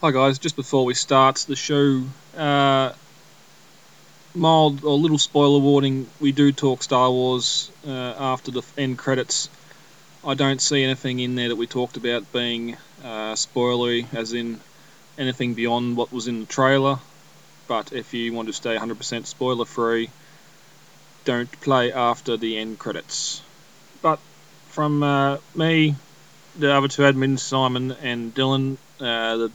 Hi guys, just before we start the show, uh, mild or little spoiler warning: we do talk Star Wars uh, after the end credits. I don't see anything in there that we talked about being uh, spoilery, as in anything beyond what was in the trailer. But if you want to stay 100% spoiler free, don't play after the end credits. But from uh, me, the other two admins, Simon and Dylan, uh, the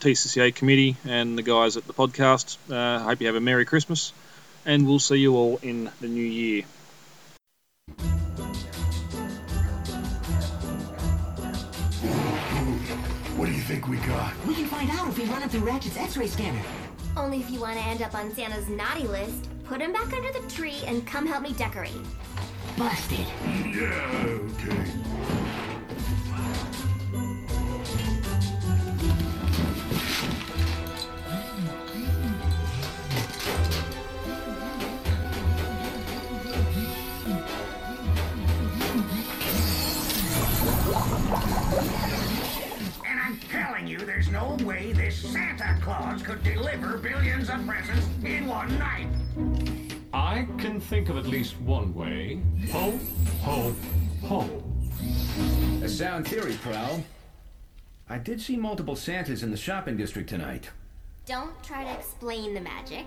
TCCA committee, and the guys at the podcast, uh, hope you have a Merry Christmas, and we'll see you all in the new year. What do you think we got? We can find out if we run it through Ratchet's X-ray scanner. Only if you want to end up on Santa's naughty list, put him back under the tree and come help me decorate. Busted. Yeah, okay. And I'm telling you, there's no way this Santa Claus could deliver billions of presents in one night. I can think of at least one way. Ho, ho, ho. A sound theory, pal. I did see multiple Santas in the shopping district tonight. Don't try to explain the magic.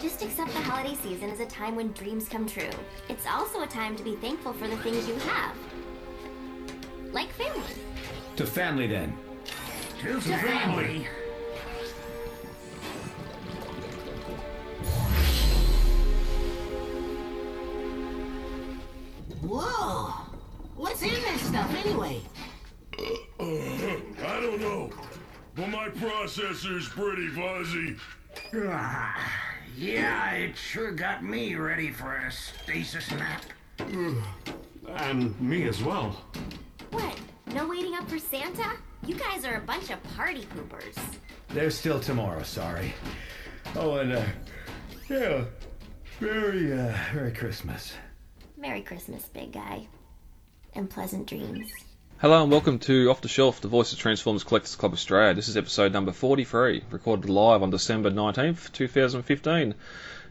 Just accept the holiday season as a time when dreams come true. It's also a time to be thankful for the things you have, like family. To family, then. To family. Whoa! What's in this stuff anyway? I don't know, but my processor's pretty fuzzy. Ah, yeah, it sure got me ready for a stasis nap. And me as well. What? No waiting up for Santa? You guys are a bunch of party poopers. There's still tomorrow, sorry. Oh, and, uh, yeah, very, uh, Merry Christmas. Merry Christmas, big guy. And pleasant dreams. Hello and welcome to Off the Shelf, the Voice of Transformers Collectors Club Australia. This is episode number 43, recorded live on December 19th, 2015.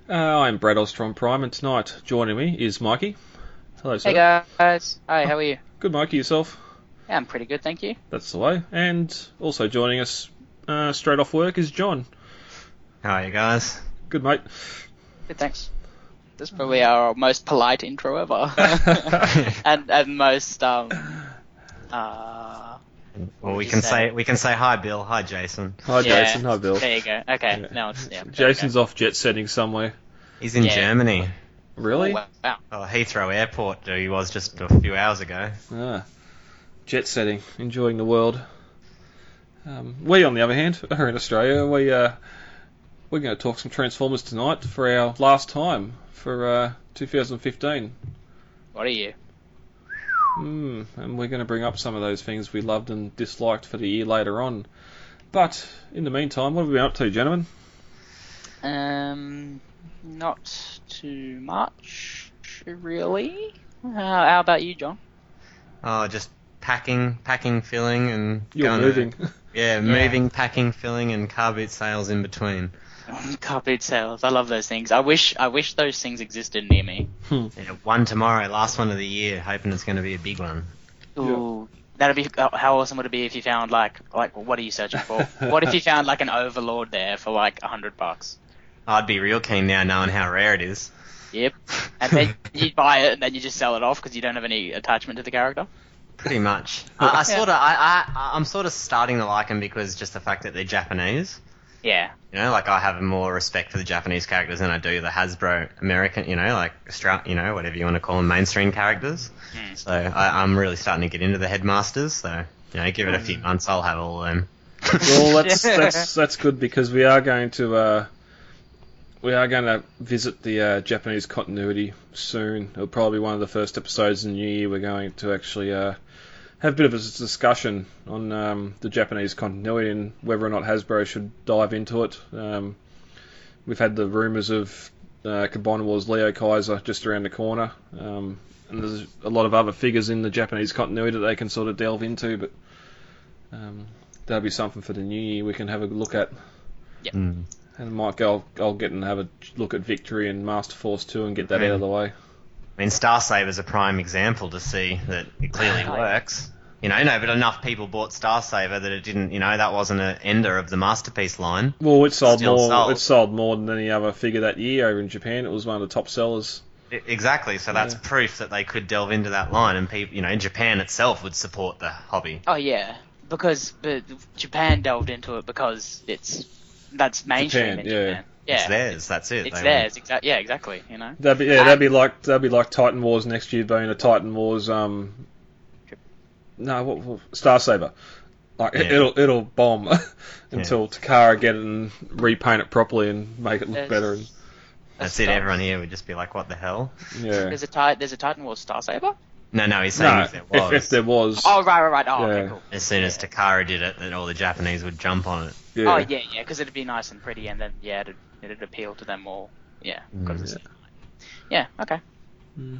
Uh, I'm Brad Ostrom Prime, and tonight joining me is Mikey. Hello, sir. Hey guys. Hi, how are you? Good, Mikey, yourself. Yeah, I'm pretty good, thank you. That's the way. And also joining us uh, straight off work is John. How are you guys? Good, mate. Good, thanks. That's probably our most polite intro ever. and and most um uh Well, we you can say? say we can say hi, Bill. Hi, Jason. Hi, yeah, Jason. Hi, Bill. There you go. Okay, now it's yeah. there we go. Jason's off jet setting somewhere. He's in Yeah. Germany. Really? Wow. wow. Oh, Heathrow Airport. There he was just a few hours ago. Ah, jet setting, enjoying the world. Um, we, on the other hand, are in Australia. We uh, we're going to talk some Transformers tonight for our last time for uh, 2015. What are you? Mm, and we're going to bring up some of those things we loved and disliked for the year later on. But in the meantime, what have we been up to, gentlemen? Um not too much really. How, how about you, John? Oh, just packing, packing, filling, and You're going to- moving. yeah, moving, packing, filling, and car boot sales in between. Car boot sales. I love those things. I wish I wish those things existed near me. Yeah, one tomorrow, last one of the year. Hoping it's going to be a big one. Ooh, that'd be uh, how awesome would it be if you found like like what are you searching for? what if you found like an overlord there for like a hundred bucks? I'd be real keen now, knowing how rare it is. Yep. And then you buy it and then you just sell it off because you don't have any attachment to the character. Pretty much. I, I sort of, I, I, I'm sort of starting to like them because just the fact that they're Japanese. Yeah. You know, like I have more respect for the Japanese characters than I do the Hasbro American, you know, like Stra- you know, whatever you want to call them, mainstream characters. Hmm. So I, I'm really starting to get into the headmasters. So you know, give it a Hmm. few months, I'll have all of them. well, that's that's that's good because we are going to uh, we are going to visit the uh, Japanese continuity soon. It'll probably be one of the first episodes in the new year. We're going to actually uh, have a bit of a s- discussion on um, the Japanese continuity and whether or not Hasbro should dive into it. Um, we've had the rumours of uh, Combiner Wars Leo Kaiser just around the corner. Um, and there's a lot of other figures in the Japanese continuity that they can sort of delve into, but um, that'll be something for the new year we can have a look at. Yep. Mm. And Mike, I'll, I'll get and have a look at Victory and Master Force 2 and get that Mm. out of the way. I mean, Star Saver's a prime example to see that it clearly works. You know, no, but enough people bought Star Saver that it didn't. You know, that wasn't an ender of the masterpiece line. Well, it sold Still more. sold. It sold more than any other figure that year over in Japan. It was one of the top sellers. I- E, Exactly. So that's Yeah. proof that they could delve into that line, and people, you know, Japan itself would support the hobby. Oh yeah, because but Japan delved into it because it's that's mainstream. Japan, in yeah. Japan. yeah, It's theirs. That's it. It's They theirs. Exac- yeah, exactly. You know. That'd be yeah. that'd be like that'd be like Titan Wars next year being a Titan Wars. Um, no, what, what Star Saber. Like it, Yeah. it'll it'll bomb until Takara get it and repaint it properly and make it look Yes. better. And, That's it. Everyone here would just be like, "What the hell?" yeah. There's a ti- there's a Titan Wars Star Saber. No, no. He's saying No, if there if, was, if there was. Oh right, right, right. Oh, Yeah. okay, cool. as soon as Takara did it, then all the Japanese would jump on it. yeah. Oh yeah, yeah, because it'd be nice and pretty, and then yeah, it'd, it'd appeal to them all. Yeah, 'cause it's- yeah, okay.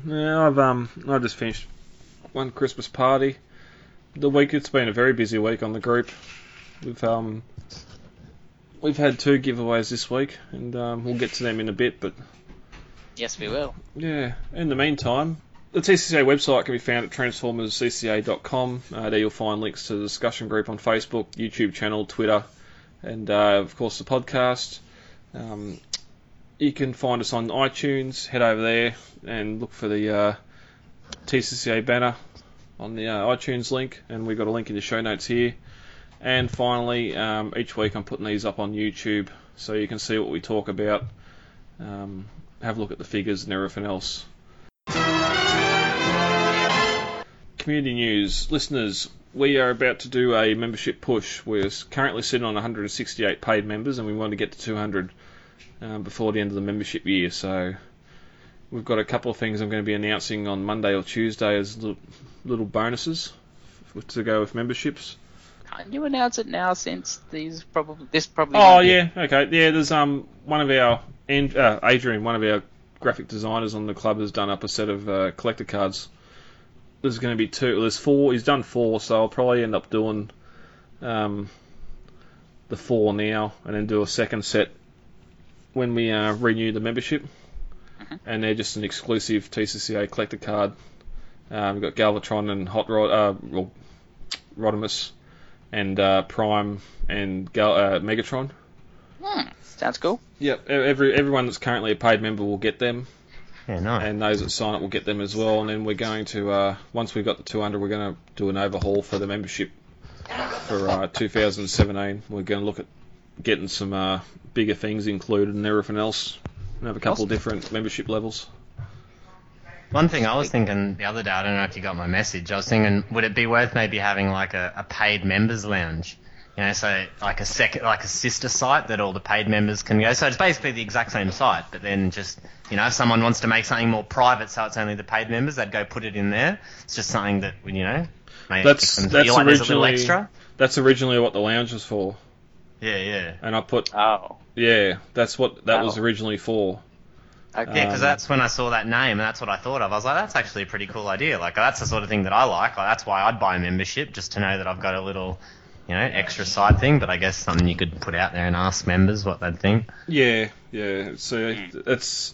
Yeah, I've um, I just finished one Christmas party. The week it's been a very busy week on the group. We've um, we've had two giveaways this week, and um, we'll get to them in a bit. But Yes, we will. yeah, in the meantime, the TCCA website can be found at transformerscca.com. Uh, there you'll find links to the discussion group on Facebook, YouTube channel, Twitter, and uh, of course the podcast. Um, you can find us on iTunes. Head over there and look for the uh, TCCA banner on the uh, iTunes link, and we've got a link in the show notes here. And finally, um, each week I'm putting these up on YouTube so you can see what we talk about. Um, have a look at the figures and everything else. Community news. Listeners, we are about to do a membership push. We're currently sitting on 168 paid members and we want to get to 200 um, before the end of the membership year. So we've got a couple of things I'm going to be announcing on Monday or Tuesday as little, little bonuses f- to go with memberships. Can't you announce it now since these probably this probably? Oh won't be- yeah, okay. Yeah, there's um one of our and uh, Adrian, one of our graphic designers on the club, has done up a set of uh, collector cards. There's going to be two. There's four. He's done four, so I'll probably end up doing um the four now, and then do a second set when we uh, renew the membership. And they're just an exclusive TCCA collector card. Um, we've got Galvatron and Hot Rod, uh, well, Rodimus, and uh, Prime and Gal- uh, Megatron. Hmm, sounds cool. Yep, e- every everyone that's currently a paid member will get them, Yeah, nice. and those that sign up will get them as well. And then we're going to uh, once we've got the 200, we're going to do an overhaul for the membership for uh, 2017. We're going to look at getting some uh, bigger things included and everything else, and have a couple Awesome. different membership levels. One thing I was thinking the other day, I don't know if you got my message. I was thinking, would it be worth maybe having like a, a paid members lounge? You know, so like a second, like a sister site that all the paid members can go. So it's basically the exact same site, but then just you know, if someone wants to make something more private, so it's only the paid members, they'd go put it in there. It's just something that you know, makes That's- them that's feel like there's a little originally- extra. That's originally what the lounge was for, Yeah, yeah. and I put Oh, yeah, that's what that was Wow. originally for. okay. Yeah, because Um, that's when I saw that name, and that's what I thought of. I was like, that's actually a pretty cool idea. Like, that's the sort of thing that I like. Like, that's why I'd buy a membership, just to know that I've got a little, you know, extra side thing. But I guess something you could put out there and ask members what they'd think. Yeah, yeah. So that's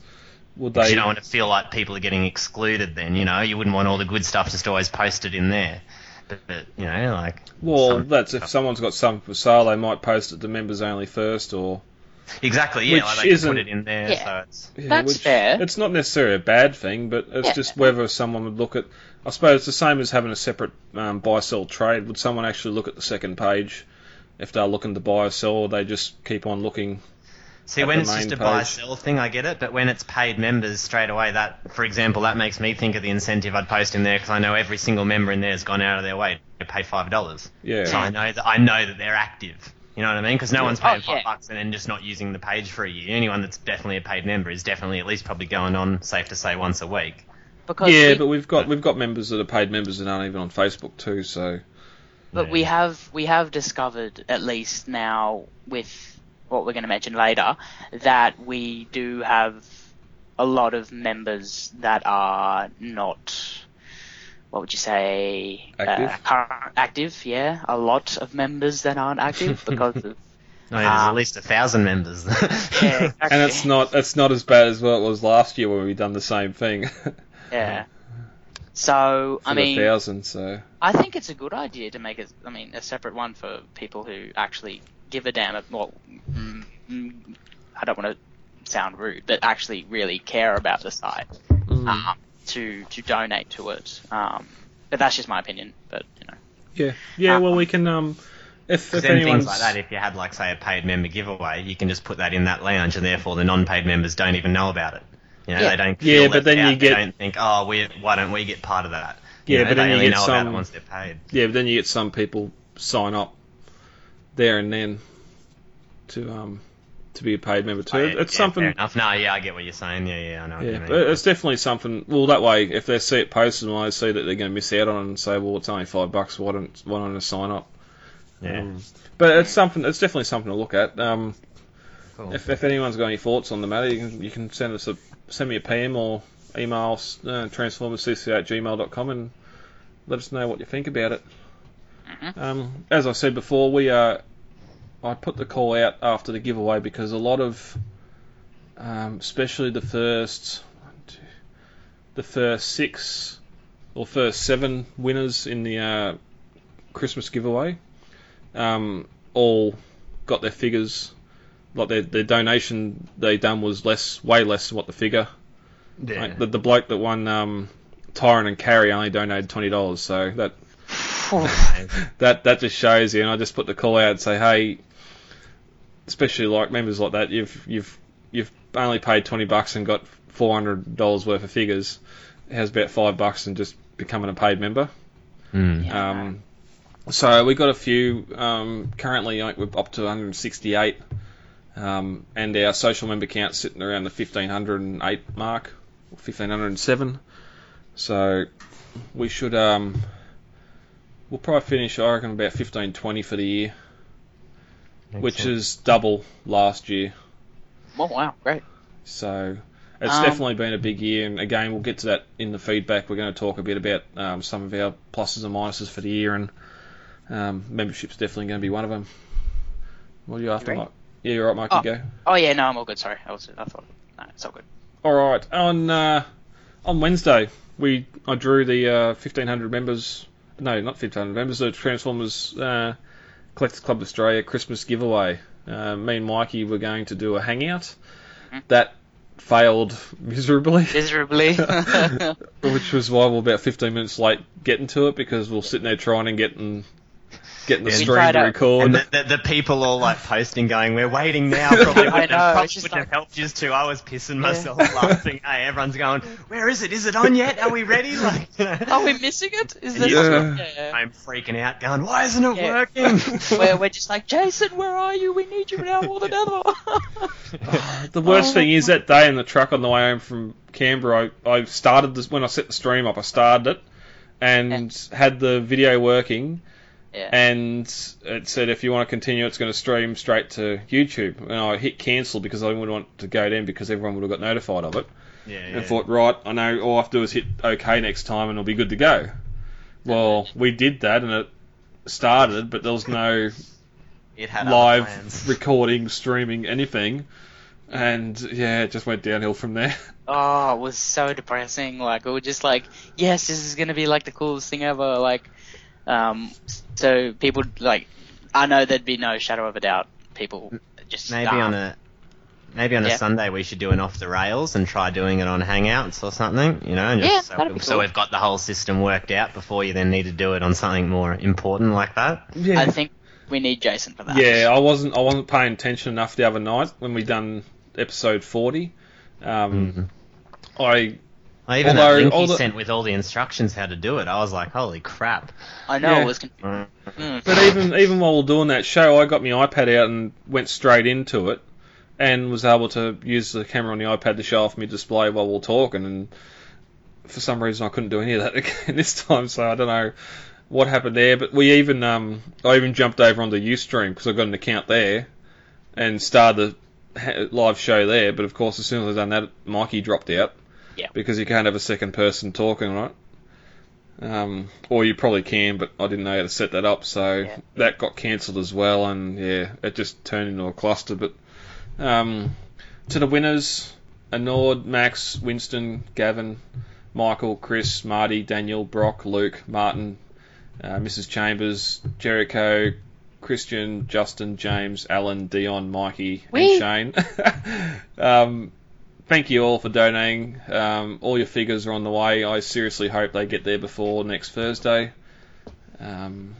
would 'Cause they? you don't want to feel like people are getting excluded. Then you know, you wouldn't want all the good stuff just always posted in there. But, but you know, like Well, some- that's if someone's got something for sale, they might post it to members only first, or exactly, yeah, which like they could isn't- put it in there. Yeah. So it's Yeah, That's fair. It's not necessarily a bad thing, but it's Yeah. just whether someone would look at. I suppose it's the same as having a separate um, buy sell trade. Would someone actually look at the second page if they're looking to buy or sell, or they just keep on looking? See, at when the it's just a main buy page. sell thing, I get it. But when it's paid members straight away, that, for example, that makes me think of the incentive I'd post in there because I know every single member in there has gone out of their way to pay five dollars. Yeah. So I know that I know that they're active. You know what I mean? Because no one's Oh, paying five yeah. bucks and then just not using the page for a year. Anyone that's definitely a paid member is definitely at least probably going on, safe to say, once a week. Because yeah, we, but we've got we've got members that are paid members that aren't even on Facebook too. So but we have we have discovered at least now with what we're going to mention later that we do have a lot of members that are not what would you say? Active? Uh, current- active, yeah. A lot of members that aren't active because of I Oh, mean, there's Uh, at least a thousand members. yeah, And it's not it's not as bad as what it was last year when we done the same thing. yeah. So I For the mean, thousand, so I think it's a good idea to make a, I mean, a separate one for people who actually give a damn. ab- Well, mm, mm, I don't want to sound rude, but actually really care about the site um, to to donate to it. Um, but that's just my opinion. But you know, yeah, yeah. Well, we can um, if Because if Uh, then things anyone's like that, if you had, like, say, a paid member giveaway, you can just put that in that lounge, and therefore the non-paid members don't even know about it. You know, Yeah. they don't. Yeah, feel but left then you out, get- They don't think, oh, we why don't we get part of that? You yeah, know, they but then only you get know about it some once they're paid. yeah, but then you get some people sign up there and then to um to be a paid member too. Oh, yeah, it's yeah, something. Fair enough. No, yeah, I get what you're saying. Yeah, yeah, I know. Yeah, what you but mean. it's definitely something. Well, that way, if they see it posted and they see that they're going to miss out on it and say, "Well, it's only five bucks. Why don't why don't I sign up?" Yeah. Um, but it's something. It's definitely something to look at. Um, Cool. if, if anyone's got any thoughts on the matter, you can you can send us a send me a PM or email us, uh, transformerscc at gmail.com and let us know what you think about it. Um, as I said before, we uh, I put the call out after the giveaway because a lot of, um, especially the first, one, two, the first six or first seven winners in the uh, Christmas giveaway, um, all got their figures. Like their, their donation they done was less, way less than what the figure. Yeah. Like the, the bloke that won um, Tyron and Carrie only donated twenty dollars, so that that that just shows you. And I just put the call out and say, hey, especially like members like that, you've you've you've only paid twenty bucks and got four hundred dollars worth of figures. How's about five bucks and just becoming a paid member? Mm. Um, so we got a few. Um, currently, I think we're up to 168, um, and our social member count's sitting around the 1508 mark, 1507. So we should. Um, we'll probably finish, I reckon, about 1520 for the year, which Excellent. is double last year. oh wow, great. So it's Um, definitely been a big year, and again, we'll get to that in the feedback. We're going to talk a bit about um, some of our pluses and minuses for the year, and um, membership's definitely going to be one of them. What are you after, ready? Mike? Yeah, you're right, Mike. Oh, You go. oh yeah, no, I'm all good. Sorry, I was, I thought, no, it's all good. All right. On uh, on Wednesday, we I drew the uh, 1500 members. No, not 1500 members. The Transformers uh, Collectors Club Australia Christmas giveaway. Uh, me and Mikey were going to do a hangout. That failed miserably. Miserably. which was why we're about 15 minutes late getting to it because we're sitting there trying and getting getting the Yeah. stream to record. And the, the, the people all like posting, going, "We're waiting now." Probably I wouldn't, know, have, it's probably just wouldn't have helped you too. I was pissing myself laughing. Hey, everyone's going, "Where is it? Is it on yet? Are we ready?" Like, you know. Are Oh, we missing it? Is this? Yeah. Yeah. I'm freaking out, going, "Why isn't it Yeah. working?" We're, we're just like Jason, where are you? We need you now more than ever. The worst Oh. thing is that day in the truck on the way home from Canberra, I, I started this when I set the stream up. I started it and had the video working, Yeah. and it said if you want to continue, it's going to stream straight to YouTube. And I hit cancel because I wouldn't want to go down because everyone would have got notified of it. Yeah, And thought, right, I know all I have to do is hit OK next time and it'll be good to go. Well, we did that and it started, but there was no It had other live plans. recording, streaming, anything. And yeah, it just went downhill from there. Oh, it was so depressing. Like we were just like, yes, this is gonna be like the coolest thing ever. Like, um, so people like, I know there'd be no shadow of a doubt. People just Maybe um, on a maybe on a Yeah. Sunday we should do an off the rails and try doing it on Hangouts or something, you know. And just, Yeah, so, that'd be so cool. we've got the whole system worked out before you then need to do it on something more important like that. I think we need Jason for that. Yeah, I wasn't I wasn't paying attention enough the other night when we done episode forty. Um, I Well, even although that link all he the- sent with all the instructions how to do it, I was like, holy crap. I know Yeah. it was. Con- But even even while we're doing that show, I got my iPad out and went straight into it, and was able to use the camera on the iPad to show off my display while we are talking. And for some reason, I couldn't do any of that again this time, so I don't know what happened there. But we even um, I even jumped over onto UStream because I got an account there, and started the ha- live show there. But of course, as soon as I done that, Mikey dropped out Yeah. because you can't have a second person talking, right? Um, or you probably can, but I didn't know how to set that up, so that got cancelled as well, and yeah, it just turned into a cluster. But um, to the winners, Anord, Max, Winston, Gavin, Michael, Chris, Marty, Daniel, Brock, Luke, Martin, uh, Mrs. Chambers, Jericho, Christian, Justin, James, Alan, Dion, Mikey, Whee! and Shane. um, thank you all for donating. Um, all your figures are on the way. I seriously hope they get there before next Thursday. Um,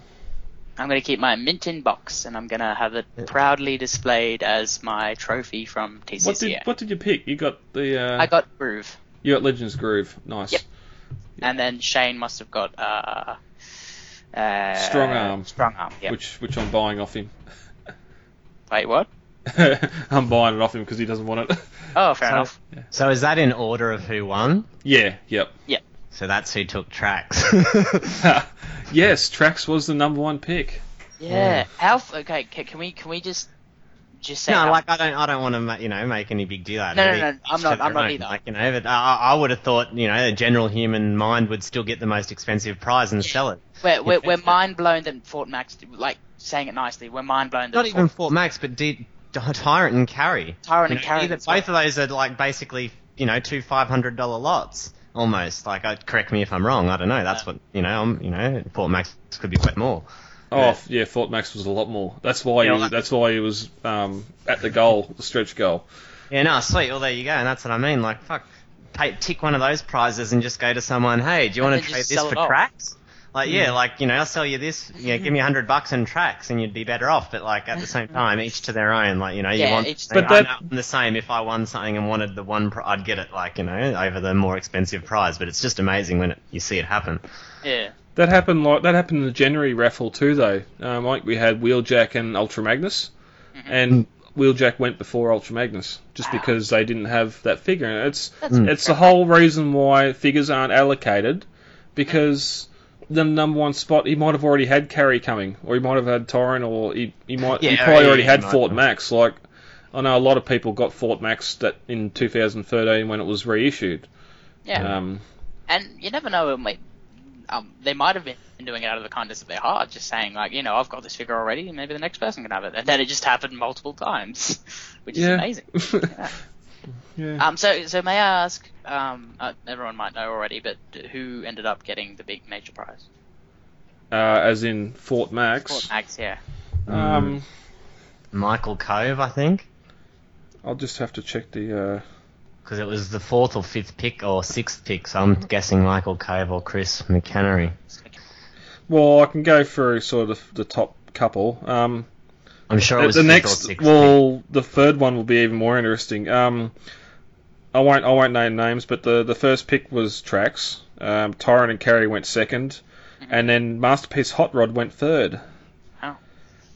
I'm going to keep my mint in box, and I'm going to have it proudly displayed as my trophy from TCCA. what did what did you pick? You got the uh, I got Groove, you got Legends Groove. Nice. and then Shane must have got uh, uh, Strong arm. Strong arm. Yeah. Which which I'm buying off him. Wait, what? I'm buying it off him because he doesn't want it. Oh, fair So- enough. So is that in order of who won? Yeah. Yep. Yeah. So that's who took tracks. yes, Trax was the number one pick. Yeah. How? f- Okay. Can, can we? Can we just? Just say. no, how- like I don't, I don't want to, ma- you know, make any big deal out No, no, of it. no, Each I'm to not- their I'm not own. either. Like you know, but I, I would have thought, you know, the general human mind would still get the most expensive prize and sell it. we're we're, Yeah. we're mind blown that Fort Max, like saying it nicely, we're mind blown that Not Fort- even Fort Max, but did Tyrant and Carry. Tyrant You and know, Carry either- as well. Both of those are like basically, you know, two five hundred dollar lots almost. Like, I, correct me if I'm wrong. I don't know. That's what you know. I'm, you know, Fort Max could be worth more. Oh yeah, Fort Max was a lot more. That's why Yeah, he, like- that's why he was um, at the goal, the stretch goal. Yeah, no, sweet. Well, there you go. And that's what I mean. Like, fuck, pay, tick one of those prizes and just go to someone. Hey, do you want then to just trade this sell for it off." tracks? Like, yeah, Hmm. like you know, I'll sell you this. You know, give me a hundred bucks in tracks, and you'd be better off. But like at the same time, each to their own. Like you know, Yeah, you want. each to but their I own. know I'm the same. If I won something and wanted the one, pri I'd get it. Like you know, over the more expensive prize. But it's just amazing when it, you see it happen. Yeah. That happened like that happened in the January raffle too, though. Um, like we had Wheeljack and Ultra Magnus, and Wheeljack went before Ultra Magnus just because they didn't have that figure. And it's That's it's the whole reason why figures aren't allocated because the number one spot he might have already had Carry coming, or he might have uh, had Torrin, or he he might he Yeah, probably yeah, already he had might Fort have. Max. Like I know a lot of people got Fort Max that in 2013 when it was reissued. Yeah. Um, and you never know. It might, um, they might have been doing it out of the kindness of their heart, just saying like, you know, I've got this figure already, and maybe the next person can have it. And then it just happened multiple times, which is Yeah. amazing. Yeah. yeah. Um, so so may I ask? Um, uh, everyone might know already, but who ended up getting the big major prize? uh, as in Fort Max. Fort Max, yeah. Um, Michael Cove, I think, I'll just have to check the. Uh... because it was the fourth or fifth pick or sixth pick. So I'm guessing Michael Cove or Chris McHenry. Well, I can go through sort of the top couple. Um, I'm sure it the- was the fifth or next. sixth Well, the third one will be even more interesting. Um, I won't. I won't name names, but the the first pick was Trax. Um, Tyron and Carey went 2nd and then Masterpiece Hot Rod went third. Wow.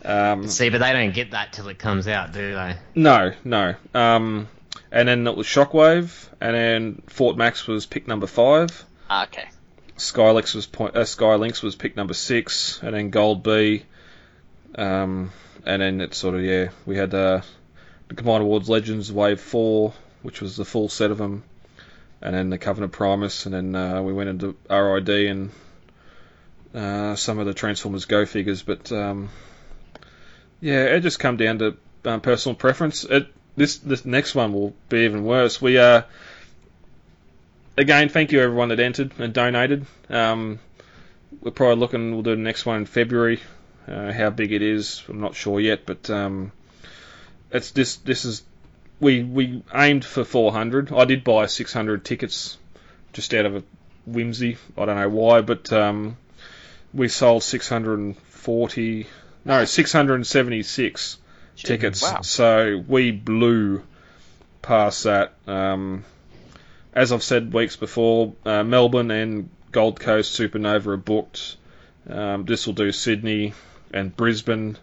Um, See, but they don't get that till it comes out, do they? No, no. Um, and then it was Shockwave, and then Fort Max was pick number five. Ah, okay. Skylex was point, uh, Skylinks was pick number six, and then Gold B, um, and then it sort of yeah we had uh, the Command Awards Legends Wave Four, which was the full set of them, and then the Covenant Primus, and then uh, we went into RID and uh, some of the Transformers Go figures, but um, yeah, it just come down to um, personal preference. It this this next one will be even worse. We uh again, thank you everyone that entered and donated. Um, we're probably looking. We'll do the next one in February. Uh, how big it is, I'm not sure yet, but um, it's this. This is we we aimed for 400. I did buy 600 tickets just out of a whimsy. I don't know why, but um, we sold 640. No, 676 tickets. wow. So we blew past that. Um, as I've said weeks before, uh, Melbourne and Gold Coast Supernova are booked. Um, this will do Sydney and Brisbane.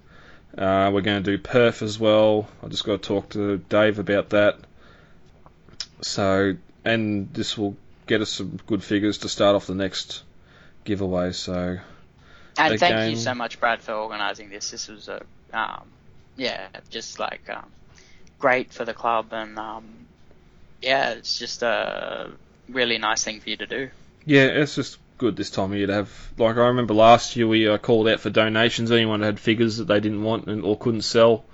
Uh, we're going to do Perth as well. I just got to talk to Dave about that. So, and this will get us some good figures to start off the next giveaway. So, And thank you Again- so much, Brad, for organising this. This was a, um, yeah, just like um, great for the club, and um, yeah, it's just a really nice thing for you to do. yeah, it's just good this time of year to have. Like I remember last year we uh, called out for donations. Anyone that had figures that they didn't want and, or couldn't sell,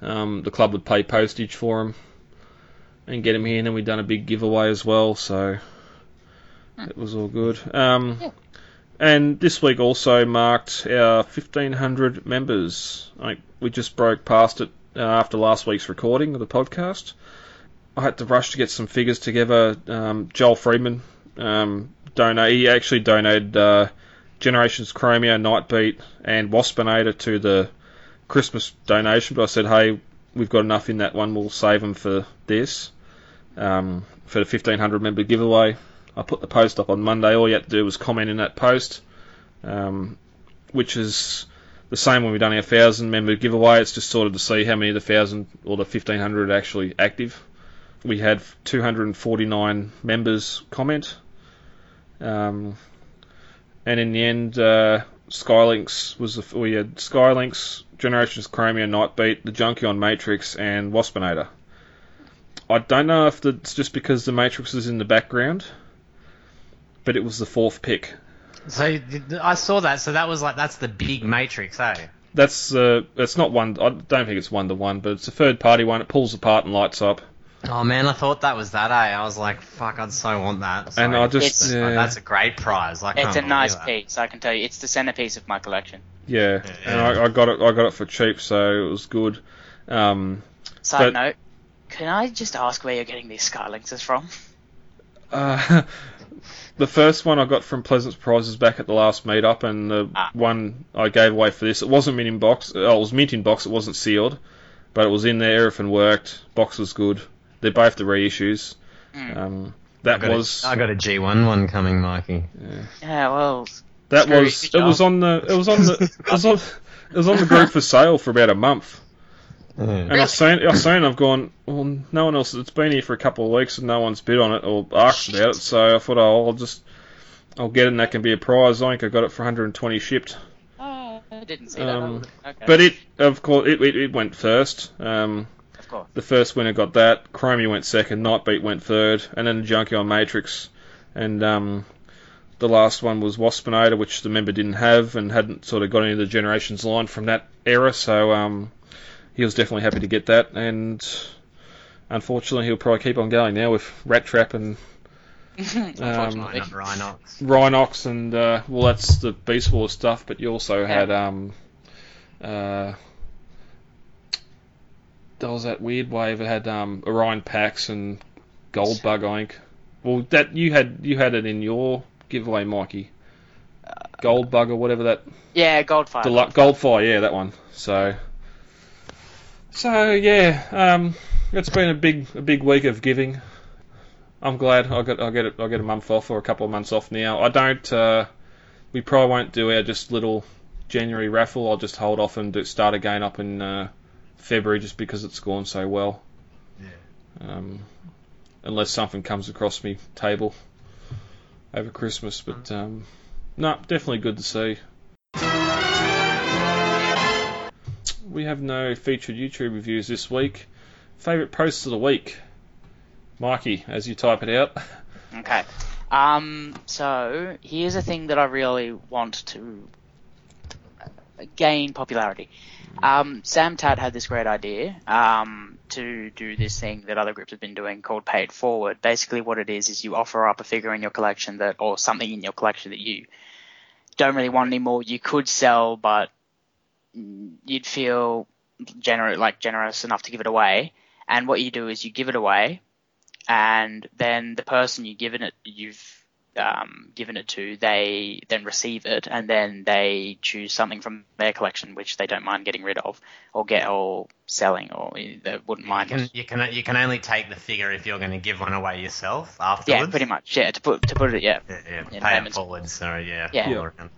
um, the club would pay postage for them and get them here. And then we done a big giveaway as well, so it was all good. Um, And this week also marked our 1500 members. I, we just broke past it uh, after last week's recording of the podcast. I had to rush to get some figures together. Um, Joel Freeman um, donate. He actually donated uh, Generations Chromia, Nightbeat, and Waspinator to the Christmas donation. But I said, hey, we've got enough in that one. We'll save them for this, um, for the 1500 member giveaway. I put the post up on Monday. All you had to do was comment in that post, um, which is the same when we've done our thousand member giveaway. It's just sort of to see how many of the thousand or the 1500 are actually active we had 249 members comment. Um, and in the end, uh, Skylinks was the, we had Skylinks, Generations Chromia, Nightbeat, the Junkie on Matrix, and Waspinator. I don't know if it's just because the Matrix is in the background, but it was the fourth pick. So you did- I saw that. So that was like that's the big Matrix, eh? That's uh, it's not one. I don't think it's one to one, but it's a third party one. It pulls apart and lights up. Oh man, I thought that was that, eh? I was like, fuck, I'd so want that. So And I just- that's, yeah. that's a great prize. I can't It's a believe nice that. piece, I can tell you. It's the centerpiece of my collection. Yeah, and I, I got it. I got it for cheap, so it was good. Um, but, Side note, can I just ask where you're getting these Skylinks from? Uh, the first one I got from Pleasant Surprises back at the last meetup, and the one I gave away for this, it wasn't mint in box. Oh, it was mint in box. It wasn't sealed, but it was in there. Everything worked. Box was good. They're both the reissues. Um, I that got a- was. I got a G one one coming, Mikey. Yeah, well, That Screw was. you, It was on the. It was on the. It was on. It was on the group for sale for about a month. And I've seen, I've seen, oh, I've gone. Well, no one else. It's been here for a couple of weeks, and no one's bid on it or asked about it. So I thought, oh, I'll just, I'll get it, and that can be a prize. I think I got it for 120 shipped. oh, I didn't see Um, that. Okay. But it, of course, it, it, it went first. Um, Of course. the first winner got that. Chromie went second. Nightbeat went third, and then Junkie on Matrix, and um, the last one was Waspinator, which the member didn't have and hadn't sort of got any of the generations line from that era. So um, he was definitely happy to get that, and unfortunately, he'll probably keep on going now with Rat Trap and Why Um, not Rhinox? Rhinox and uh, well, that's the Beast Wars stuff. But you also had um, uh, there was that weird wave that had um, Orion Pax and Goldbug, I think. Well, that you had you had it in your giveaway, Mikey. Goldbug or whatever that yeah, Goldfire. Delu- Goldfire, yeah, that one. So, so yeah, um, it's been a big, a big week of giving. I'm glad I got, I get, it, I get a month off or a couple of months off now. I don't, uh, we probably won't do our just little January raffle. I'll just hold off and do, start again up in uh, February just because it's gone so well. Yeah. Um, unless something comes across me table over Christmas, but um, no, definitely good to see. We have no featured YouTube reviews this week. Favorite posts of the week, Mikey, as you type it out. Okay. Um, so here's a thing that I really want to gain popularity. Um, Sam Tad had this great idea um, to do this thing that other groups have been doing called Pay It Forward. Basically, what it is is you offer up a figure in your collection that, or something in your collection that you don't really want anymore. You could sell, but you'd feel gener- like generous enough to give it away. And what you do is you give it away, and then the person you given it you've um, given it to they then receive it and then they choose something from their collection which they don't mind getting rid of or get or selling or they wouldn't mind You can, you can you can only take the figure if you're going to give one away yourself afterwards. yeah pretty much yeah to put to put it yeah Yeah, yeah. In Pay it payments. forward. So yeah. Yeah. all Yeah. around.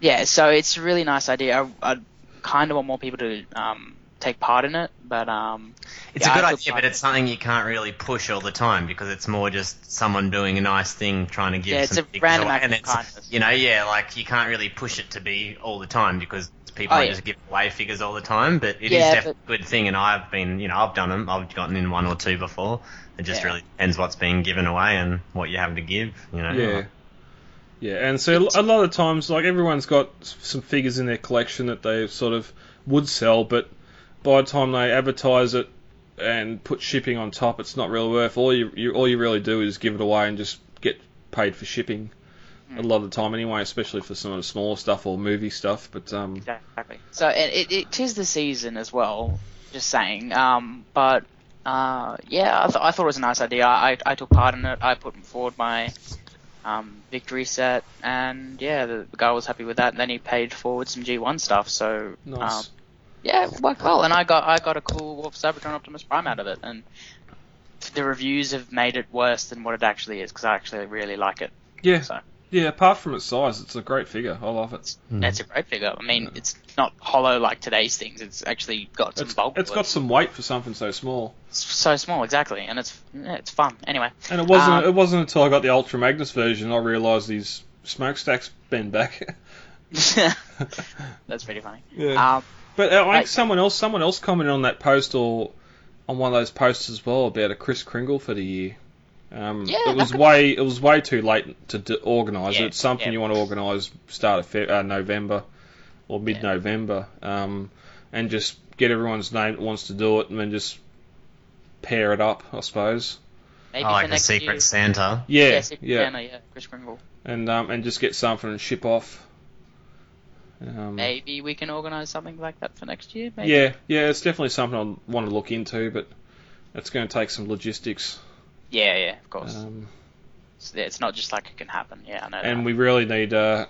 yeah so it's a really nice idea I, I kind of want more people to um, take part in it but um It's yeah, a good I feel idea, but it's something you can't really push all the time because it's more just someone doing a nice thing, trying to give. Yeah, it's some a things random away, act and of it's- kindness. You know, yeah, like you can't really push it to be all the time because people Oh, are yeah. just giving away figures all the time. But it is Yeah, definitely a good thing, and I've been, you know, I've done them. I've gotten in one or two before. It just Yeah. really depends what's being given away and what you have to give. You know. Yeah. Yeah, and so a lot of times, like everyone's got s- some figures in their collection that they sort of would sell, but by the time they advertise it and put shipping on top, it's not really worth. All you, you all you really do is give it away and just get paid for shipping. A lot of the time, anyway, especially for some of the smaller stuff or movie stuff. But um, Exactly. So and it, it tis the season as well. Just saying. Um, but uh, yeah, I, th- I thought it was a nice idea. I, I took part in it. I put forward my um, victory set, and yeah, the, the guy was happy with that. And then he paid forward some G1 stuff. So um, Nice. yeah, it worked well. And I got I got a cool Warp Cybertron Optimus Prime out of it. And the reviews have made it worse than what it actually is because I actually really like it. yeah, So. yeah. Apart from its size, it's a great figure. I love it. That's a great figure. I mean, it's not hollow like today's things. It's actually got some It's- bulk. it's to it. got some weight for something so small. It's so small, exactly, and it's yeah, it's fun. Anyway, And it wasn't Um, it wasn't until I got the Ultra Magnus version I realised these smokestacks bend back. that's pretty funny. Yeah. Um, but uh, I I- think someone else someone else commented on that post or on one of those posts as well about a Chris Kringle for the year. Um, Yeah, it that was could- way it was way too late to d- organise. Yeah, it. it's something yeah. you want to organise start of Fe- uh, November or mid November, um, and just get everyone's name that wants to do it, and then just pair it up, I suppose. Maybe I for like the next Secret year. Santa. Yeah, yeah, Secret yeah. Santa, yeah, Chris Kringle. and um, and just get something and ship off. Um, Maybe we can organise something like that for next year. Maybe. yeah, yeah, it's definitely something I want to look into, but it's going to take some logistics. yeah, yeah, of course. Um, it's, yeah, it's not just like it can happen. Yeah, I know. and we really need uh,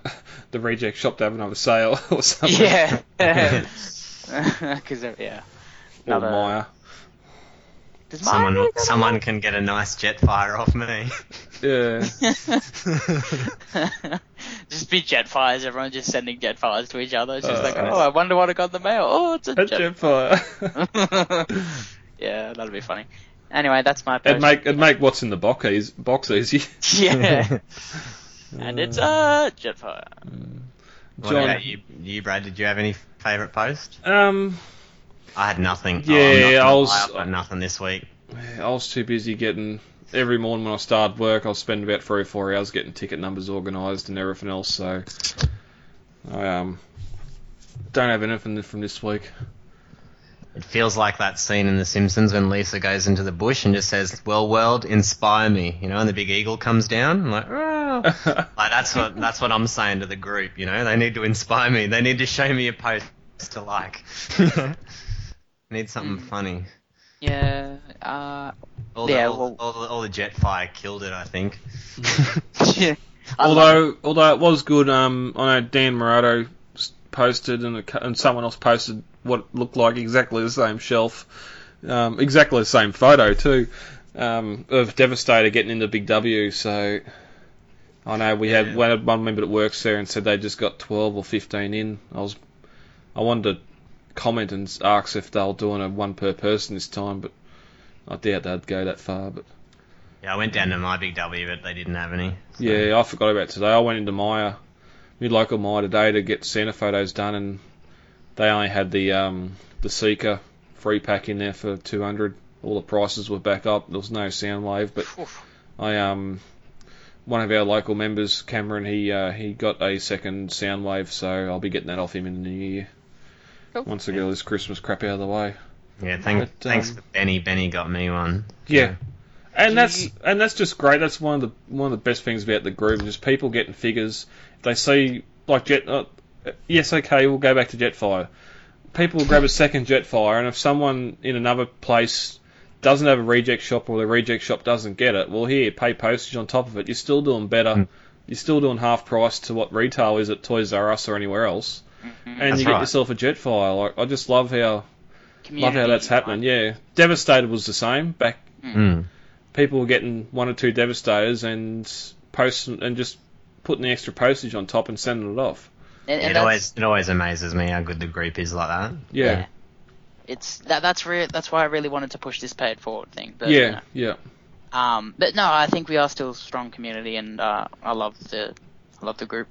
the reject shop to have another sale or that. something. yeah, because yeah, or another- Maya. Does mine Someone, really go to someone can get a nice jet fire off me. Yeah. just be jet fires. Everyone just sending jet fires to each other. It's just Uh, like, oh, I wonder what I got in the mail. Oh, it's a A jet. Jetfire. yeah, that'll be funny. Anyway, that's my. it'd Post. make it'd make what's in the box easy. Box easy. yeah, and it's a jet fire. what John- about you, you, Brad? Did you have any favourite post? um, I had nothing. Yeah, oh, I'm not I gonna was- lie, I've got nothing this week. I was too busy getting. Every morning when I started work, I'll spend about three or four hours getting ticket numbers organised and everything else. So I um don't have anything from this week. It feels like that scene in The Simpsons when Lisa goes into the bush and just says, "Well, world, inspire me," you know, and the big eagle comes down. I'm like, "Oh." like that's what that's what I'm saying to the group. You know, they need to inspire me. They need to show me a post to like. need something funny. Yeah. Uh, All Yeah, the, all, well- all the, all the jet fire killed it, I think. yeah. I love- although although it was good, um, I know Dan Morado s- posted and a, cou- and someone else posted what looked like exactly the same shelf, um, exactly the same photo too, um, of Devastator getting into Big W. So I know we had Yeah. we had one member that works there and said they just got 12 or 15 in. I was I wanted to comment and s- ask if they were doing a one per person this time, but I doubt they'd go that far. But Yeah, I went down to my big W, but they didn't have any. so- yeah, I forgot about today. I went into Maya, my local Maya today to get Santa photos done, and they only had the um, the Seeker free pack in there for 200. All the prices were back up. There was no sound wave, but Oof. I um one of our local members, Cameron, he uh, he got a second sound wave, so I'll be getting that off him in the new year. Cool. Once I get all this Christmas crap out of the way. Yeah, thank, But, um, thanks for Benny. Benny got me one. Yeah. And Do that's you- and that's just great. That's one of the one of the best things about the group is just people getting figures. They see like jet. Uh, yes, okay, we'll go back to Jetfire. People will grab a second Jetfire, and if someone in another place doesn't have a reject shop or the reject shop doesn't get it, well, here, pay postage on top of it. You're still doing better. Hmm. You're still doing half price to what retail is at Toys R Us or anywhere else, and That's you get right. yourself a Jetfire. Like I just love how love community, how that's happening. Yeah, Devastated was the same back Hmm. Mm. people were getting one or two devastators and post and just putting the extra postage on top and sending it off. And, and It that's- always it always amazes me how good the group is like that. Yeah, it's that that's re- that's why I really wanted to push this pay it forward thing. But, yeah, you know, yeah. Um, but no, I think we are still a strong community, and uh, I love the I love the group,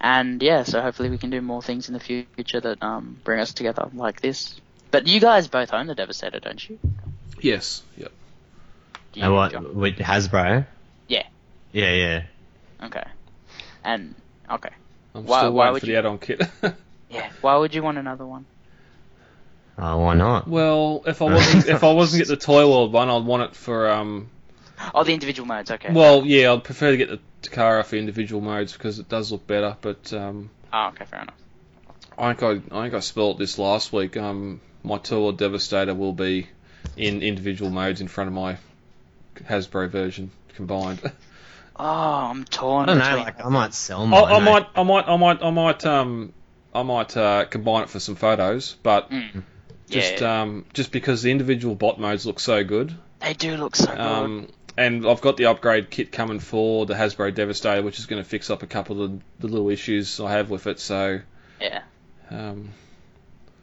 and yeah, so hopefully we can do more things in the future that um, bring us together like this. But you guys both own the Devastator, don't you? Yes, yep. Do you And what John? with Hasbro? Yeah. Yeah, yeah. Okay. And okay, I'm Why- still why waiting would for the add-on kit. yeah. Why would you want another one? Oh, why not? well, if I wasn't if I wasn't get the Toy World one, I'd want it for um. Oh, the individual modes. Okay. Well, yeah, I'd prefer to get the Takara for individual modes because it does look better. But um, Oh, okay, fair enough. I think I, I think I spelt this last week. Um, my Tour Devastator will be in individual modes in front of my Hasbro version combined. Oh, I'm torn. I don't know. between- Like, I might sell I, mine. I might, I might, I might, I might, um, I might uh, combine it for some photos, but Mm. just yeah, um, just because the individual bot modes look so good, they do look so good. um, and I've got the upgrade kit coming for the Hasbro Devastator, which is going to fix up a couple of the little issues I have with it. So Yeah. um,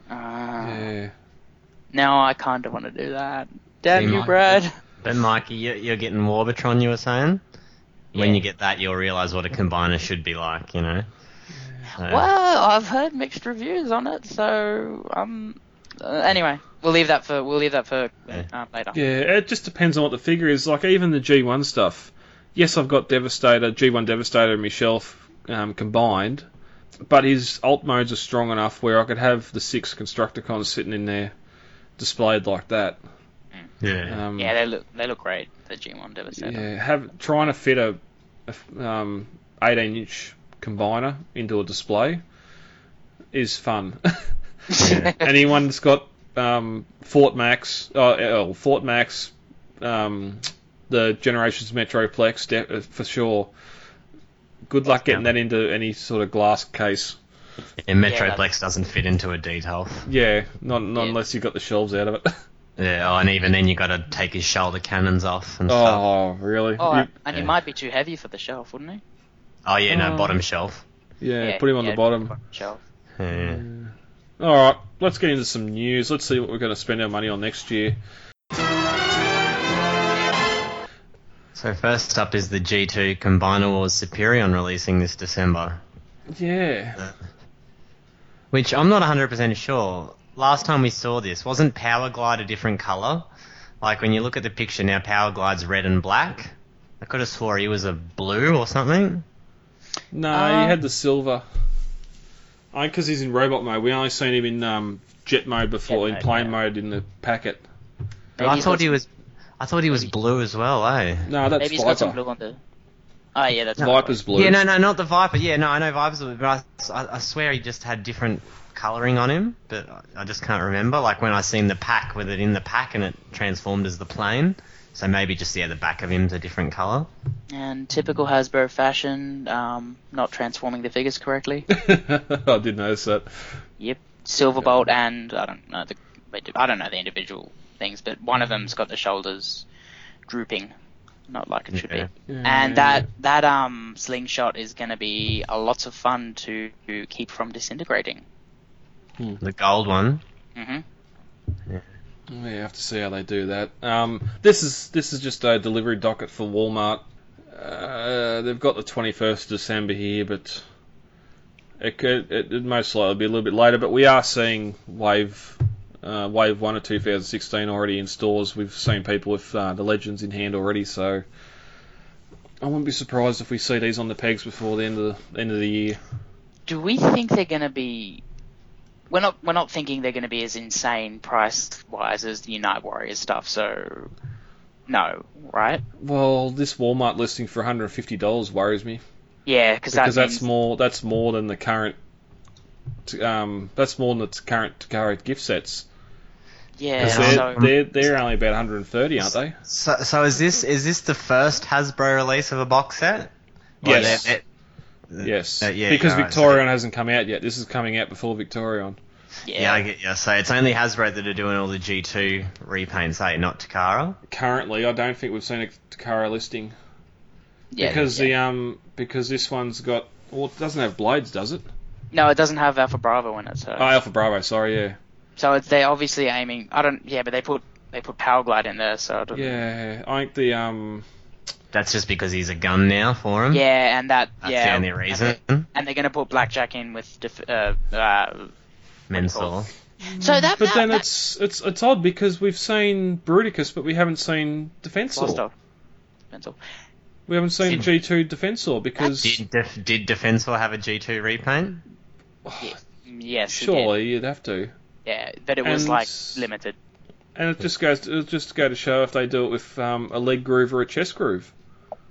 Uh, yeah, Now I kind of want to do that. Damn See, you, my- Brad. But Mikey, you, you're getting Warbatron. You were saying. When Yeah. you get that, you'll realize what a combiner should be like. You know. So- Well, I've heard mixed reviews on it, so um. uh, anyway, we'll leave that for we'll leave that for Yeah. uh, later. yeah, it just depends on what the figure is. Like even the G1 stuff. Yes, I've got Devastator, G1 Devastator, and my shelf um, combined, but his alt modes are strong enough where I could have the six Constructicons sitting in there, displayed like that. Yeah. Um, Yeah, they look they look great. The G1 Devastator. Yeah, have trying to fit a, a f- um, 18 inch combiner into a display is fun. Anyone that's got um, Fort Max, uh, oh, Fort Max, um, the Generations Metroplex de- uh, for sure. Good luck getting that into any sort of glass case. And Yeah, Metroplex that's- doesn't fit into a detail. Yeah, not, not Yeah. unless you got the shelves out of it. Yeah, oh, and even then you gotta take his shoulder cannons off and stuff. oh, really? Oh, You- and he yeah. might be too heavy for the shelf, wouldn't he? Oh, yeah, no, Oh. bottom shelf. yeah, yeah, put him on yeah. the bottom. Shelf. Yeah. All right, let's get into some news. Let's see what we're going to spend our money on next year. So first up is the G2 Combiner Wars Superion releasing this December, Yeah. which I'm not 100% sure. Last time we saw this, wasn't Power Glide a different color? Like when you look at the picture now, Power Glide's red and black. I could have swore he was a blue or something. No, Um, he had the silver. I because he's in robot mode. We only seen him in um, jet mode before, Jet in mode, plane yeah. mode in the packet. Maybe I he's thought got he some- was, I thought he was blue as well, eh? No, that's Maybe he's got some Viper. blue on the. Oh yeah, that's Viper's blue. Yeah, no, no, not the Viper. Yeah, no, I know Viper's, blue, but I, I swear he just had different colouring on him, but I- I just can't remember. Like when I seen the pack with it in the pack and it transformed as the plane, so maybe just yeah, the back of him's a different colour. And typical Hasbro fashion, um, not transforming the figures correctly. I did notice that. yep. Silverbolt and I don't know the I don't know the individual things, but one of them's got the shoulders drooping, not like it should Yeah. be. And that that um slingshot is going to be a lots of fun to keep from disintegrating. The gold one. hmm We have to see how they do that. Um, this is this is just a delivery docket for Walmart. Uh, they've got the 21st of December here, but it could it, it most likely be a little bit later. But we are seeing wave uh, wave one of 2016 already in stores. We've seen people with uh, the legends in hand already, so I wouldn't be surprised if we see these on the pegs before the end of the end of the year. Do we think they're going to be? We're not. We're not thinking they're going to be as insane price wise as the Unite Warriors stuff. So, no, right? Well, this Walmart listing for 150 dollars worries me. Yeah, cause because that that's means, more that's more than the current t- um, that's more than the current current gift sets yeah. 'Cause Yeah. they're, So they're they're only about 130 aren't they So, so is this is this the first Hasbro release of a box set? Or Yes. they're- they're- yes uh, yeah, because alright, so- Victorian hasn't come out yet this is coming out before Victorian yeah, Yeah, I get yeah. So it's only Hasbro that are doing all the G2 repaints, eh? Not Takara. currently I don't think we've seen a Takara listing yeah, because yeah. the um because this one's got well it doesn't have blades does it no, it doesn't have Alpha Bravo in it. So, oh Alpha Bravo sorry yeah so it's, they're obviously aiming. I don't. Yeah, but they put they put Power Glide in there. So I don't, yeah I think the um That's just because he's a gun now for him. yeah, and that That's yeah. the only reason. And, they, and they're going to put Blackjack in with. Def- uh, uh, Mm, Mensaw. so that. but that, then that- it's it's it's odd because we've seen Bruticus but we haven't seen Defensor Lost off. Mental. We haven't seen a G2 Defensor because Did def- did Defensor have a G2 repaint? Yeah. Yes. he did. surely you'd have to. Yeah, but it was And- like limited. And it just goes to, it just go to show if they do it with um, a leg groove or a chest groove.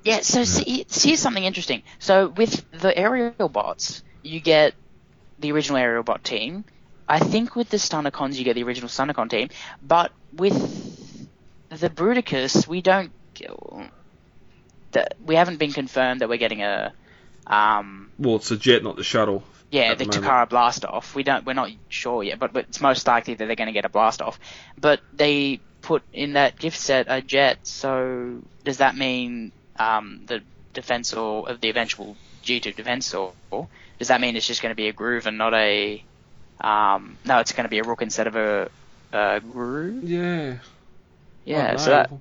Yeah, so see, see here's something interesting. So with the aerial bots, you get the original aerial bot team. I think with the Stunnicons, you get the original Stunnicon team. But with the Bruticus, we don't. get- The, we haven't been confirmed that we're getting a. Um, Well, it's the jet, not the shuttle. yeah, at the, the moment. Takara blast off. We don't. We're not sure yet, but, but it's most likely that they're going to get a blast off. But they put in that gift set a jet. So does that mean um, the defense or of the eventual G2 defense or does that mean it's just going to be a groove and not a? Um, no, it's going to be a rook instead of a, a groove. Yeah. I Yeah. don't So know. that We'll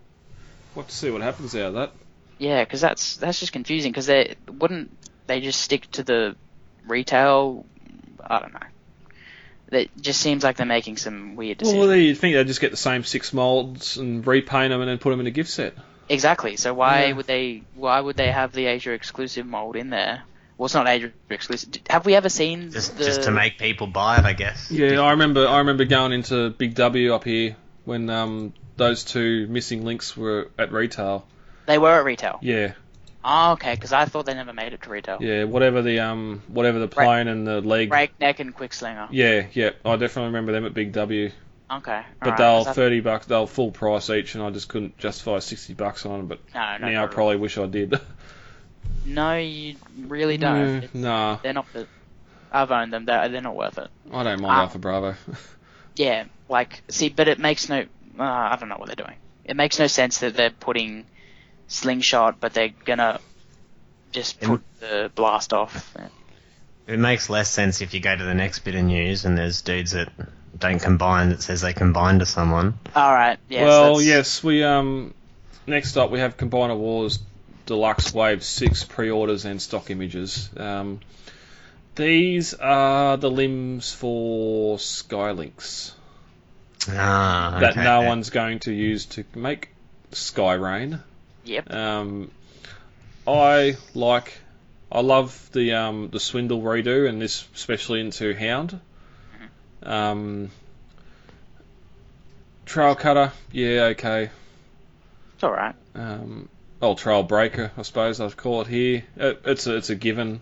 have to see what happens out of that. yeah, because that's that's just confusing. Because they wouldn't they just stick to the retail? I don't know. It just seems like they're making some weird decisions. Well, you'd think they'd just get the same six molds and repaint them and then put them in a gift set. Exactly. So why Yeah. would they? Why would they have the Asia exclusive mold in there? Well, it's not Asia exclusive. Have we ever seen Just the? just to make people buy it, I guess. Yeah, I remember. I remember going into Big W up here when um, those two missing links were at retail. They were at retail. Yeah, Oh, okay. Because I thought they never made it to retail. yeah. Whatever the um, whatever the plane Right. and the leg. Breakneck and Quickslinger. Yeah, yeah. I definitely remember them at Big W, Okay. but alright, they'll 'cause I- thirty bucks. They'll full price each, and I just couldn't justify sixty bucks on them. But No, no, now I no. probably wish I did. No, you really don't. Yeah, nah, They're not. The, I've owned them. They're, they're not worth it. I don't mind Ah. Alpha Bravo. Yeah. Like, see, but it makes no. Uh, I don't know what they're doing. It makes no sense that they're putting slingshot, but they're gonna just And- put the blast off. It makes less sense if you go to the next bit of news and there's dudes that don't combine that says they combine to someone. All right. Yes, well, that's- yes, we um. Next up, we have Combiner Wars Deluxe Wave Six pre-orders and stock images. Um, these are Uh, the limbs for Skylinks Ah, that okay. no one's going to use to make Skyrain. Yep. Um, I like, I love the um, the swindle redo, and this especially into Hound. Um, trail cutter, yeah, okay. It's all right. Um, oh, trail breaker, I suppose I'd call it here. It, it's a, it's a given.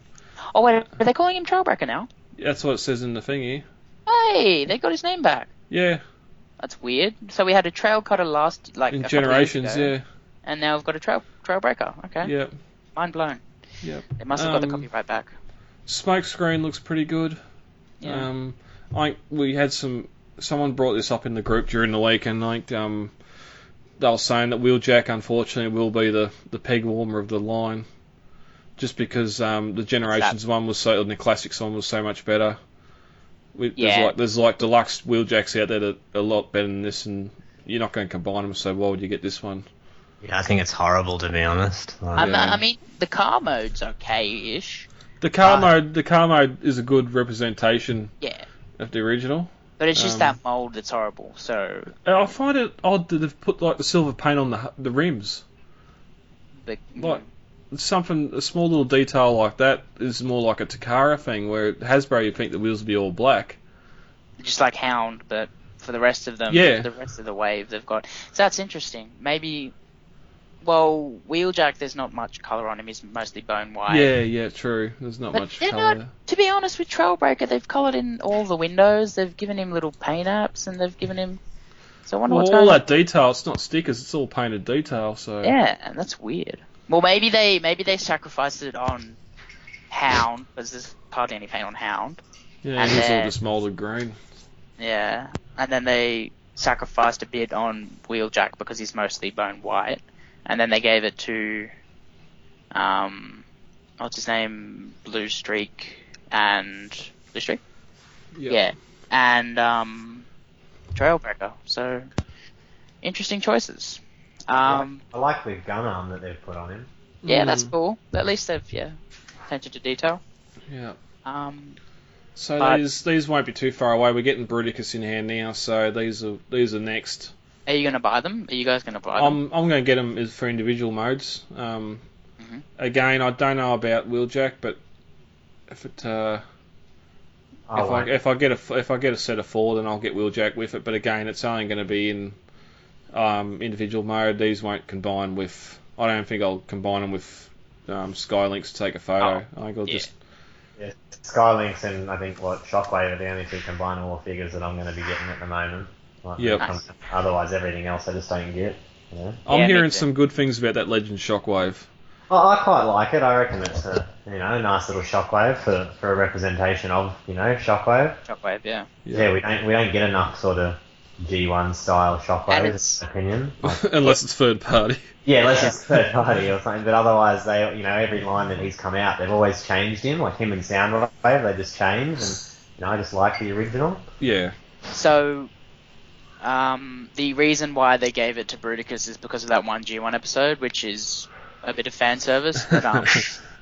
Oh wait, are they calling him Trailbreaker now? That's what it says in the thingy. Hey, they got his name back. Yeah, That's weird. So we had a trail cutter last, like a in couple of years generations, ago, yeah, and now we've got a trail trailbreaker. Okay, yeah, mind blown. yeah. They must have got the Um, copyright back. Smoke screen looks pretty good. Yeah. Um, I think we had some someone brought this up in the group during the week, and like um, they were saying that Wheeljack unfortunately will be the the peg warmer of the line, just because um, the generations one was so and the classics one was so much better. We, Yeah. There's like there's like deluxe Wheeljacks out there that are a lot better than this, and you're not going to combine them. So why would you get this one? Yeah, I think it's horrible to be honest. Like, I'm- yeah. I mean, the car mode's okay-ish. The car Uh, mode the car mode is a good representation Yeah, of the original. but it's just Um, that mold that's horrible. So And I find it odd that they've put like the silver paint on the the rims. the Like something, a small little detail like that is more like a Takara thing, where Hasbro you would think the wheels would be all black. just like Hound, but for the rest of them, Yeah. the rest of the wave they've got. So that's interesting. Maybe, well, Wheeljack, there's not much color on him. He's mostly bone white. Yeah, yeah, true. There's not But much they're colour. not- there. To be honest, with Trailbreaker, they've coloured in all the windows. They've given him little paint apps, and they've given him. So I wonder Well, what's all going on. that detail, it's not stickers, it's all painted detail. So Yeah, and that's weird. Well, maybe they maybe they sacrificed it on Hound because there's hardly any paint on Hound. yeah, And it's all then- just moulded green. Yeah, and then they sacrificed a bit on Wheeljack because he's mostly bone white, and then they gave it to, um, what's his name, Blue Streak and Blue Streak. Yeah, and um, Trailbreaker. So interesting choices. Um, I like the gun arm that they've put on him. yeah, that's Hmm. Mm, cool. At least they've yeah attention to detail. yeah. Um, So But- these these won't be too far away. We're getting Bruticus in hand now, so these are these are next. are you gonna buy them? Are you guys gonna buy them? I'm I'm going to get them for individual modes. Um, Mm-hmm. Again, I don't know about Wheeljack, but if it uh, I'll if I wait. if I get a if I get a set of four, then I'll get Wheeljack with it. But again, it's only going to be in um, individual mode. These won't combine with. I don't think I'll combine them with um, Skylink to take a photo. I think I'll just Yeah, Skylinks and I think what Shockwave are the only two combinable figures that I'm going to be getting at the moment. Like, Yep. um, Otherwise, everything else I just don't get. You know? I'm hearing some good things about that Legend Shockwave. I, I quite like it. I reckon it's a you know a nice little Shockwave for, for a representation of you know Shockwave. Shockwave, yeah. Yeah, we don't we don't get enough sort of G1 style And Shockwaves, in my opinion. Unless it's third party. Yeah, unless it's third party or something. But otherwise, they you know every line that he's come out, they've always changed him. Like him and Soundwave, they just change, and you know I just like the original. Yeah. So, um, the reason why they gave it to Bruticus is because of that one G1 episode, which is a bit of fan service. But um,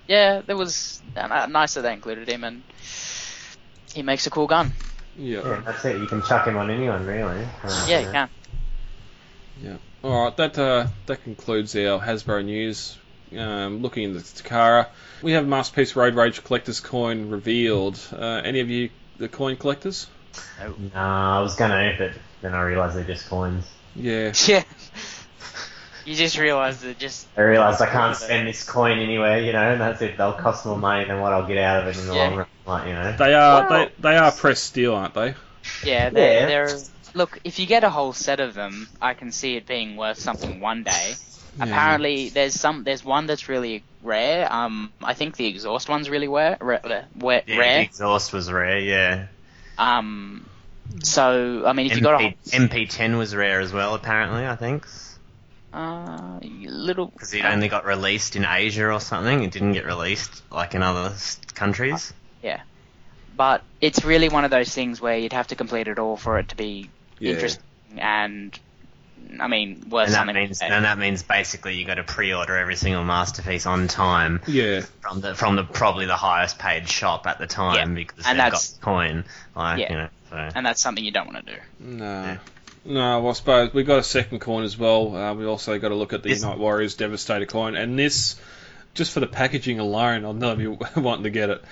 yeah, there was uh, nice that they included him, and he makes a cool gun. Yeah, that's it. You can chuck him on anyone, really. Uh, Yeah, you can. Yeah. All right. That uh, that concludes our Hasbro news. Um, looking into Takara, we have Masterpiece Road Rage Collector's Coin revealed. Uh, any of you the coin collectors? No, I was gonna if it, then I realised they're just coins. Yeah. Yeah. You just realise that just I realised I can't spend this coin anywhere, you know, and that's it. They'll cost more money than what I'll get out of it in the Yeah. long run, like you know. They are they they are pressed steel, aren't they? yeah, they're, Yeah. they're look. If you get a whole set of them, I can see it being worth something one day. Apparently, there's some there's one that's really rare. Um, I think the exhaust one's really rare. Rare. rare, Yeah, the rare. exhaust was rare. Yeah, Um, so I mean, if you got a MP, MP10 was rare as well. Apparently, I think whole- uh, little because it only got released in Asia or something. It didn't get released like in other s- countries. yeah, but it's really one of those things where you'd have to complete it all for it to be Yeah. interesting and I mean worth And that something. means to and that means basically you got to pre-order every single masterpiece on time Yeah. from the from the probably the highest paid shop at the time because And they've got that's- the coin. Like Yeah. you know, so. and that's something you don't want to do. No. No, well, I suppose we got a second coin as well. Uh, we also got to look at the Night Warriors Devastator coin, and this just for the packaging alone, I'll never be wanting to get it.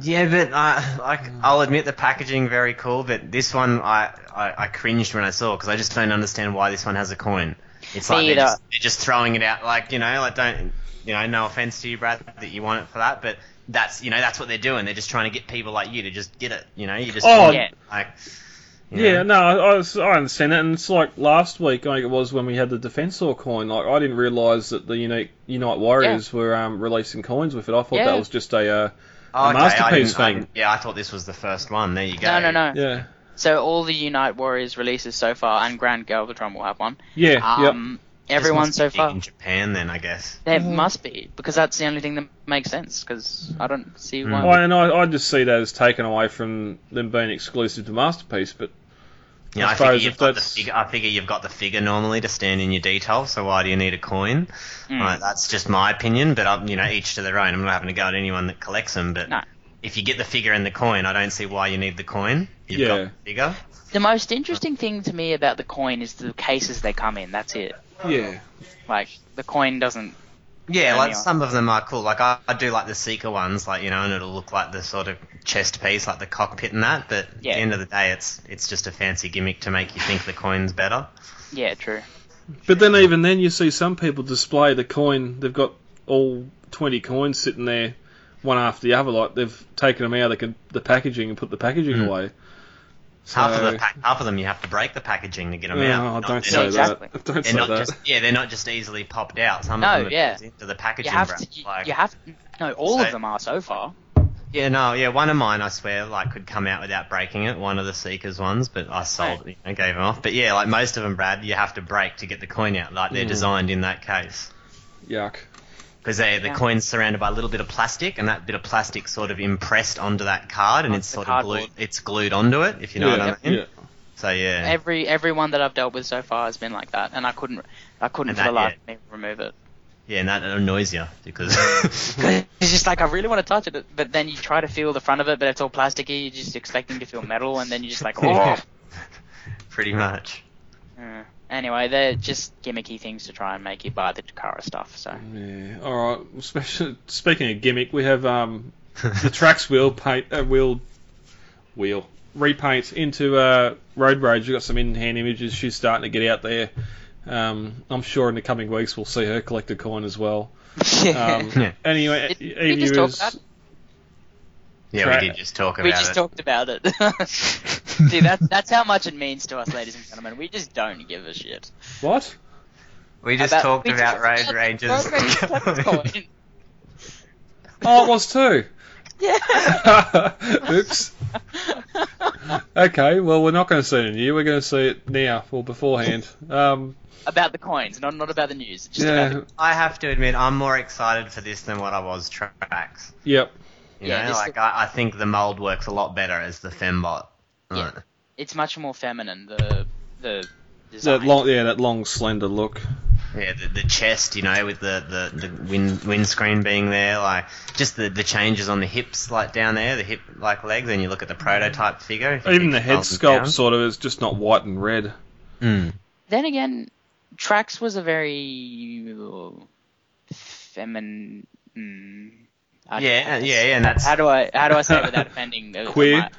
Yeah, but uh, like Hmm. I'll admit the packaging very cool, but this one I, I, I cringed when I saw because I just don't understand why this one has a coin. It's Me like they're either. just, they're just throwing it out, like you know, like don't you know? No offense to you, Brad, that you want it for that, but that's you know that's what they're doing. They're just trying to get people like you to just get it. You know, you just Oh, Yeah. like you know. Yeah, no, I, I was- I understand that, and it's like last week, I think it was when we had the Defensor coin. Like, I didn't realise that the Unique Unite Warriors were um, releasing coins with it. I thought Yeah. that was just a, uh, Oh, a okay, I masterpiece didn't- I thing. didn't- yeah, I thought this was the first one. There you go. No, no, no. Yeah, So all the Unite Warriors releases so far, and Grand Galvatron will have one. yeah, Um, This Everyone must so be far. in Japan. Then I guess. There must be because that's the only thing that makes sense. Because I don't see Mm. why. yep. I, and I, I just see that as taken away from them being exclusive to masterpiece. But Yeah, I I, figure suppose you've if got the that's- figure, I figure you've got the figure normally to stand in your detail, so why do you need a coin? Mm. Like, that's just my opinion, but I'm, you know, each to their own. I'm not having to go at anyone that collects them, but No. if you get the figure and the coin, I don't see why you need the coin. You've got Yeah. the figure. The most interesting thing to me about the coin is the cases they come in. That's it. yeah, Like the coin doesn't. Yeah, like Anyway. some of them are cool. Like I, I do like the Seeker ones, like you know, and it'll look like the sort of chest piece, like the cockpit and that. But Yeah. at the end of the day, it's it's just a fancy gimmick to make you think the coin's better. Yeah, true. but then even then, you see some people display the coin. They've got all twenty coins sitting there, one after the other. Like they've taken them out of the, the packaging and put the packaging Mm. away. So, Half of the pa- half of them, you have to break the packaging to get them out. Oh, Not- don't they're say not Exactly. that. Don't They're say not that. just yeah, they're not just easily popped out. Some No, of them are yeah. built into the packaging. You have wrap, to. You, like- you have no. All So- of them are so far. Yeah, no, yeah. One of mine, I swear, like could come out without breaking it. One of the Seekers ones, but I sold, it, you know, gave them off. But yeah, like most of them, Brad, you have to break to get the coin out. Like they're Mm. designed in that case. Yuck. Because the Yeah. coin's surrounded by a little bit of plastic, and that bit of plastic sort of impressed onto that card, and Onto it's the sort cardboard. of glued. It's glued onto it, if you know yeah, what I mean. yeah. So yeah, Every everyone that I've dealt with so far has been like that, and I couldn't. I couldn't And for the that- life of me remove it. yeah, and that annoys you because It's just like I really want to touch it, but then you try to feel the front of it, but it's all plasticky. You're just expecting to feel metal, and then you're just like, oh. pretty much. Yeah. anyway, they're just gimmicky things to try and make you buy the Takara stuff. So Yeah. All right. Well, speci speaking of gimmick, we have um, the tracks wheel paint uh, wheel wheel repaint into uh, road rage. We've got some in hand images. She's starting to get out there. Um, I'm sure in the coming weeks we'll see her collect a coin as well. Um, Yeah. Anyway, Did- did Emu we just talk is- about it? Yeah, Tra- we did just talk about we just it. talked about it. See, that's that's how much it means to us, ladies and gentlemen. We just don't give a shit. what? we just about- talked we just about talked road about rages. Road Rage's Clever Coin. Oh, it was too. yeah. Oops. Okay. Well, we're not going to see it in a year. We're going to see it now or beforehand. Um, about the coins, not not about the news. It's Just yeah. about I have to admit, I'm more excited for this than what I was tracks. Yep. You Yeah, know, this- like I, I think the mold works a lot better as the fembot. Yeah. Uh, the, it's much more feminine. The the design. That long, yeah, that long slender look. yeah, the, the chest, you know, with the the, the wind, windscreen being there, like just the, the changes on the hips, like down there, the hip like legs, and you look at the prototype figure. if you Even keep the head scrolling down. sculpt sort of is just not white and red. Mm. then again, Trax was a very uh, feminine. mm, I- Yeah, yeah, yeah, and that's How do I how do I say it without offending? uh, Queer? my-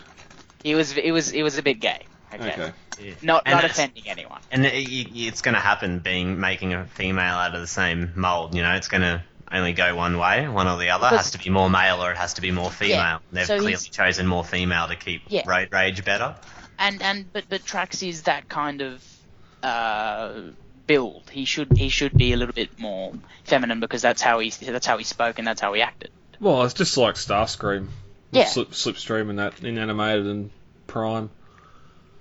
He was he was he was a bit gay. Okay. Okay. yeah. Not and not that's- offending anyone. And it, it- it's going to happen, being making a female out of the same mold. You know, it's going to only go one way, one or the other. It Because- has to be more male, or it has to be more female. Yeah, They've so clearly he's- chosen more female to keep Yeah. road rage better. And and but but Trax is that kind of uh, build. He should he should be a little bit more feminine because that's how he that's how he spoke and that's how he acted. Well, it's just like Starscream. Yeah. Slip, Slipstream and that in animated and Prime.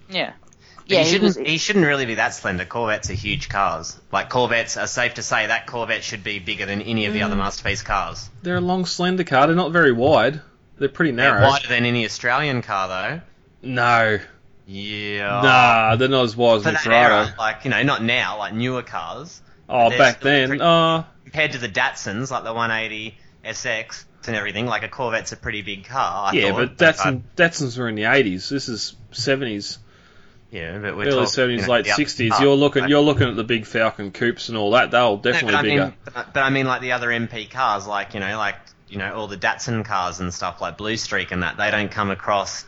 Yeah. But Yeah, he he was- shouldn't. He, shouldn't really be that slender. Corvettes are huge cars. Like Corvettes are safe to say that Corvette should be bigger than any of the Mm. other masterpiece cars. They're a long, slender car. They're not very wide. They're pretty narrow. They're wider than any Australian car, though. No. Yeah. Nah, they're not as wide as For the that Ferrari. era, like you know, not now, like newer cars. Oh, they're back still then. pretty- Uh, compared to the Datsuns, like the 180 SX and everything, like a Corvette's a pretty big car. I yeah, thought. but Datsun, Datsuns were in the 80s. This is 70s, yeah, but we're early talking, 70s, you know, late the other 60s. car, you're looking, like- you're looking at the big Falcon coupes and all that. They'll No, definitely but I bigger. mean, but, but I mean, like the other MP cars, like you know, like you know, all the Datsun cars and stuff, like Blue Streak and that, they don't come across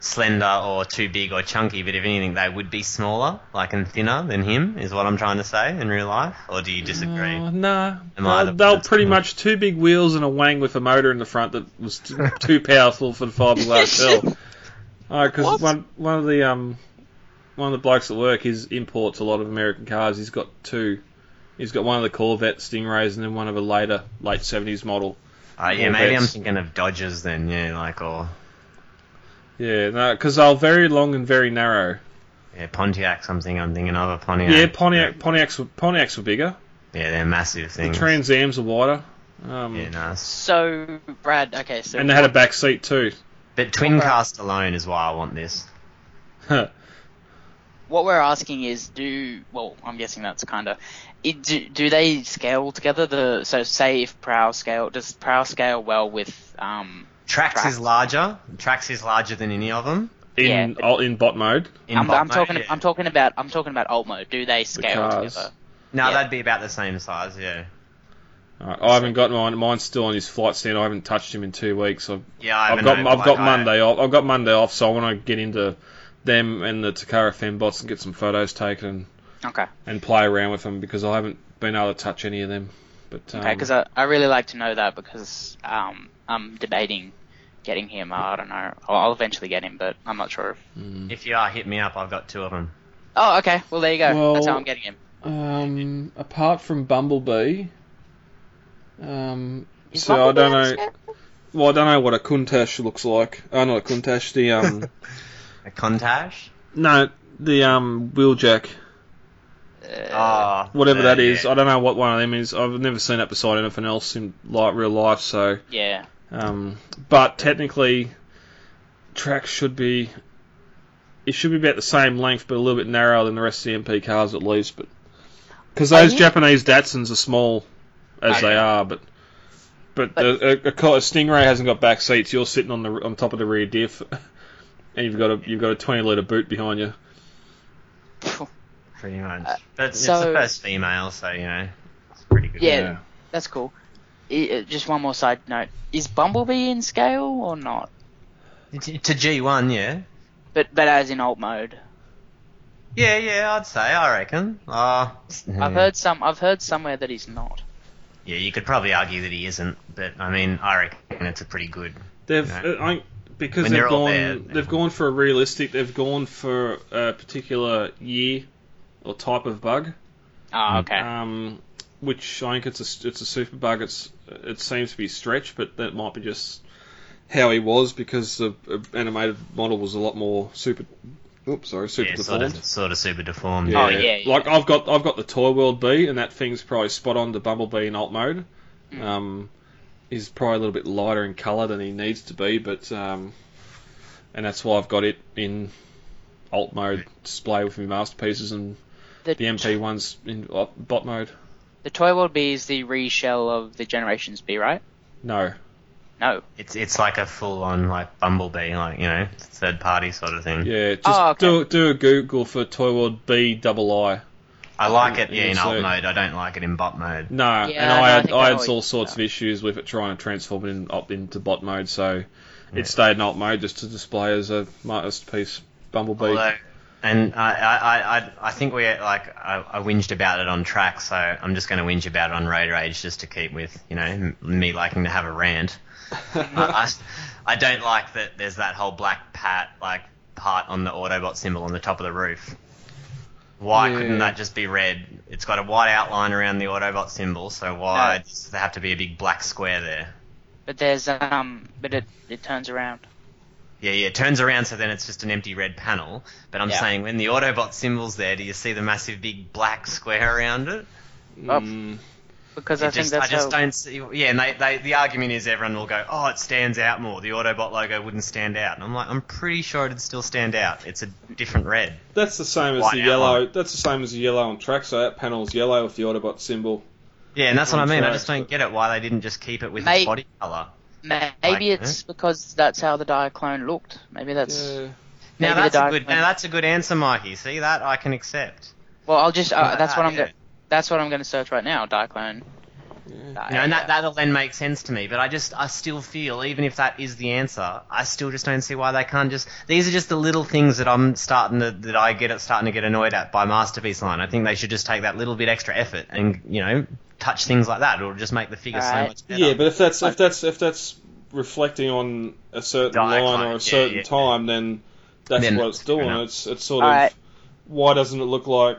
slender or too big or chunky. But if anything, they would be smaller, like and thinner than him, is what I'm trying to say in real life. Or do you disagree? Oh, nah, Am I Nah, the- they'll that's pretty the- much two big wheels and a wang with a motor in the front that was t- too powerful for the fiberglass hill. Because What? Uh, one one of the um one of the blokes at work is imports a lot of American cars. He's got two. He's got one of the Corvette Stingrays and then one of a later late seventies model. Uh, yeah, maybe I'm Corvettes. thinking of Dodges then. Yeah, like or Yeah, no, because they're very long and very narrow. yeah, Pontiac something. I'm thinking of a Pontiac. Yeah, Pontiac Pontiacs were, Pontiacs were bigger. Yeah, they're massive The things. Trans Am's are wider. Um, yeah, nice. So Brad, okay, so and they had a back seat too. But twin cast alone is why I want this. what we're asking is do well i'm guessing that's kind of do, do they scale together the so say if prow scale does prow scale well with um Trax, Trax. is larger. Trax is larger than any of them. in Yeah, oh, in bot mode. In I'm, bot I'm mode, talking yeah. i'm talking about i'm talking about alt mode do they scale cars. together No, yeah. that'd be about the same size. Yeah. Alright, Uh, I haven't got mine. Mine's still on his flight stand. I haven't touched him in two weeks. I've, Yeah, I I've haven't got owned I've one. got I- Monday off. I've got Monday off, so I want to get into them and the Takara Fembots and get some photos taken and, okay and play around with them because I haven't been able to touch any of them. But um, okay because I, I really like to know that because um i'm debating getting him i don't know i'll, I'll eventually get him but i'm not sure if, If you are, hit me up. I've got two of them. oh okay well there you go that's how Well- i'm getting him um, apart from Bumblebee, um, Is so I Bumblebee don't on know. scale? Well, I don't know what a Kuntash looks like. Oh, not a Kuntash. The um, A Contash. no, the um, Wheeljack. Uh, Ah, whatever yeah, that is. yeah. I don't know what one of them is. I've never seen that beside anything else in like real life. So, yeah um, but technically, track should be it should be about the same length, but a little bit narrower than the rest of the MP cars at least. But because Are those you- Japanese Datsuns are small as Oh, they are, but. But, the, a, a, co- a Stingray hasn't got back seats. You're sitting on the on top of the rear diff, and you've got a you've got a 20 litre boot behind you. pretty much. Uh, But it's so- the first female, so you know, it's pretty good. Yeah, that's cool. I- uh, just one more side note: is Bumblebee in scale or not? To to G1, yeah. But but as in alt mode, Yeah, yeah, I'd say, I reckon. Uh, I've heard some. I've heard somewhere that he's not. Yeah, you could probably argue that he isn't, but I mean, I reckon it's a pretty good. They've you know, uh, I, because When they've they're all gone there, they've gone for a realistic. They've gone for a particular year or type of bug. Ah, okay. Um, which I think it's a s- it's a super bug. It's it seems to be stretched, but that might be just how he was because the uh, animated model was a lot more super. Oops, sorry, super yeah, sort deformed. of, sort of super deformed. Oh, Like I've got I've got the Toy World B, and that thing's probably spot on to Bumblebee in alt mode. Um, he's probably a little bit lighter in colour than he needs to be, but um, and that's why I've got it in alt mode display with my masterpieces and The- the, MP ones in uh, bot mode. The Toy World B is the reshell of the Generations B, right? No, No. It's it's like a full on like Bumblebee, like you know, third party sort of thing. yeah, just Oh, do do a Google for Toy World B double I. I like it, And yeah, in you'll alt see- mode. I don't like it in bot mode. Yeah, No, and no, I I had think I, I had always- all sorts of issues with it trying to transform it in, up into bot mode, so it stayed in alt mode just to display as a masterpiece bumblebee. Although, and I, I, I, I- I think we like I, I whinged about it on track, so I'm just going to whinge about it on Road Rage just to keep with you know m- me liking to have a rant. I, I, I don't like that there's that whole black pat like part on the Autobot symbol on the top of the roof. Why couldn't Yeah. that just be red? It's got a white outline around the Autobot symbol, so why does there have to be a big black square there? But there's um. But it it turns around. Yeah, yeah, it turns around so then it's just an empty red panel. But I'm Yeah. saying when the Autobot symbol's there, do you see the massive big black square around it? Mm, Because It I think just, that's I just how. don't see. Yeah, and they, they, the argument is everyone will go, oh, it stands out more. The Autobot logo wouldn't stand out. And I'm like, I'm pretty sure it'd still stand out. It's a different red. that's the same as White the outline. yellow. That's the same as the yellow on track. So that panel's yellow with the Autobot symbol. Yeah, and that's what I mean. I Contrast, just don't get it why they didn't just keep it with Mate. its body color. Maybe like, eh? it's because that's how the Diaclone looked. Maybe that's. Yeah. Now Maybe the that's a dark good. one. Now that's a good answer, Mikey. See that I can accept. Well, I'll just. Uh, Like that's what that, I'm. yeah. Go- that's what I'm going to search right now. Diaclone. Yeah. You know, and that, that'll then make sense to me. But I just, I still feel, even if that is the answer, I still just don't see why they can't just. These are just the little things that I'm starting to, that I get starting to get annoyed at by masterpiece line. I think they should just take that little bit extra effort and you know touch things like that. It'll just make the figure so Alright. much better. Yeah, but if that's if that's if that's reflecting on a certain Diaclone, line or yeah, a certain yeah. time, then that's Then what it's that's doing. fair enough. It's it's sort of Alright. why doesn't it look like?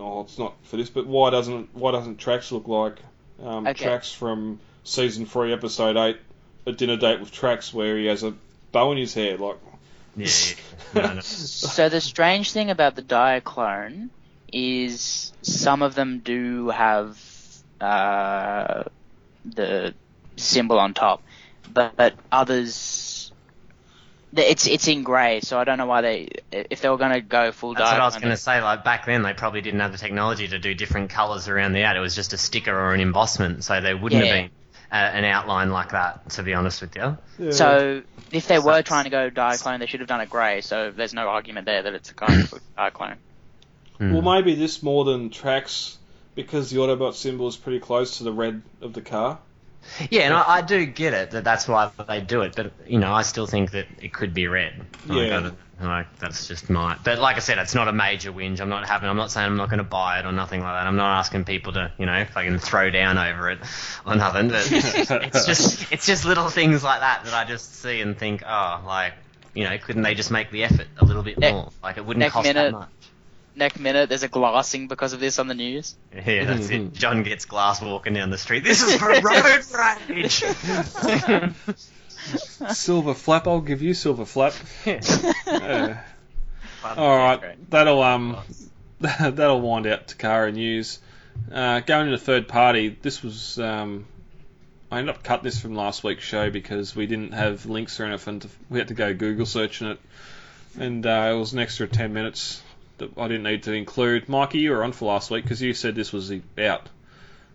Oh, it's not for this, but why doesn't why doesn't tracks look like um, Okay. tracks from season three, episode eight, a dinner date with tracks where he has a bow in his hair, like yeah, yeah. No, no. So the strange thing about the Diaclone is some of them do have uh, the symbol on top, but, but others. It's it's in grey, so I don't know why they if they were going to go full That's what I was Diaclone, going to say. Like back then, they probably didn't have the technology to do different colours around the ad. It was just a sticker or an embossment, so there wouldn't Yeah. have been uh, an outline like that. To be honest with you. So if they were Sucks. trying to go Diaclone, they should have done it grey. So there's no argument there that it's a kind of Diaclone. Hmm. Well, maybe this more than tracks because the Autobot symbol is pretty close to the red of the car. Yeah, and I, I do get it that that's why they do it, but you know, I still think that it could be red. Like, Yeah. I don't- like that's just my. But like I said, it's not a major whinge. I'm not having. I'm not saying I'm not going to buy it or nothing like that. I'm not asking people to you know fucking throw down over it or nothing. But it's just it's just little things like that that I just see and think, oh, like you know, couldn't they just make the effort a little bit Next- more? Like it wouldn't next cost minute. that much. Next minute, there's a glassing because of this on the news. Yeah, that's it. John gets glass walking down the street. This is for road rage. silver flap, I'll give you silver flap. Uh, All Alright. right, that'll um, that'll wind out Takara news. Uh, going into third party, this was um, I ended up cutting this from last week's show because we didn't have links or anything. To, we had to go Google searching it, and uh, it was an extra ten minutes that I didn't need to include. Mikey, you were on for last week because you said this was the- out,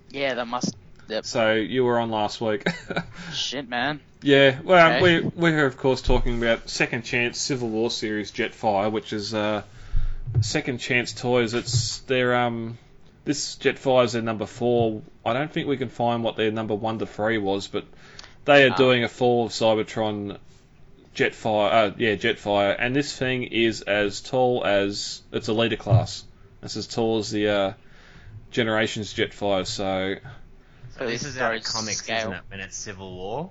Yeah, that must so you were on last week. shit, man. Yeah, well, um, Okay. we we're of course talking about Second Chance Civil War series Jetfire, which is uh, Second Chance Toys. It's their um, this Jetfire's their number four. I don't think we can find what their number one to three was, but they are Ah. doing a Fall of Cybertron Jetfire. Uh, yeah, Jetfire, and this thing is as tall as it's a leader class. It's as tall as the uh, Generations Jetfire. So So this is out of comics, isn't it? When it's Civil War,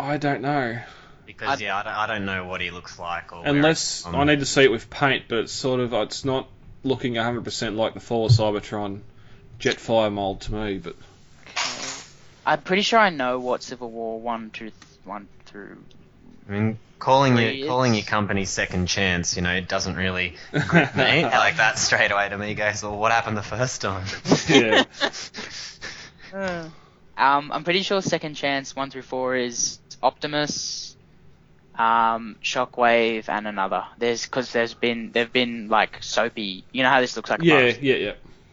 I don't know. because yeah, I don't, I don't know what he looks like or where Unless it's from. I need to see it with paint, but it's sort of it's not looking 100% like the Fall of Cybertron Jetfire mold to me. But I'm pretty sure I know what Civil War one, two, th- one through. I mean, calling Three your is- calling your company second chance, you know, it doesn't really grip me like that straight away to me. Goes, well, what happened the first time? Yeah. Um, I'm pretty sure Second Chance one through four is Optimus, um, Shockwave, and another. There's because there's been they've been like soapy. You know how this looks like. a yeah, mask? yeah, yeah.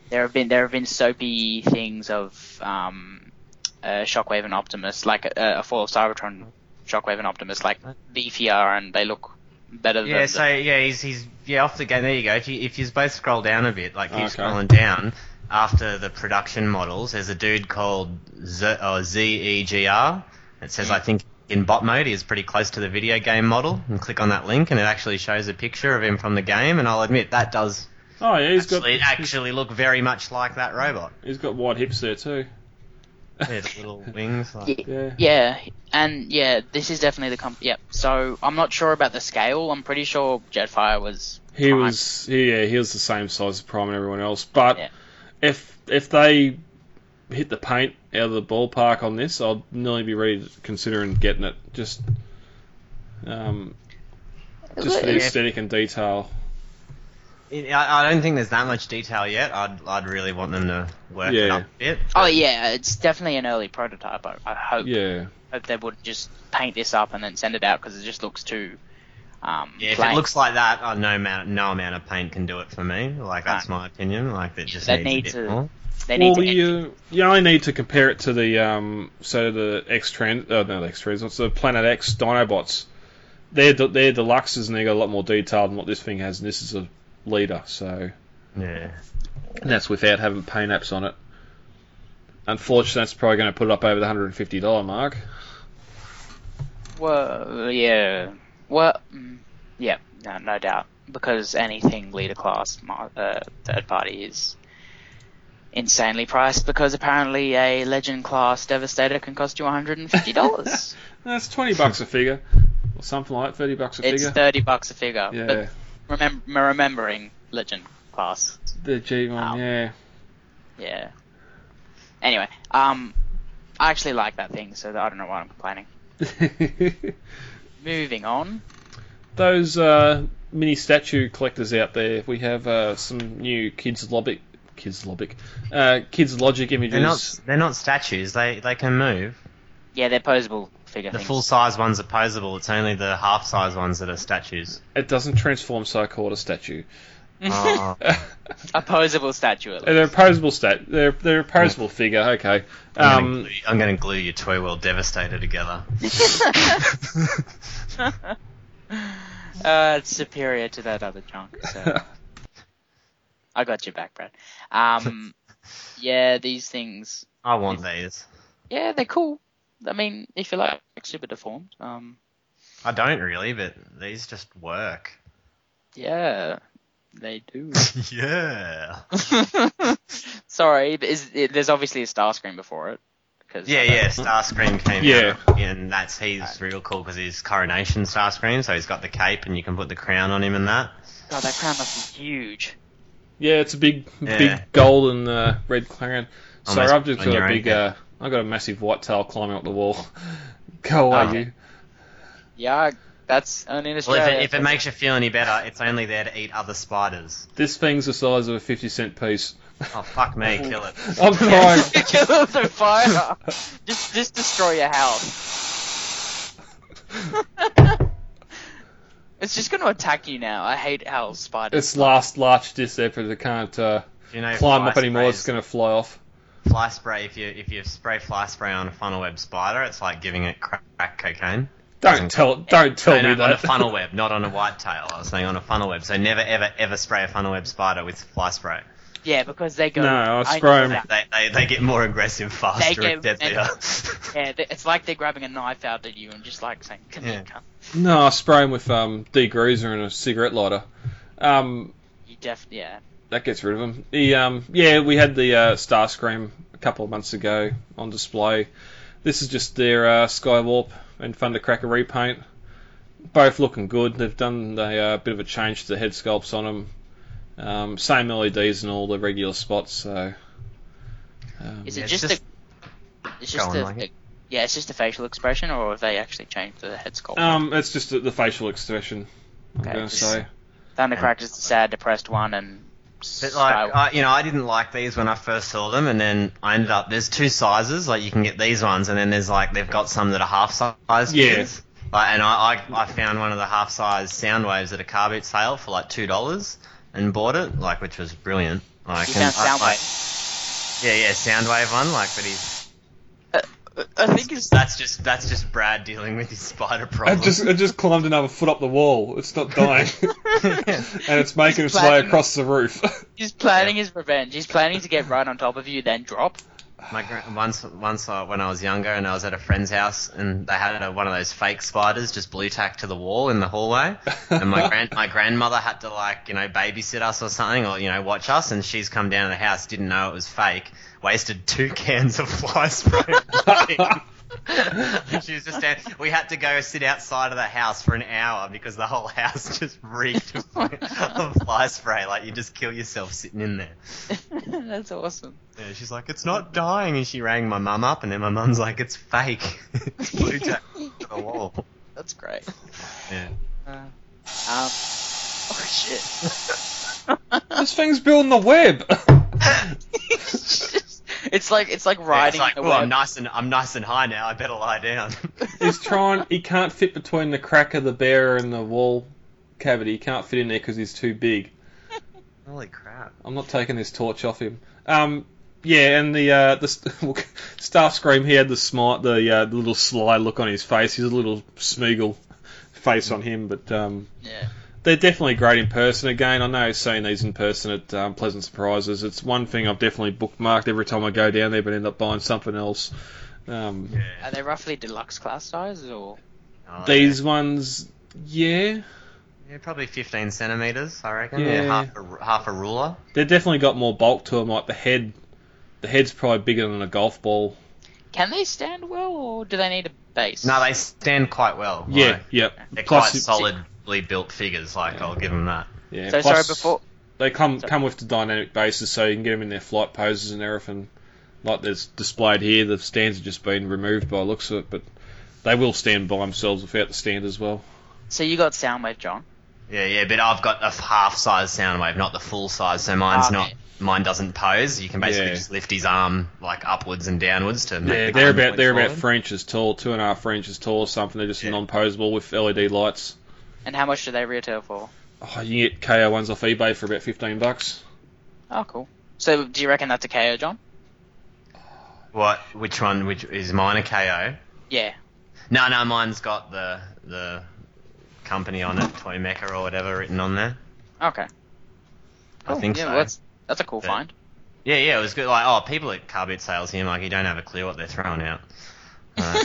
There have been there have been soapy things of um, uh, Shockwave and Optimus, like uh, a, a Fall of Cybertron, Shockwave and Optimus, like beefier and they look better than. yeah, so yeah, he's he's yeah off the game. There you go. If you, if you both scroll down a bit, like keep Okay. scrolling down after the production models, there's a dude called Z or Z E G R. It says Hmm. I think in bot mode he is pretty close to the video game model, and click on that link, and it actually shows a picture of him from the game. And I'll admit that does Oh yeah, he's actually, actually look very much like that robot. got he's got wide hips there too. Yeah, the little wings. Like, Yeah. Yeah, and yeah, this is definitely the comp. Yep. So I'm not sure about the scale. I'm pretty sure Jetfire was. He was he, yeah, he was the same size as Prime and everyone else. But if if they hit the paint out of the ballpark on this, I'll nearly be ready to considering getting it. Just um, just for the Yeah. aesthetic and detail. It- I, I don't think there's that much detail yet. I'd I'd really want them to work it Yeah. up a bit. Oh yeah, it's definitely an early prototype. I, I hope. Yeah. Hope they would just paint this up and then send it out because it just looks too. Um, Yeah, if plain. it looks like that, oh, no amount, no amount of paint can do it for me. Like that's my opinion. Like it just They needs need a bit to- more. They well, need to. you, you only need to compare it to the um, so the X trans, uh, no, X trans, what's the Planet X Dinobots? They're de- they're deluxes and they got a lot more detail than what this thing has, and this is a leader, so yeah, and that's without having paint apps on it. Unfortunately, that's probably going to put it up over the hundred and fifty dollar mark. Well, yeah. Well, mm, yeah, no, no doubt. Because anything leader class mar- uh, third party is insanely priced. Because apparently a legend class devastator can cost you one hundred and fifty dollars. That's twenty bucks a figure, or something like that, thirty bucks a it's figure. thirty bucks a figure. Yeah. But remem- remembering legend class, The G one, yeah. yeah. Anyway, um, I actually like that thing, so I don't know why I'm complaining. Ah. Moving on. those uh, mini statue collectors out there, we have uh, some new kids logic, kids logic, uh, kids logic they're images. not they're not statues. They they can move. Yeah, they're posable figure The things. full size ones are posable. It's only the half size ones that are statues. It doesn't transform, so I call it a statue. Oh. a posable statue. At least. They're a posable stat. They're they're a posable figure. Okay. I'm Um, gonna glue- I'm going to glue your Toy World Devastator together. Uh, it's superior to that other junk. So. I got your back, Brad. Um, yeah, these things. I want these. Yeah, they're cool. I mean, if you like super deformed, um, I don't really, but these just work. yeah, they do. yeah. Sorry, but is, it, there's obviously a star screen before it. Cause Yeah, yeah. Starscream came Yeah. out, and that's he's real cool because he's coronation Starscream, so he's got the cape, and you can put the crown on him and that. God, that crown must be huge. Yeah, it's a big, Yeah. big gold and uh, red clan. So Almost I've just on got your a own big, head. uh, I've got a massive white tail climbing up the wall. Go away, Oh. you. Yeah, that's an in Well, if Australia. it, if it makes you feel any better, it's only there to eat other spiders. This thing's the size of a fifty cent piece. Oh fuck me, kill it. I'm fine. Kill it with a fire. just, just destroy your house. it's just going to attack you now. I hate how spiders. Its last large disappears. It can't uh, You know, climb fly up anymore. sprays- It's going to fly off. Fly spray. If you if you spray fly spray on a funnel web spider, it's like giving it crack, crack cocaine. Don't tell, don't tell No, no, me on a that. funnel web, not on a white tail. I was saying on a funnel web. So never, ever, ever spray a funnel web spider with fly spray. Yeah, because they go. No, I know spray 'em. that. They, they, they get more aggressive They faster go- and deadlier. Yeah, they- it's like they're grabbing a knife out at you and just like saying, "Come here, Yeah. come." No, I spray him with um, degreaser and a cigarette lighter. Um, You def, yeah. that gets rid of him. He, um, yeah, we had the uh, Star Scream a couple of months ago on display. This is just their uh, Skywarp and Thundercracker repaint. Both looking good. They've done a uh, bit of a change to the head sculpts on them. Um, same LEDs in all the regular spots. So um, Is it It's just, just- a? It's Go just on, a. Mikey. yeah, it's just a facial expression, or have they actually changed the head sculpt? um, it's just the, the facial expression. I'm Okay, gonna just- say. Thundercrack is the sad, depressed one, and But Sky- like, I, you know, I didn't like these when I first saw them, and then I ended up. There's two sizes. Like you can get these ones, and then there's like they've got some that are half size. Yeah. kids. Like, and I, I, I found one of the half size sound waves at a car boot sale for like two dollars, and bought it. Like, which was brilliant. Like, you and found I- Soundwave. like, yeah, yeah, Soundwave one. Like, but he's I think it's that's just that's just Brad dealing with his spider problem. It just it just climbed another foot up the wall. It's not dying, and it's making its way Platinum. across the roof. he's planning his revenge. He's planning to get right on top of you, then drop. My gra- once once I, when I was younger and I was at a friend's house and they had a, one of those fake spiders just blue tacked to the wall in the hallway and my grand my grandmother had to like you know babysit us or something or you know watch us and she's come down to the house didn't know it was fake wasted two cans of fly spray. she was just down, we had to go sit outside of the house for an hour because the whole house just reeked of, of fly spray like you just kill yourself sitting in there. That's awesome. Yeah, she's like, it's not dying, and she rang my mum up, and then my mum's like, it's fake. it's blue tack to the wall. That's great. Yeah. Uh, um, oh shit! This thing's building the web. it's, just- it's like it's like riding it's like, the oh, I'm web. nice and I'm nice and high now. I better lie down. He's trying. He can't fit between the crack of the bear and the wall cavity. He can't fit in there because he's too big. Holy crap! I'm not taking this torch off him. Um, yeah, and the uh, the st- Star Scream. He had the smart, the, uh, the little sly look on his face. He's a little Smeagol face on him, but um, Yeah. they're definitely great in person. Again, I know seeing these in person at um, Pleasant Surprises, it's one thing I've definitely bookmarked every time I go down there, but end up buying something else. Um, Are Yeah. they roughly deluxe class size or? Oh, These ones, yeah, yeah. Yeah, probably 15 centimeters, I reckon. Yeah, Yeah. half a half a ruler. they've definitely got more bulk to them. Like the head, the head's probably bigger than a golf ball. Can they stand well, or do they need a base? No, they stand quite well. like, Yeah, yeah. they're Plus, quite solidly built figures. Like I'll give them that. Yeah, So sorry plus before. they come come with the dynamic bases, so you can get them in their flight poses and everything. Like there's displayed here, the stands have just been removed by the looks of it, but they will stand by themselves without the stand as well. So you got Soundwave, John. Yeah, yeah, but I've got a half size sound wave, not the full size, so mine's Ah, not okay. mine doesn't pose. You can basically Yeah. just lift his arm like upwards and downwards to make Yeah, the they're gun about point they're about forward. three inches tall, two and a half three inches tall or something. They're just Yeah. non-posable with LED lights. And how much do they retail for? Oh, you can get KO ones off eBay for about fifteen bucks. Oh, cool. So do you reckon that's a KO, John? What which one which is mine a KO? Yeah. No, no, mine's got the the company on it, Toy Mecha or whatever written on there. Okay. I think yeah, so. well, that's that's a cool Yeah. find. Yeah, yeah, it was good. Like, oh, people at car boot sales here, Mike, you don't have a clue what they're throwing out. Uh,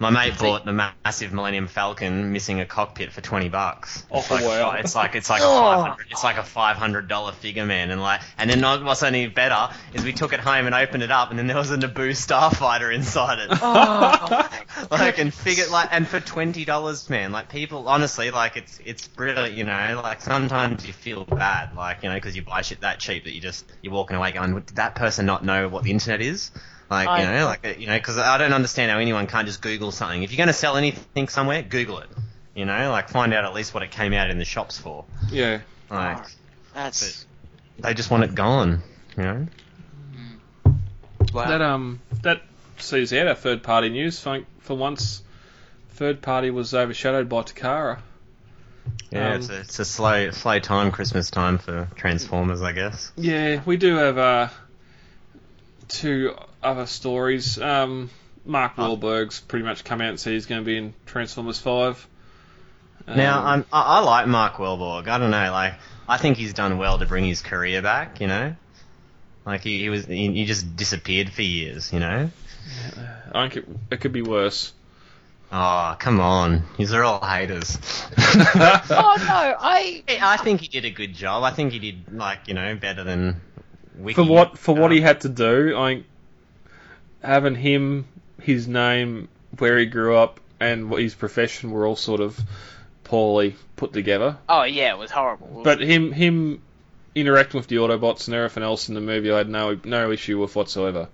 my mate bought the massive Millennium Falcon, missing a cockpit for twenty bucks. Oh, It's like, wow. It's like it's like a Oh. 500 it's like a five hundred dollar figure, man, and like, and then not, what's any better is we took it home and opened it up, and then there was a Naboo starfighter inside it. like and figure like and for twenty dollars, man. Like people, honestly, like it's it's brilliant, you know. Like sometimes you feel bad, like you know, because you buy shit that cheap that you just you're walking away going, did that person not know what the internet is? Like you I- know, like uh, you know, because I don't understand how anyone can't just Google something. If you're going to sell anything somewhere, Google it. You know, like find out at least what it came out in the shops for. Yeah. Like That's they just want it gone. You know. wow. That um that sees out our third party news. For, for once, third party was overshadowed by Takara. Yeah, Um, it's, a, it's a slow slow time Christmas time for Transformers, I guess. Yeah, we do have uh, two other stories. Um, Mark Wahlberg's pretty much come out and said he's going to be in Transformers Five. Now Um, I'm, I, I like Mark Wahlberg. I don't know, like I think he's done well to bring his career back. You know, like he, he was he, he just disappeared for years. You know. I think it, it could be worse. Oh come on, these are all haters. oh no, I I think he did a good job. I think he did like you know better than. Wiki. Uh, for what for what he had to do, I think having him, his name, where he grew up, and what his profession were all sort of poorly put together. Oh yeah, it was horrible. But him him interacting with the Autobots and everything else in the movie, I had no no issue with whatsoever.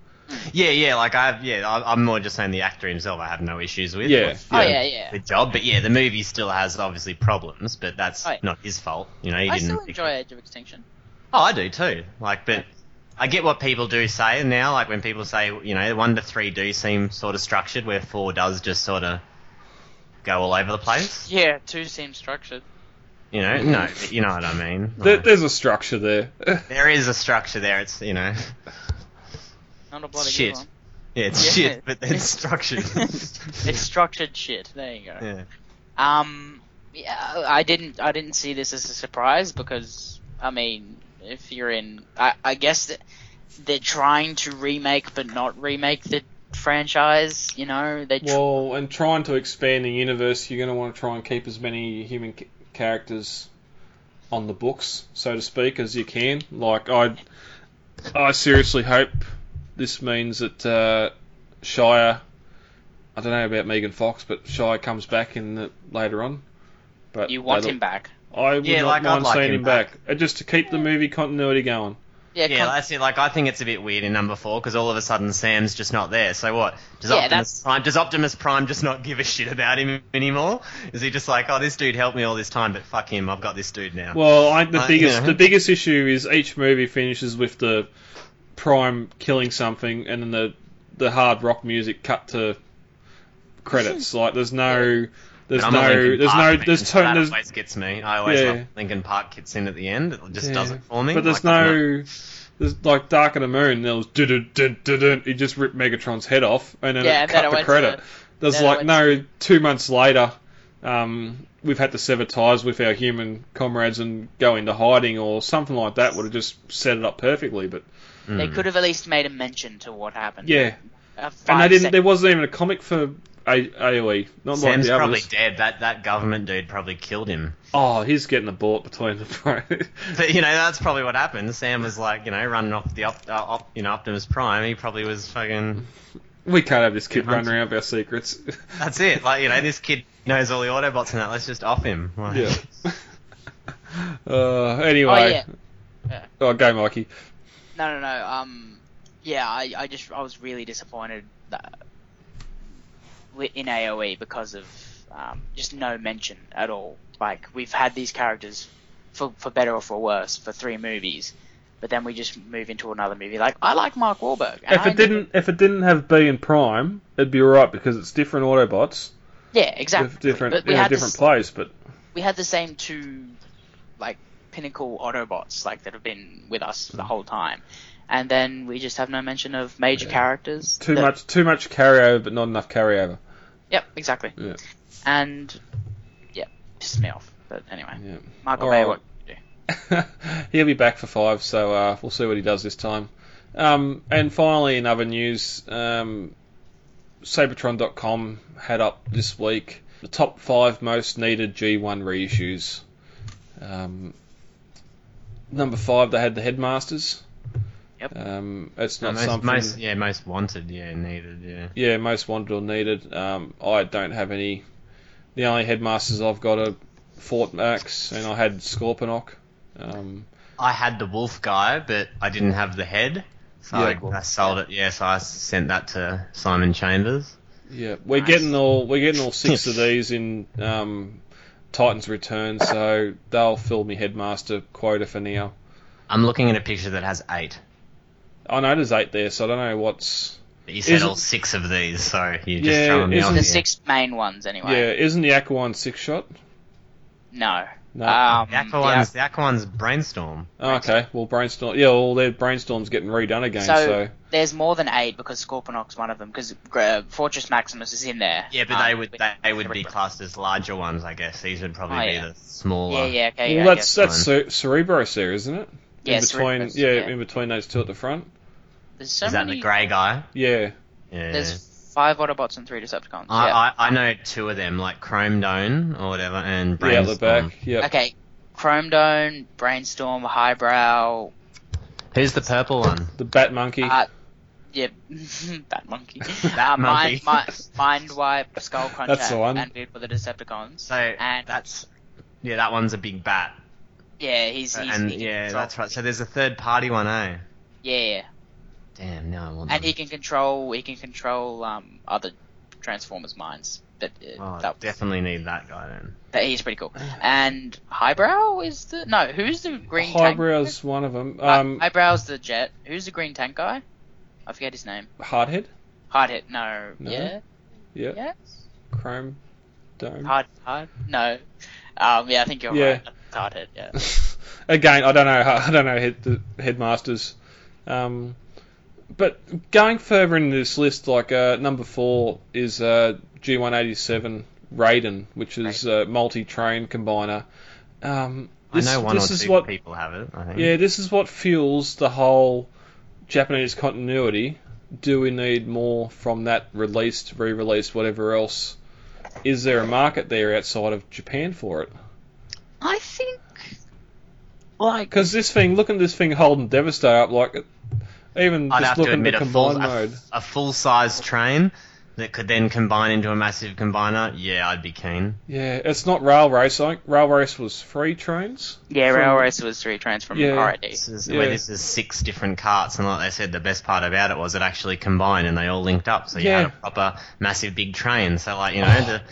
Yeah, yeah, like I, yeah, I, I'm more just saying the actor himself. I have no issues with. Yeah, with, Oh, yeah, yeah. The job, but yeah, the movie still has obviously problems, but that's Oh, yeah. not his fault. You know, he I didn't. still enjoy Age of Extinction. Oh, I do too. Like, but I get what people do say now. Like when people say, you know, one to three do seem sort of structured, where four does just sort of go all over the place. Yeah, two seems structured. You know, no, but you know what I mean. There, Like, there's a structure there. there is a structure there. It's you know, Not a bloody it's good shit. one. Yeah, it's Yeah. shit, but then it's structured. It's structured shit. There you go. yeah. Um, yeah, I didn't. I didn't see this as a surprise because I mean, if you're in, I, I guess that they're trying to remake but not remake the franchise. You know, they. Tr- Well, and trying to expand the universe, you're going to want to try and keep as many human ca- characters on the books, so to speak, as you can. Like I, I seriously hope this means that uh, Shire. I don't know about Megan Fox, but Shire comes back in the, later on. But you want they- him back? I would Yeah, not like, I'd mind like seeing him him back, Uh, just to keep the movie continuity going. Yeah, Yeah, con- that's it. Like, I think it's a bit weird in number four because all of a sudden Sam's just not there. So what? Does Yeah, Optimus that's- Prime does Optimus Prime just not give a shit about him anymore? Is he just like, oh, this dude helped me all this time, but fuck him, I've got this dude now. Well, I, the Uh, biggest yeah. the biggest issue is each movie finishes with the prime killing something, and then the the hard rock music cut to credits. like there's no there's But I'm a no Linkin there's Park no fan, there's so that turn there's always gets me. I always Yeah. love Lincoln Park kicks in at the end. It just yeah. does it for me. But there's Like, I'm not- no there's like Dark of the Moon. There was dun dun dun dun dun. It just ripped Megatron's head off, and then Yeah, it and then cut it the went credit. to- there's then it like went no two months later. Um, we've had to sever ties with our human comrades and go into hiding or something like that. Would have just set it up perfectly, but They could have at least made a mention to what happened. yeah. A And they five didn't. sec- There wasn't even a comic for A- AOE. Not Sam's like the probably others. dead. That that government dude probably killed him. Oh, he's getting a bullet between the bro. But you know that's probably what happened. Sam was like, you know, running off the op, uh, op, you know Optimus Prime. He probably was fucking we can't have this kid Yeah, running around with our secrets. That's it. Like you know, this kid knows all the Autobots and that. Let's just off him. Like, yeah. uh, anyway. Oh, yeah. Yeah. Oh, go, Mikey. No, no, no. Um, yeah, I, I just, I was really disappointed that, wi- in AOE because of um, just no mention at all. Like we've had these characters for for better or for worse for three movies, but then we just move into another movie. Like I like Mark Wahlberg. and If I it didn't, if it didn't have B and Prime, it'd be alright because it's different Autobots yeah, exactly. with different But in we a had different this- place. But we had the same two like pinnacle Autobots like that have been with us Hmm. the whole time. And then we just have no mention of major characters. too that- much, too much carryover, but not enough carryover. Yep, exactly. Yeah. And yeah, pissed me off. But anyway, Yeah. Oh, Michael All Bay, right. what can you do? He'll be back for five, so uh, we'll see what he does this time. Um, and finally, in other news, um, Sabertron.com had up this week the top five most needed G1 reissues. Um, number five, they had the Headmasters. Yep. Um, it's no, not most, something. most- yeah, most wanted, yeah, needed, yeah. Yeah, most wanted or needed. Um, I don't have any. The only headmasters I've got are Fort Max, and I had Scorponok. Um, I had the wolf guy, but I didn't have the head, so Yeah, I, cool. I sold it. Yeah, so I sent that to Simon Chambers. Yeah, we're Nice. getting all we're getting all six of these in um, Titans Return, so they'll fill me headmaster quota for now. I'm looking at a picture that has eight. I know there's eight there, so I don't know what's. But you said Isn't- all six of these, so you're just Yeah, throwing me isn't off. Oh, the here. six main ones anyway. Yeah, isn't the Aqua one six shot? No, No. Um, The Aqua one's, the Aqua one's brainstorm. Oh, okay. Well, brainstorm. Yeah. Well, their brainstorm's getting redone again. So, so, there's more than eight because Scorponok's one of them because uh, Fortress Maximus is in there. Yeah, but Um, they would they would be classed as larger ones, I guess. These would probably Oh, be yeah. the smaller. Yeah, yeah, okay. well, yeah, that's yeah. that's Ce- Cerebro there, isn't it? Yeah, In between. Cerebro's, Yeah, yeah. in between those two at the front. There's so Is that many. the grey guy? Yeah. Yeah. There's five Autobots and three Decepticons. I, yeah. I, I know two of them, like Chrome Dome or whatever, and Yeah, at Brainstorm. the back. Yeah. Okay, Chrome Dome, Brainstorm, Highbrow, Who's the purple one? The Bat Monkey. uh, yeah, Bat Monkey, uh, Monkey. Mind, mind, mind Wipe, Skull Cruncher, the one. and Beard for the Decepticons. So and that's yeah, that one's a big bat. yeah, he's, he's and he can yeah, control- that's right. So there's a third party one, eh? yeah, Damn, now I want. and them. he can control he can control um other Transformers minds. But uh, Oh, that, definitely need that guy then. that he's pretty cool. And Highbrow is the no, who's the green tank? Highbrow's one of them. Hi- Um, Highbrow's the jet. Who's the green tank guy? I forget his name. Hardhead. Hard hit. No. No? Yeah. Yeah. Yeah. Chrome Dome. Hard. Hard. No. Um. Yeah. I think you're Yeah. right. It's hard hit. Yeah. Again, I don't know. I don't know head, the headmasters. Um, but going further in this list, like uh, number four is uh, G187 Raiden, which is a multi-train combiner. Um, this, I know one this or is two what people have it. I think. yeah, this is what fuels the whole Japanese continuity. Do we need more from that released, re-released, whatever else? Is there a market there outside of Japan for it? I think. Like. Because this thing, looking at this thing holding Devastator up, like even I'd just have to looking admit at a the full combined a, mode, a full size train that could then combine into a massive combiner. Yeah, I'd be keen. yeah, it's not rail race. I think rail race was three trains. Yeah. From- Rail Racer was three trains from Yeah. RID. This is, Yeah. Where this is six different carts, and like they said, the best part about it was it actually combined and they all linked up. So you Yeah. Oh, had a proper massive big train. So like you know, the,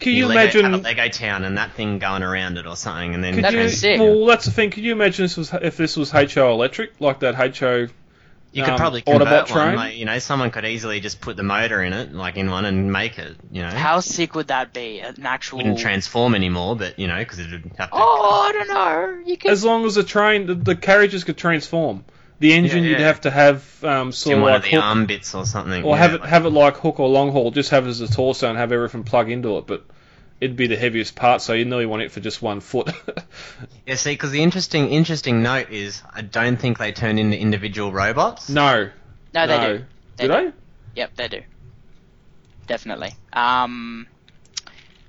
Can you you Lego, had a imagine? Lego town and that thing going around it or something, and then Could That'd be you, sick. well, that's the thing. Could you imagine this was if this was HO electric, like that HO? You could um, probably Autobot convert one. train? Like, you know, someone could easily just put the motor in it, like in one, and make it. You know, How sick would that be? An actual. wouldn't transform anymore, but you know, because it would have to. Oh, I don't know. You can. As long as the train, the, the carriages could transform. The engine yeah. you'd have to have um, in sort of one like of the hook, arm bits or something. or yeah, have it like- have it like hook or long haul. Just have it as a torso and have everything plug into it, but. It'd be the heaviest part, so you know you want it for just one foot. Yeah, see, because the interesting interesting note is I don't think they turn into individual robots. no, no, they no. do. Do they? Yep, they do. Definitely. Um.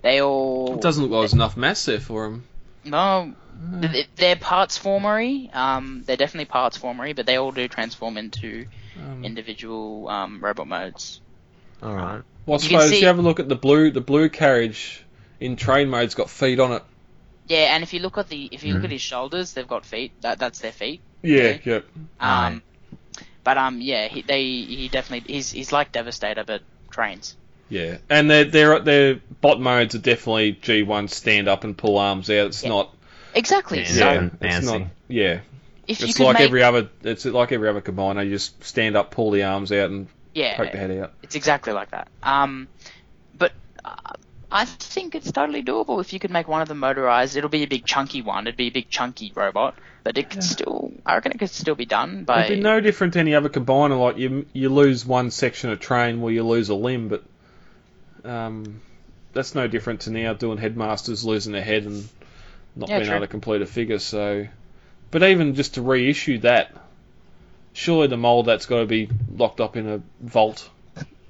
They all. It doesn't look like there's enough mass there for him. No, Hmm. th- they're parts formery. Um, they're definitely parts formery, but they all do transform into individual um, robot modes. All right. Well, I You can suppose see- you have a look at the blue. The blue carriage in train mode's got feet on it. Yeah, and if you look at the if you look at his shoulders, they've got feet. That that's their feet. Yeah, Okay. yeah. Um, but um, yeah, he they he definitely he's he's like Devastator, but trains. Yeah, and their their their bot modes are definitely G1 stand up and pull arms out. It's Yeah. not Exactly. Yeah, so no. yeah, it's Fancy. not yeah. if you It's could like make every other it's like every other combiner. You just stand up, pull the arms out, and yeah, poke the head out. It's exactly like that. Um, but uh, I think it's totally doable if you could make one of them motorized. It'll be a big chunky one. It'd be a big chunky robot, but it could still. I reckon it could still be done by. It'd be no different to any other combiner. Like you you lose one section of train where you lose a limb, but um, that's no different to now doing headmasters losing a head and not Yeah, being true. able to complete a figure. So, but even just to reissue that, surely the mold that's got to be locked up in a vault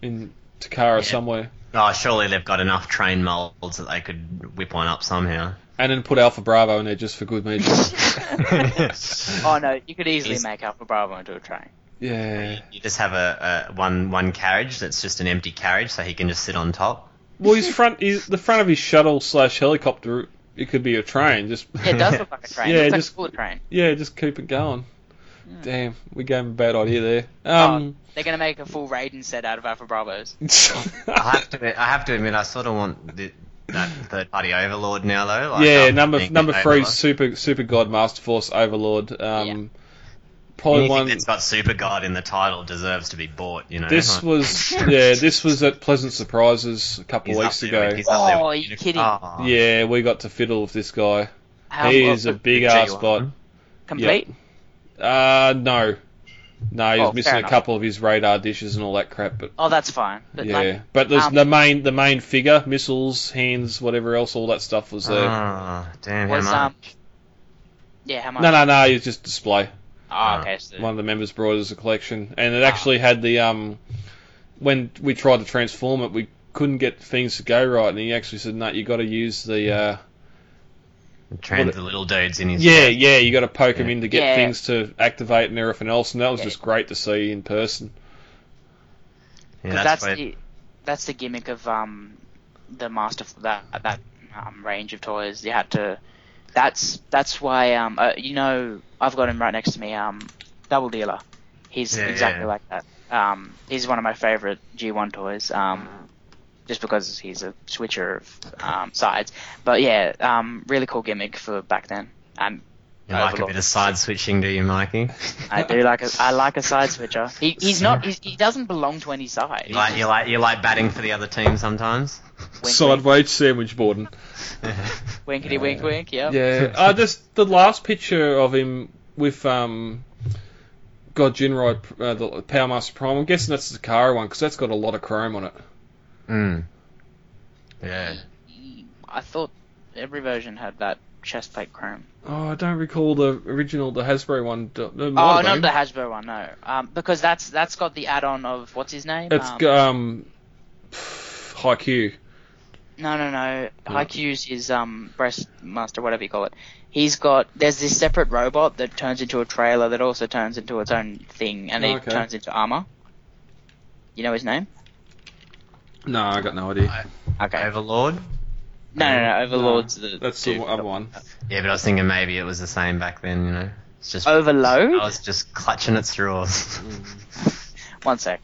in Takara somewhere, Oh, surely they've got enough train molds that they could whip one up somehow. and then put Alpha Bravo in there just for good measure. oh no, you could easily Is- make Alpha Bravo into a train. yeah. You just have a, a one one carriage that's just an empty carriage, so he can just sit on top. Well, his front, his, the front of his shuttle slash helicopter, it could be a train. Just Yeah, it does look like a train. Yeah, it looks just- like a bullet train. Yeah, just keep it going. Mm. Damn, we gave him a bad idea there. Oh. Um, They're gonna make a full Raiden set out of Alpha Bravos. I have to I have to admit I sort of want the, that third party overlord now though. Like, yeah, I'm number thinking number three, overlord. super super god, master force, overlord. Um, Yeah. probably Anything one. that's got Super God in the title deserves to be bought, you know. This Like, was yeah, this was at Pleasant Surprises a couple he's up weeks there ago. with- he's up there Oh, with are you Unicorn. kidding? Oh. Yeah, we got to fiddle with this guy. How he of is a the big picture ass you are? Hmm? bot. Complete? Yep. Uh, no. No, he was Oh, missing fair a enough. couple of his radar dishes and all that crap, but Oh, that's fine. But yeah, like, but there's um, the main the main figure, missiles, hands, whatever else, all that stuff was there. Ah, damn, was how um, much? yeah, how much? no, no, no, it's just display. Oh, okay, so One of the members brought it as a collection, and Ah. it actually had the um, when we tried to transform it, we couldn't get things to go right, and he actually said, "No, you got to use the uh, Trained what- the little dudes in his. yeah, yeah, you got to poke him in to get Yeah. things to activate and everything else," and that was Yeah. just great to see in person. Yeah, 'cause that's, that's, where- the that's the gimmick of um the master that that um, range of toys. You had to. That's that's why um uh, you know I've got him right next to me um double dealer. He's Yeah, exactly yeah. like that. Um, he's one of my favorite G1 toys. Um, just because he's a switcher of um, sides. But yeah, um, really cool gimmick for back then. And You like a overlooked. bit of side switching, do you, Mikey? I do like a I like a side switcher. He, he's not he's, he doesn't belong to any side. You like, you like, you like batting for the other team sometimes. Wink, Sideways sandwich boarding. wink, winkety wink wink. Yep. Yeah, uh, just the last picture of him with um, God Jinrai, uh, the Power Master Prime. I'm guessing that's the Zakara one because that's got a lot of chrome on it. Mm. Yeah. I thought every version had that chest plate chrome. Oh, I don't recall the original, the Hasbro one. Oh, Oh, not the Hasbro one, no. Um, because that's that's got the add-on of what's his name? It's um, um, Haikyuu. No, no, no. Haikyuu's his um breast master, whatever you call it. He's got there's this separate robot that turns into a trailer that also turns into its own thing, and Oh, it okay. turns into armor. You know his name? No, I got no idea. Okay. Overlord. no, no, no. Overlord's the That's the dude. other one. Yeah, but I was thinking maybe it was the same back then. You know, it's just Overload. I was just clutching at straws. One sec.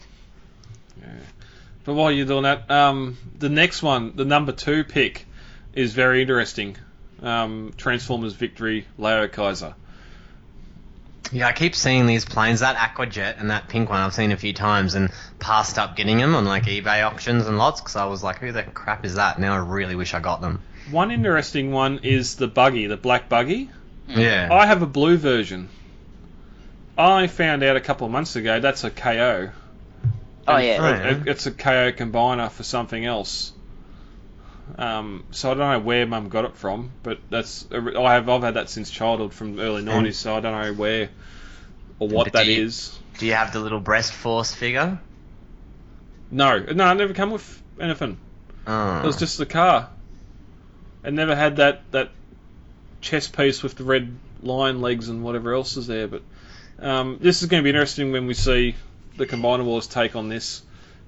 But while you're doing that, um, the next one, the number two pick, is very interesting. Um, Transformers Victory, Leo Kaiser. Yeah, I keep seeing these planes. That aqua jet and that pink one I've seen a few times and passed up getting them on like eBay auctions and lots because I was like, who the crap is that? Now I really wish I got them. One interesting one is the buggy, the black buggy. Yeah. I have a blue version. I found out a couple of months ago that's a KO. Oh And yeah. Right. it- it's a KO combiner for something else. Um, so I don't know where Mum got it from, but that's I have I've had that since childhood from early nineties. So I don't know where or what But do that you- is. Do you have the little breast force figure? No, no, I never come with anything. Oh. It was just the car. It never had that that chest piece with the red lion legs and whatever else is there. But um, this is going to be interesting when we see the Combiner Wars take on this,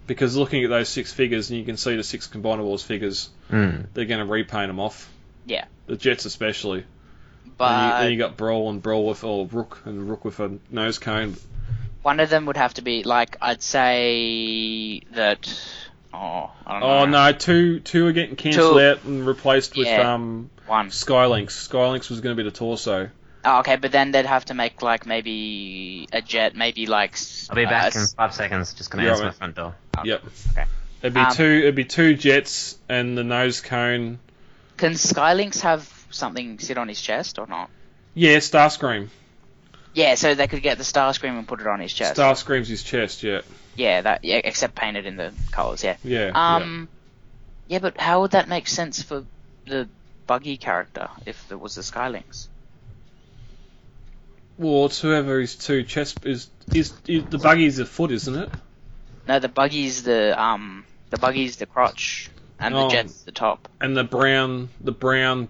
because looking at those six figures and you can see the six Combiner Wars figures, Mm. they're going to repaint them off. Yeah. The Jets especially. and you, But then you got Brawl and Brawl with or Rook and Rook with a nose cone. one of them would have to be like I'd say that. Oh, I don't know. Oh no, two two are getting cancelled Two. out and replaced with Yeah. um, One. Skylinks. Skylinks was going to be the torso. Oh, okay, but then they'd have to make like maybe a jet, maybe like. s- I'll be uh, back in s- five seconds. Just gonna You're answer right, my front mate. door. Yep. Okay. It'd be Um, two. It'd be two jets and the nose cone. Can Skylinks have something sit on his chest or not? Yeah, Starscream. Yeah, so they could get the Starscream and put it on his chest. Starscream's his chest. Yeah. yeah, that yeah, except painted in the colours. Yeah. Yeah. Um. Yeah. but how would that make sense for the buggy character if there was the Skylinks? yeah. Well, it's whoever his two chest is is, is the buggy's a foot, isn't it? No, the buggy's the um the buggy's the crotch and Oh. the jet's the top. And the brown the brown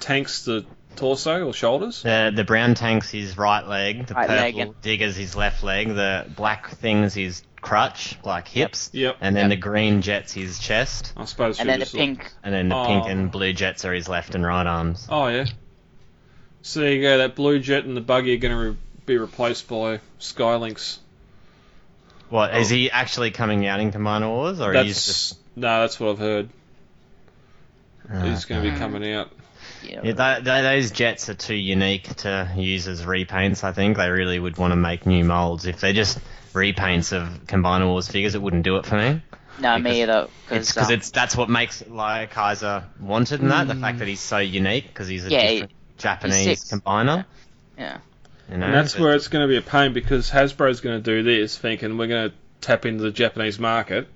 tanks the torso or shoulders. The the brown tank's his right leg. The Right leg purple digger's his left leg. The black thing's his crutch, like hips. Yep. And then the green jet's his chest. I suppose. And we then the just- pink. And then the pink Oh. and blue jets are his left and right arms. Oh yeah. So there you go. That blue jet and the buggy are going to re- be replaced by Skylinks. What is he actually coming out in Combiner Wars, or he's That's just? Oh, no. That's what I've heard. He's going to be okay. coming out. Yeah. Yeah, tho- tho- those jets are too unique to use as repaints. I think they really would want to make new molds. If they're just repaints of Combiner Wars figures, it wouldn't do it for me. no, me either. um, It's Because because it's that's what makes Leo Kaiser wanted, and that the fact that he's so unique because he's a Yeah, different Japanese six. combiner. Yeah. You know, and that's but- where it's going to be a pain because Hasbro's going to do this, thinking we're going to tap into the Japanese market.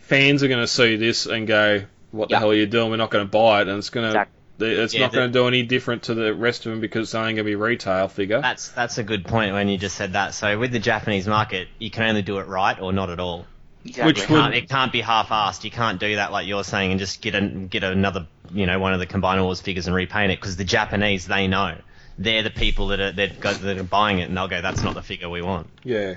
Fans are going to see this and go, "What the Yeah. hell are you doing? We're not going to buy it." And it's going to Exactly. it's Yeah, not the- going to do any different to the rest of them because it's only going to be retail figure. That's that's a good point when you just said that. So with the Japanese market, you can only do it right or not at all. Exactly. It Which would- can't, it can't be half-assed. You can't do that like you're saying and just get an, get another you know one of the Combiner Wars figures and repaint it because the Japanese they know they're the people that are that, go, that are buying it and they'll go that's not the figure we want. Yeah.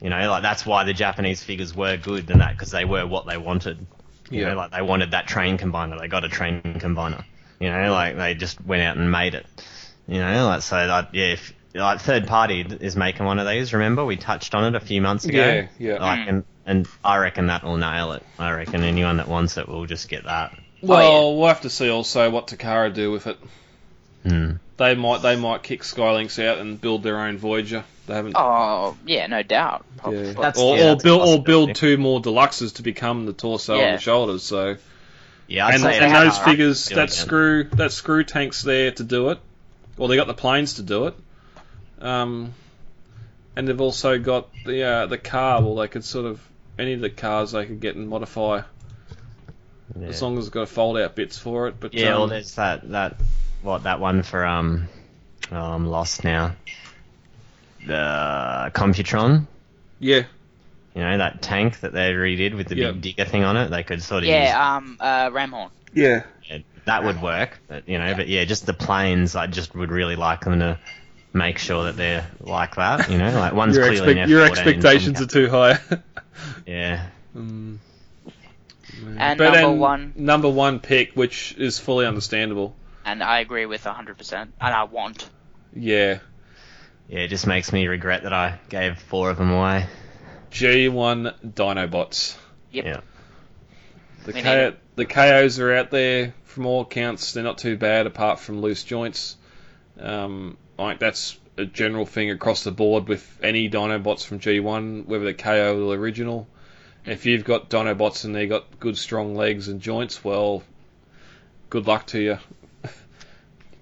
You know like that's why the Japanese figures were good and that because they were what they wanted. You Yeah. know like they wanted that train combiner. They got a train combiner. You know like they just went out and made it. You know like so like yeah if like third party is making one of these. Remember we touched on it a few months ago. Yeah, yeah. Like, and, and I reckon that will nail it. I reckon anyone that wants it will just get that. Well, Oh, we'll have to see also what Takara do with it. Hmm. They might they might kick Skylinks out and build their own Voyager. They haven't. Oh yeah, no doubt. Probably. Yeah. Oh, That's- or, yeah, or that's a build or build possibility. two more deluxes to become the torso Yeah. and the shoulders. So Yeah, I'd and, say and that's those all right. figures, Do it that again. screw, that screw tank's there to do it. Well, they got the planes to do it, um, and they've also got the uh, the car. Well, they could sort of any of the cars they could get and modify Yeah. as long as it's got fold out bits for it. But Yeah, um, well, there's that that what that one for um, oh, I'm lost now. The Computron, yeah, you know that tank that they redid with the Yeah. big digger thing on it. They could sort of use Yeah. Um. Uh. Ramhorn. yeah, it. that would work, but you know, but yeah, just the planes. I just would really like them to make sure that they're like that. You know, like one's your, clearly an expect- your F14, expectations are one's- too high. yeah. Mm. Mm. And But number then one. number one pick, which is fully understandable. And I agree with hundred percent. And I want. Yeah, Yeah, it just makes me regret that I gave four of them away. G1 Dinobots. Yep. Yeah. The, We need K- it. the KOs are out there from all accounts. They're not too bad, apart from loose joints. Um, I think that's a general thing across the board with any Dinobots from G1, whether they're KO or original. If you've got Dinobots and they've got good, strong legs and joints, well, good luck to you.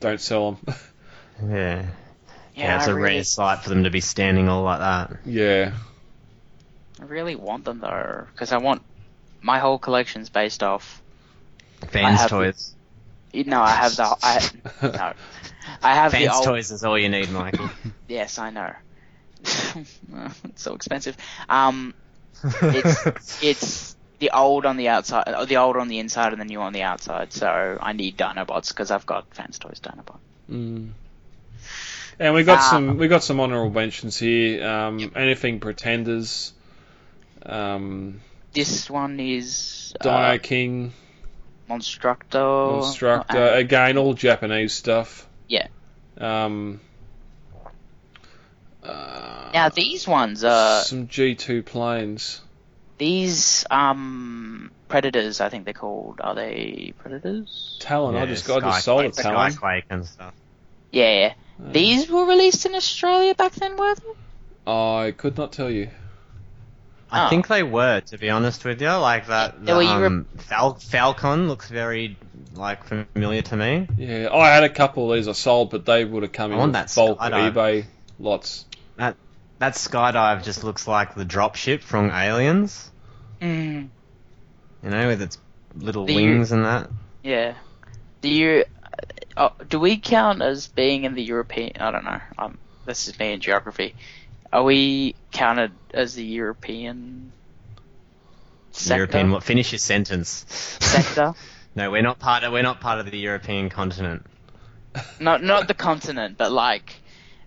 Don't sell them. Yeah. Yeah. Yeah, it's I a really, rare sight for them to be standing all like that. yeah. I really want them though, because I want my whole collection's based off. Fans have- toys. No, I have the. I no. I have the Fans old. toys is all you need, Michael. Yes, I know. it's so expensive. Um. It's it's the old on the outside, or the old on the inside, and the new on the outside. So I need Dinobots because I've got Fans Toys Dinobot. Mm. And we got Ah. some we got some honourable mentions here. Um, Anything pretenders, um, This one is Dino uh, King, Monstructor. Constructor. Uh, Again, all Japanese stuff. Yeah. Um, uh, now these ones, uh, some G two planes. these um predators, I think they're called. Are they predators? Talon, I Yeah, just got I Sky- just sold like it. Talon. Skyquake and stuff. Yeah. Uh, These were released in Australia back then, were they? I could not tell you. I Oh. think they were, to be honest with you. Like that, the, Yeah, well, you um, Fal- Falcon looks very like familiar to me. Yeah, I had a couple of these I sold, but they would have come I in want with that bulk Skydive. eBay lots. That skydive just looks like the dropship from Aliens. Mm, You know, with its little The- wings and that. yeah. Do you? Uh, oh, do we count as being in the European? I don't know. Um, this is me in geography. Are we counted as the European? Sector? European. What? Finish your sentence. sector? no, we're not part of. We're not part of the European continent. not not the continent, but like,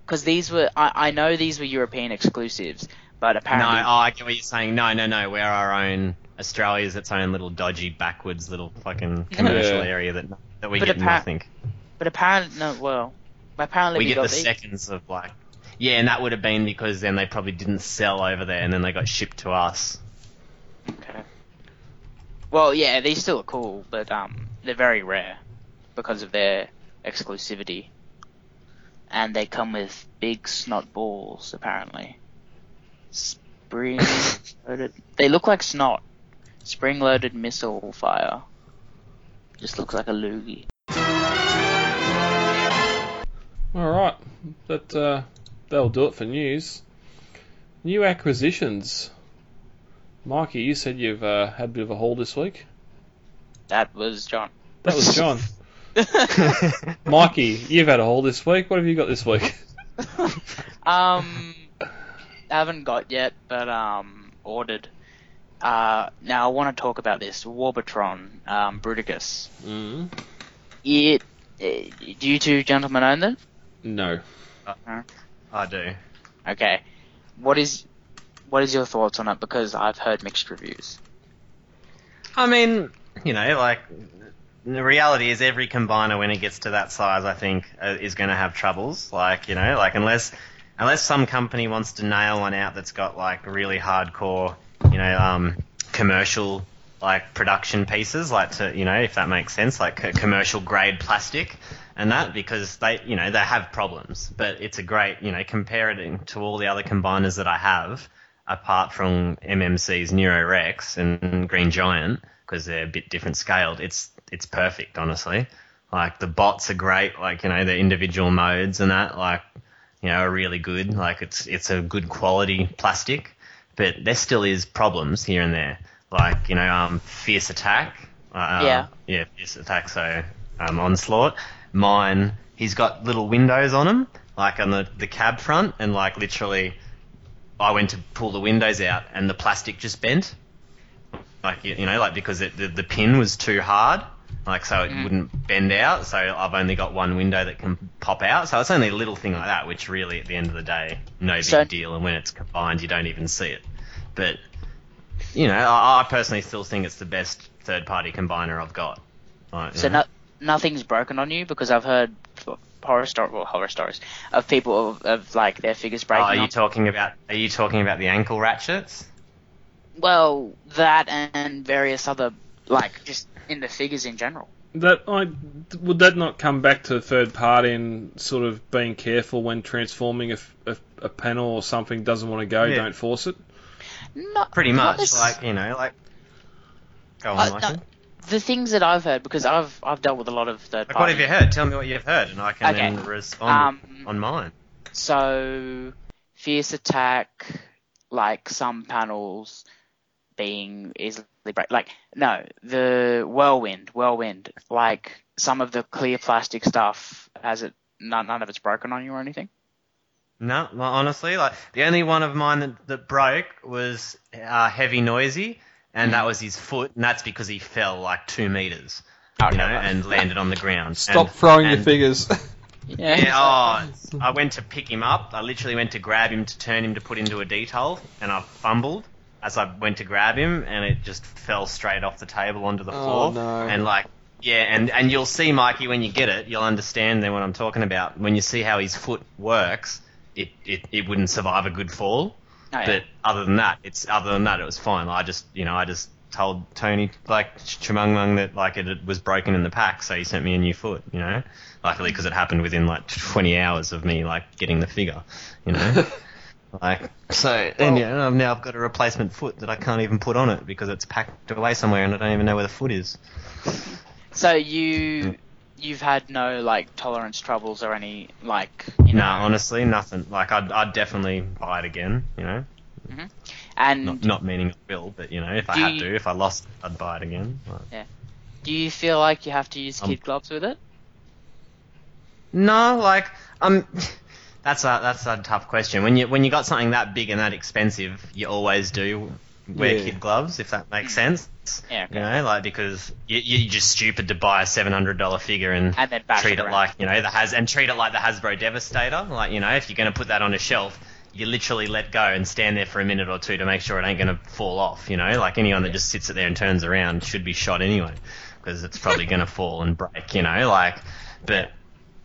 because these were I, I know these were European exclusives, but No, apparently oh, I get what you're saying. No, no, no. We're our own. Australia's its own little dodgy, backwards little fucking commercial Yeah. area that that we But get appa- nothing. but apparently no well apparently we we, get got the these. seconds of like, yeah, and that would have been because then they probably didn't sell over there, and then they got shipped to us. Okay. Well, yeah, these still are cool, but um, they're very rare because of their exclusivity, and they come with big snot balls apparently. Spring loaded. They look like snot. Spring loaded missile fire. Just looks like a loogie. All right, that uh, that'll do it for news. New acquisitions. Mikey, you said you've uh, had a bit of a haul this week. That was John. That was John. Mikey, you've had a haul this week. What have you got this week? Um, I haven't got yet, but um, ordered. Uh, now I want to talk about this Warbatron um, Bruticus. Mm-hmm. Mm. It, eh, do you two gentlemen own them? No. I do. Okay. What is, what is your thoughts on it? Because I've heard mixed reviews. I mean, you know, like the reality is every combiner when it gets to that size, I think, uh, is going to have troubles. Like you know, like unless unless some company wants to nail one out that's got like really hardcore, you know, um, commercial like production pieces, like to you know, if that makes sense, like c- commercial grade plastic and that because they you know they have problems, but it's a great you know comparing to all the other combiners that I have apart from MMC's Neuro Rex and Green Giant because they're a bit different scaled. It's it's perfect, honestly. Like the bots are great, like you know the individual modes and that, like you know, are really good. Like it's it's a good quality plastic, but there still is problems here and there. Like you know, um, fierce attack. Uh, Yeah. Yeah, fierce attack. So um, onslaught. Mine. He's got little windows on him, like on the the cab front, and like literally, I went to pull the windows out, and the plastic just bent. Like you, you know, like because it, the the pin was too hard, like so it Mm. wouldn't bend out. So I've only got one window that can pop out. So it's only a little thing like that, which really at the end of the day, no big So- deal. And when it's combined, you don't even see it. But you know, I, I personally still think it's the best third party combiner I've got. Like, you So know. no, nothing's broken on you because I've heard horror story, well, horror stories of people of, of like their figures breaking. uh, are Oh, you on- talking about? Are you talking about the ankle ratchets? well, that and various other like just in the figures in general. That I would that not come back to third party and sort of being careful when transforming if, if a panel or something doesn't want to go, Yeah. don't force it. Not Pretty not much, as- like you know, like. Go Uh, on, no, Michael. the things that I've heard because I've I've dealt with a lot of third Like, what party. have you heard? Tell me what you've heard, and I can Oh. Okay. then respond Um, on mine. so fierce attack, like some panels being easily break. Like no, the whirlwind, whirlwind. Like some of the clear plastic stuff has it. None, none of it's broken on you or anything. No, well, honestly, like the only one of mine that, that broke was uh, heavy noisy, and that was his foot, and that's because he fell like two meters, Okay, you know, right. and landed on the ground. Stop And- throwing your and- figures. Yeah. Yeah, oh, I went to pick him up. I literally went to grab him to turn him to put into a detail, and I fumbled as I went to grab him, and it just fell straight off the table onto the Oh, floor. no. And like, yeah, and and you'll see Mikey when you get it, you'll understand then what I'm talking about. When you see how his foot works, it it, it wouldn't survive a good fall. Oh, yeah. But other than that, it's other than that, it was fine. I just, you know, I just told Tony like Chumung Mung that like it, it was broken in the pack, so he sent me a new foot. You know, luckily because it happened within like 20 hours of me like getting the figure. You know, like so. And yeah, I've now I've got a replacement foot that I can't even put on it because it's packed away somewhere and I don't even know where the foot is. So Hmm. you you've had no like tolerance troubles or any like you know No, honestly, nothing. Like I'd, I'd definitely buy it again. You know, and not not meaning I will, but you know, if I Do had you- to, if I lost, I'd buy it again. Like- do you feel like you have to use Um, kid gloves with it? No, like um, that's a that's a tough question. When you when you got something that big and that expensive, you always do wear Yeah. kid gloves, if that makes sense. Yeah, okay. You know, like because you, you're just stupid to buy a seven hundred dollar figure and, And then bash treat it it around. like you know the has and treat it like the Hasbro Devastator. Like you know, if you're going to put that on a shelf, you literally let go and stand there for a minute or two to make sure it ain't going to fall off. You know, like anyone that just sits it there and turns around should be shot anyway, because it's probably going to fall and break. You know, like but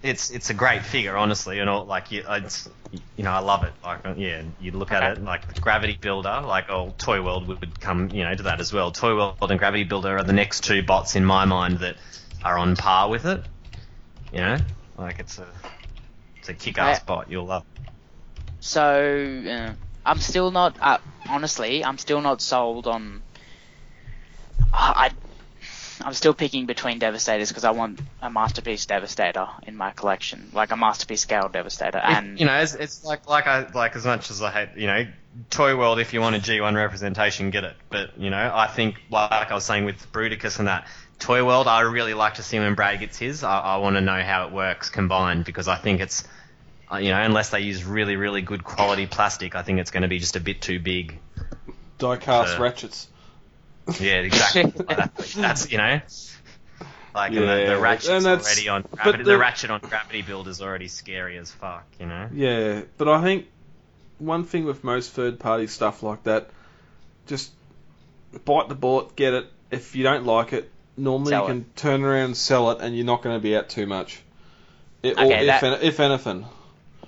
it's it's a great figure, honestly, and all like you, it's you know I love it. Like uh, yeah, you look at Okay. it like the Gravity Builder, like oh Toy World would, would come you know to that as well. Toy World and Gravity Builder are the next two bots in my mind that are on par with it. You know, like it's a it's a kick-ass I- bot you'll love. So uh, I'm still not uh, honestly I'm still not sold on. I I- I'm still picking between Devastators because I want a masterpiece Devastator in my collection, like a masterpiece scale Devastator, and you know, it's, it's like like I like as much as I hate you know, Toy World. If you want a G1 representation, get it. But you know, I think like I was saying with Bruticus and that Toy World, I really like to see when Brad gets his. I, I want to know how it works combined because I think it's uh, you know unless they use really really good quality plastic, I think it's going to be just a bit too big. Diecast Uh, ratchets. Yeah, exactly. that's you know. Like and the, Yeah, the ratchet's and that's- already on but gravity, the, the- ratchet on gravity build is already scary as fuck, you know. Yeah, but I think one thing with most third party stuff like that, just bite the bullet, get it. If you don't like it, normally Sell you can turn around and sell it, and you're not going to be out too much. It, or Okay, if, that- an- if anything.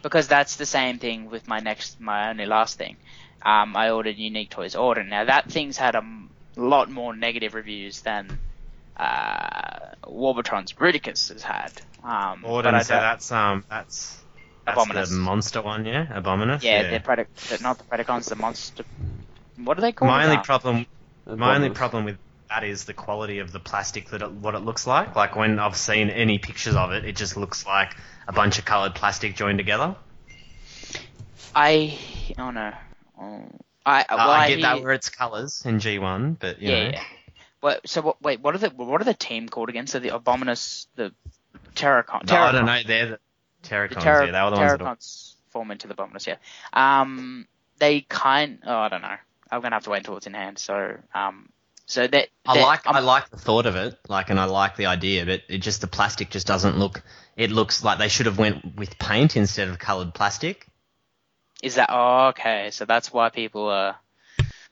because that's the same thing with my next, my only last thing. Um, I ordered Unique Toys Order. Now that thing's had a m- lot more negative reviews than uh, Warbatron's Bruticus has had. Um, but I Auden, so don't- that's um that's that's Abominus. the monster one, yeah, Abominus. yeah, they're Predic- not the Predacons, the monster. What are they called? my only now? problem. My only Abominus. problem with that is the quality of the plastic that it, what it looks like. Like when I've seen any pictures of it, it just looks like a bunch of coloured plastic joined together. I oh no, oh, I Uh, well, I get hear- that where it's colours in G one, but you yeah, know, yeah. What, so what, wait, what are the what are the team called again? So the Abominus, the Terracon, No, Terracons, I don't know. They're the the Terracons. Terra- yeah, they were the ones that Terracons form into the Abominus. Yeah. Um, they kind. Oh, I don't know. I'm gonna have to wait until it's in hand. So um, so that I that- like um, i like the thought of it, like, and I like the idea, but it just the plastic just doesn't look. It looks like they should have went with paint instead of coloured plastic. Is that oh, okay? So that's why people are.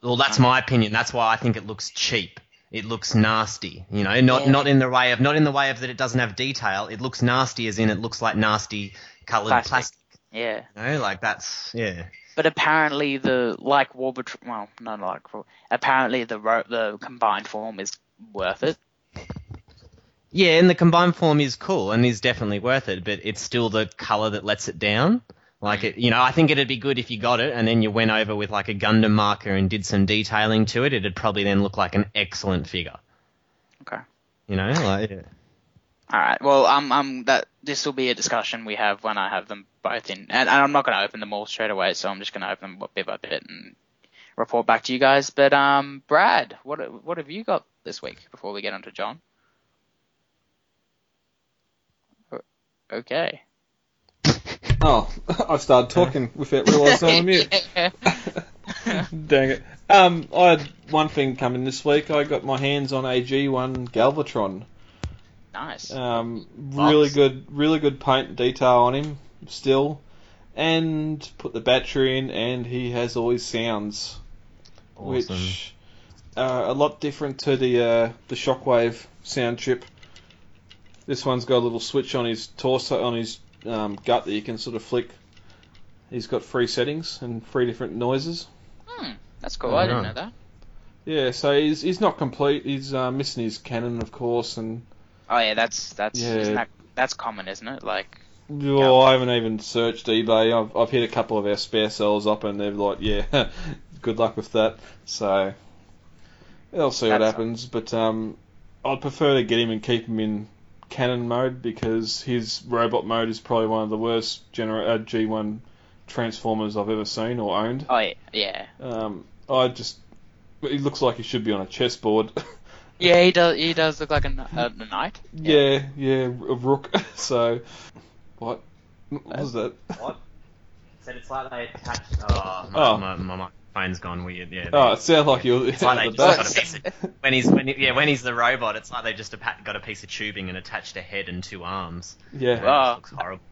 Well, Mm. that's my opinion. That's why I think it looks cheap. It looks nasty, you know, not Yeah. not in the way of not in the way of that it doesn't have detail. It looks nasty, as in it looks like nasty coloured Plastic. plastic. Yeah. You know, like that's yeah. But apparently the like Warbatron, well, not like War- apparently the ro- the combined form is worth it. Yeah, and the combined form is cool and is definitely worth it, but it's still the color that lets it down. Like it, you know, I think it'd be good if you got it and then you went over with like a Gundam marker and did some detailing to it. It'd probably then look like an excellent figure. Okay. You know, like yeah. All right. Well, um, um, that this will be a discussion we have when I have them both in, and, and I'm not going to open them all straight away. So I'm just going to open them bit by bit and report back to you guys. But um, Brad, what what have you got this week before we get on to John? O- Okay. Oh, I started talking without realising I'm on mute. Dang it. Um, I had one thing coming this week. I got my hands on a G1 Galvatron. Nice. Um, really Nice. good, really good paint detail on him still, and put the battery in, and he has all his sounds, Awesome. which are a lot different to the uh, the Shockwave sound chip. This one's got a little switch on his torso, on his um, gut that you can sort of flick. He's got three settings and three different noises. Hmm, that's cool. I didn't know that. Yeah, so he's he's not complete. He's uh, missing his cannon, of course, and Oh yeah, that's that's Yeah. isn't that, that's common, isn't it? Like Well, I haven't even searched eBay. I've, I've hit a couple of our spare cells up, and they're like, "Yeah, good luck with that." So, we'll see what That's- happens. But um, I'd prefer to get him and keep him in cannon mode because his robot mode is probably one of the worst gener- uh, G1 transformers I've ever seen or owned. oh yeah, yeah, Um, I just, he looks like he should be on a chessboard. yeah. He does he does look like a, kn- a knight. yeah, yeah, a rook. so, what? What was that? Uh, What? So it's like they attached. Oh, my, Oh. My, my, microphone's gone weird. Yeah. Oh, it sounded like you. It's like they the just got back. a piece of, when he's when he, yeah when he's the robot, it's like they just appa- got a piece of tubing and attached a head and two arms. Yeah. Wow. It looks horrible.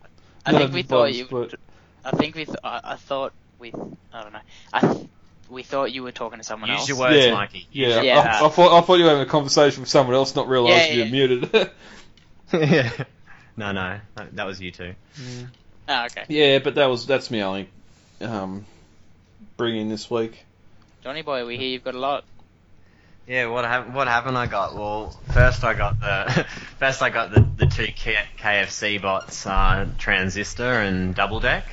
I None think of we the thought bugs, you. but- I think we. Th- I, I thought we. I don't know. I th- we thought you were talking to someone Use else. your words, yeah, Mikey. Use Yeah, Yeah. I, I thought I thought you were having a conversation with someone else, not realising Yeah, you're yeah. muted. yeah. No, no, that- that was you too. Oh, okay. yeah, but that was that's me only um, bring in this week. Johnny boy, we hear you've got a lot. Yeah, what happened? What happened? I got well. First, I got the first I got the, the two K- KFC bots, uh, transistor and double deck.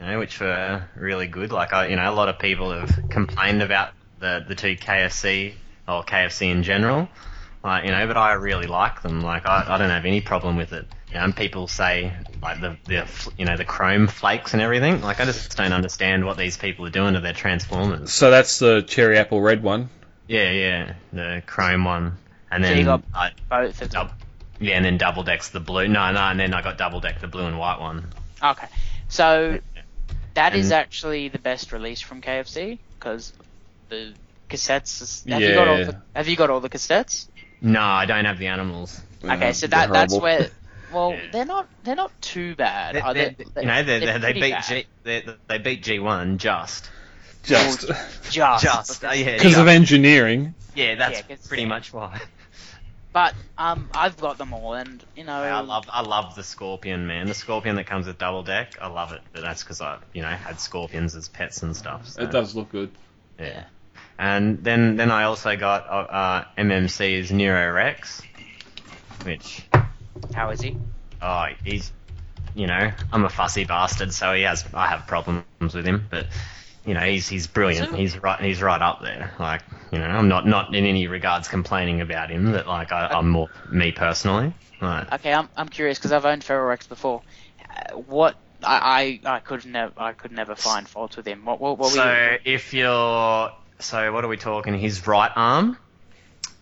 You know, which were really good. Like I, you know, a lot of people have complained about the the two KFC or KFC in general. like you know. But I really like them. Like I, I don't have any problem with it. You know, and people say like the the f- you know the chrome flakes and everything. Like I just don't understand what these people are doing to their transformers. So that's the cherry apple red one. Yeah, yeah, the chrome one, and So then you got I, both of them. Yeah, and then double decks the blue. No, no, and then I got double decked the blue and white one. Okay, so that is And- actually the best release from KFC because the cassettes. is- Have you got all Yeah. the, Have you got all the cassettes? No, I don't have the animals. Okay, Mm-hmm. so that that's where. Well, they're not they're not too bad. They- are they, they- you know they, they, they pretty beat bad. G, they, they beat G one just. Just. just just oh, yeah, Because of just. engineering. yeah, that's Yeah, 'cause- pretty much why. But um, I've got them all, and you know, I love I love the scorpion man, the scorpion that comes with double deck. I love it, but that's because I you know had scorpions as pets and stuff. so- It does look good. Yeah. And then then I also got uh, uh, MMC's Nero Rex, which how is he? oh he's you know I'm a fussy bastard, so he has I have problems with him, but you know he's he's brilliant. So- he's right he's right up there. Like you know I'm not not in any regards complaining about him, but like I, I'm more me personally. Like Okay, I'm I'm curious because I've owned Ferrorex before. Uh, what I, I I could never I could never find fault with him. What what, what were you? so if you're so what are we talking? His right arm.